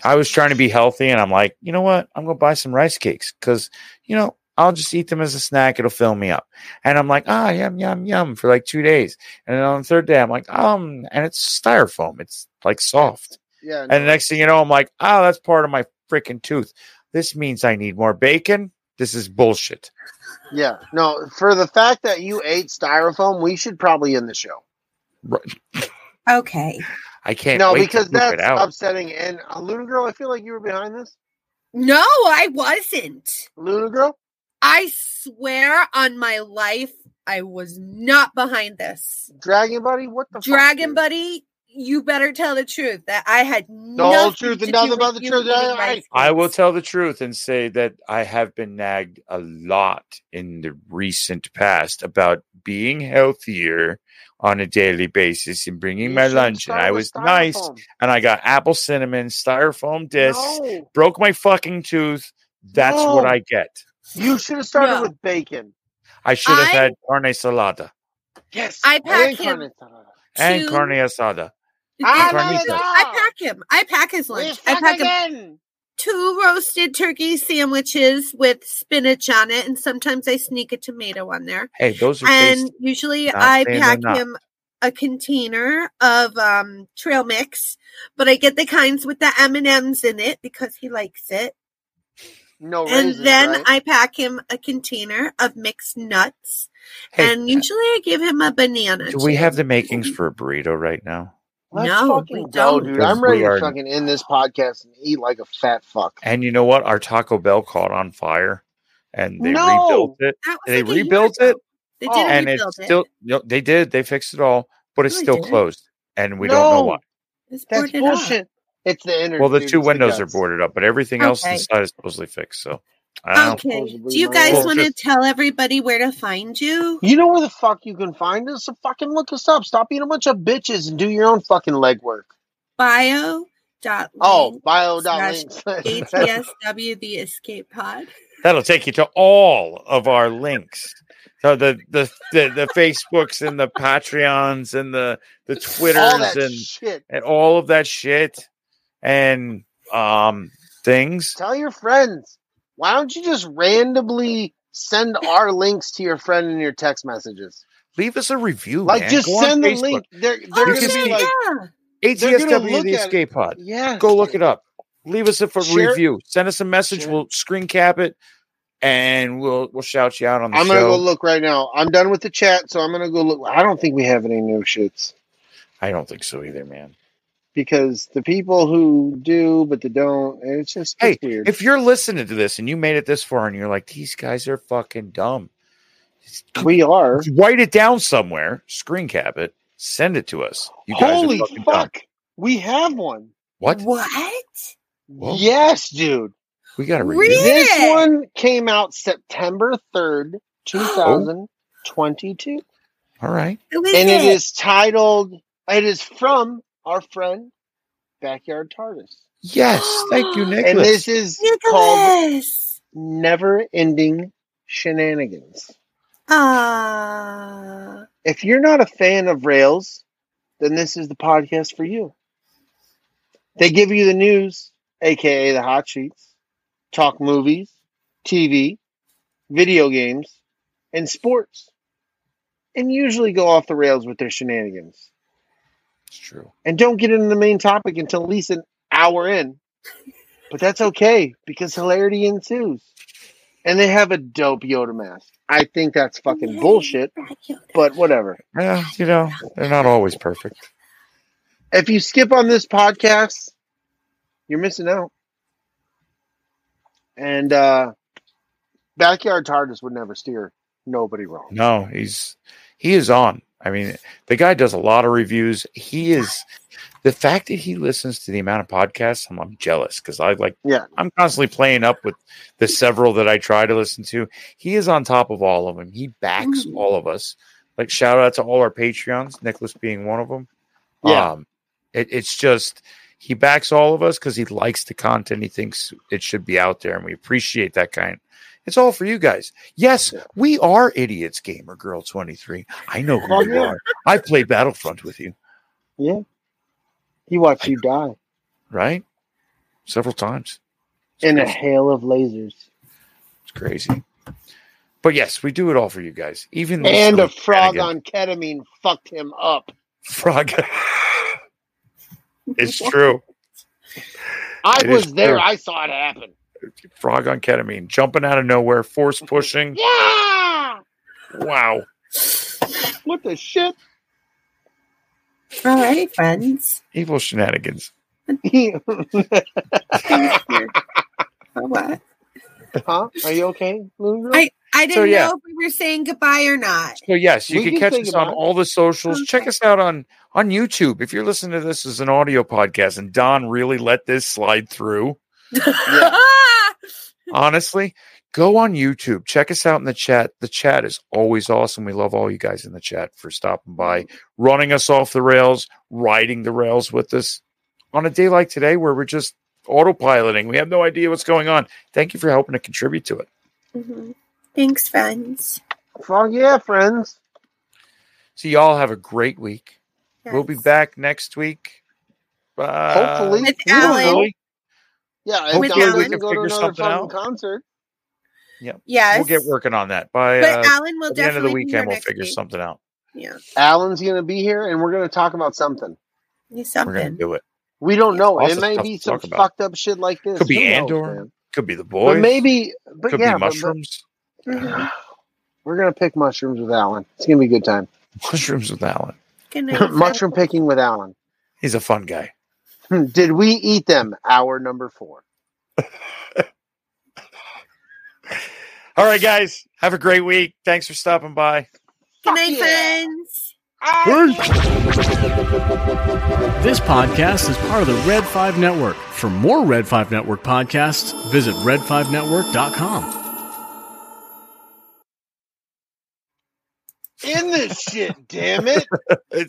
A: I was trying to be healthy, and I'm like, you know what? I'm gonna buy some rice cakes because you know I'll just eat them as a snack. It'll fill me up. And I'm like, ah, yum, yum, yum, for like two days. And then on the third day, I'm like, um, and it's styrofoam. It's like soft.
B: Yeah.
A: And the next thing you know, I'm like, oh, that's part of my freaking tooth. This means I need more bacon. This is bullshit.
B: Yeah. No, for the fact that you ate styrofoam, we should probably end the show.
C: Okay.
A: I can't.
B: no,
A: wait to
B: because
A: poop it
B: that's
A: out.
B: upsetting. And uh, Luna Girl, I feel like you were behind this.
C: No, I wasn't.
B: Luna Girl?
C: I swear on my life, I was not behind this.
B: Dragon Buddy? What the fuck,
C: Dragon
B: dude?
C: Buddy, you better tell the truth that I had
B: The whole
C: nothing
B: truth and
C: to do
B: nothing
C: with
B: but the
C: you
B: truth. eh,
C: eating
B: I-
C: rice
B: I-
C: cakes.
A: I will tell the truth and say that I have been nagged a lot in the recent past about being healthier on a daily basis and bringing
B: You
A: my
B: shouldn't
A: lunch. And
B: start
A: I
B: with
A: was nice
B: styrofoam.
A: and I got apple cinnamon, styrofoam discs,
B: No,
A: broke my fucking tooth. That's what
B: No.
A: I get.
B: you should have started
C: No.
B: with bacon.
A: I should have
C: I-
A: had carne salada
B: Yes.
C: I pack
B: and
C: him
B: carne salada.
A: and
C: Two-
A: carne asada.
B: I
A: carnitas.
B: love it all.
C: I pack him. I pack his
B: We
C: lunch. I
B: fuck
C: pack him
B: again.
C: two roasted turkey sandwiches with spinach on it, and sometimes I sneak a tomato on there.
A: Hey, those are
C: And
A: tasty.
C: usually
A: Not
C: I
A: saying
C: pack
A: they're not.
C: him a container of um, trail mix, but I get the kinds with the M and M's in it because he likes it.
B: No raisins,
C: and then
B: right?
C: I pack him a container of mixed nuts,
A: Hey,
C: and usually I give him a banana.
A: do we
C: too.
A: have the makings for a burrito right now?
B: Let's
C: No,
B: fucking
C: we
B: go,
C: don't.
B: dude.
A: Because
B: I'm ready
A: we
B: to
A: are-
B: fucking end this podcast and eat like a fat fuck.
A: And you know what? Our Taco Bell caught on fire, and they
B: No!
A: rebuilt it.
C: That was
A: They
C: like a year
A: rebuilt
C: ago.
A: it,
C: They
B: Oh.
C: did
A: and
C: rebuild
A: it's still. No, they did. They fixed it all, but it's
C: No, they
A: still
C: didn't.
A: closed, and we don't know
B: No,
A: why.
C: It's
B: That's
C: boarded up.
B: bullshit. It's the inner.
A: Well, the
B: dude,
A: two
B: it's
A: windows are
B: guts.
A: boarded up, but everything else
C: Okay.
A: inside is supposedly fixed. So, I don't know.
C: Okay.
B: Supposedly
C: Do you
B: my
C: guys
A: Well,
C: want to
A: just-
C: tell everybody where to find you?
B: You know where the fuck you can find us? So fucking look us up. Stop being a bunch of bitches and do your own fucking legwork.
C: Bio dot
B: Oh,
C: link
B: bio.link.
C: E
B: slash-
C: ATSW the escape pod.
A: that'll take you to all of our links. So the the the, the Facebooks and the Patreons and the the Twitters
B: All that
A: and
B: shit.
A: and all of that shit and um things.
B: Tell your friends. Why don't you just randomly send our links to your friend in your text messages?
A: leave us a review.
B: Like,
A: man.
B: just
A: Go on
B: send the
A: Facebook.
B: link. They're,
C: Oh
B: they're
A: You
B: going
A: can
B: to
A: see,
B: be
C: yeah,
B: like,
C: yeah.
B: They're gonna
A: ATSW
B: look
A: the
B: at it.
A: escape pod.
B: yeah.
A: Go look it up. Leave us a for
B: Share-
A: review. Send us a message.
B: Share.
A: We'll screen cap it, and we'll we'll shout you out on the
B: I'm gonna
A: show.
B: go look right now. I'm done with the chat, so I'm gonna go look. I don't think we have any new shits
A: I don't think so either, man.
B: because the people who do, but they don't, and it's just
A: Hey,
B: it's weird.
A: if you're listening to this and you made it this far, and you're like, these guys are fucking dumb,
B: we are.
A: write it down somewhere, screen cap it, send it to us. You guys
B: Holy
A: are fucking dumb.
B: fuck, we have one.
A: What? Whoa.
B: Yes, dude.
A: We got to review.
C: Really?
B: This
C: it.
B: one came out September
A: Oh.
B: third, two thousand twenty-two,
A: All right.
C: Who is
B: and it
C: it?
B: is titled. It is from our friend Backyard TARDIS,
A: Yes. Thank you, Nicholas.
B: and this is called
C: Nicholas.
B: never ending shenanigans.
C: Ah.
B: If you're not a fan of Rails, then this is the podcast for you. They give you the news, aka the hot sheets, talk movies, TV, video games, and sports, and usually go off the rails with their shenanigans.
A: it's true.
B: And don't get into the main topic until at least an hour in. But that's okay because hilarity ensues. And they have a dope Yoda mask. I think that's fucking
C: Yay.
B: bullshit, but whatever.
A: Yeah, you know, they're not always perfect.
B: If you skip on this podcast, you're missing out. And uh backyard TARDIS would never steer nobody wrong.
A: No, he's he is on. I mean, the guy does a lot of reviews. He is the fact that he listens to the amount of podcasts. I'm, I'm jealous because I like.
B: Yeah.
A: I'm constantly playing up with the several that I try to listen to. He is on top of all of them. He backs
B: Mm-hmm.
A: all of us. Like shout out to all our Patreons, Nicholas being one of them.
B: Yeah.
A: Um, it, it's just he backs all of us because he likes the content. He thinks it should be out there, and we appreciate that kind. It's all for you guys. Yes, we are idiots, gamer girl twenty three. I know who
B: Oh,
A: you
B: yeah.
A: are. I played Battlefront with you,
B: He watched you die
A: right? Several times.
B: in a hail of lasers
A: It's crazy. But yes, we do it all for you guys. Even the
B: and a
A: silly
B: frog
A: shenanigans.
B: on ketamine fucked him up.
A: frog. it's true.
B: I
A: It is
B: was there.
A: true.
B: I saw it happen.
A: Frog on ketamine, jumping out of nowhere, force pushing.
B: Yeah.
A: Wow.
B: What the shit?
F: All right, friends.
A: Evil shenanigans.
F: Thank you. For what?
B: huh? Are you okay, Luna?
C: I- I didn't
A: yeah.
C: know if we were saying goodbye or not.
A: So yes, you
B: We
A: can,
B: can
A: catch
B: think
A: us on
B: about it.
A: all the socials. Check us out on on YouTube if you're listening to this as an audio podcast. And Don really let this slide through.
B: Yeah.
A: Honestly, go on YouTube. Check us out in the chat. The chat is always awesome. We love all you guys in the chat for stopping by, running us off the rails, riding the rails with us on a day like today where we're just autopiloting. We have no idea what's going on. Thank you for helping to contribute to it.
C: Mm-hmm.
F: Mhm. Thanks, friends.
B: Frog, yeah, friends.
A: So y'all have a great week. We'll be
F: Yes.
A: back next week. Uh,
B: Hopefully,
C: With
B: we don't
C: Alan.
B: know. Yeah, if
A: Hopefully
B: Alan
C: we
A: can
B: doesn't go to
A: figure
B: another
A: something
B: fucking
A: out.
B: concert.
C: Yes.
A: We'll get working on that. By
C: But
A: uh,
C: Alan will
A: at the end of the
C: definitely be here
A: weekend, we'll
C: next
A: figure
C: week.
A: something out.
F: Yeah.
B: Alan's gonna be here, and we're gonna talk about something.
F: You
A: We're going to
F: something.
A: do it.
B: We don't know.
A: Also
B: It may
A: tough
B: be
A: to
B: some
A: talk about.
B: fucked up shit like this.
A: Could be
B: Who knows,
A: Andor.
B: man?
A: Could be the boys.
B: but maybe. But
A: could be
B: yeah, but- but
A: mushrooms.
C: Mm-hmm.
F: Mhm.
B: we're gonna pick mushrooms with Alan. It's gonna be a good time.
A: mushrooms with Alan.
F: Good night.
B: Mushroom picking with Alan.
A: He's a fun guy.
B: Hmm, Did we eat them? Hour number four.
A: All right, guys. Have a great week. Thanks for stopping by.
C: Good night,
B: yeah.
C: friends.
G: This podcast is part of the Red 5 Network. For more Red 5 Network podcasts, visit red5network.com.
B: In this shit, damn it.
A: It's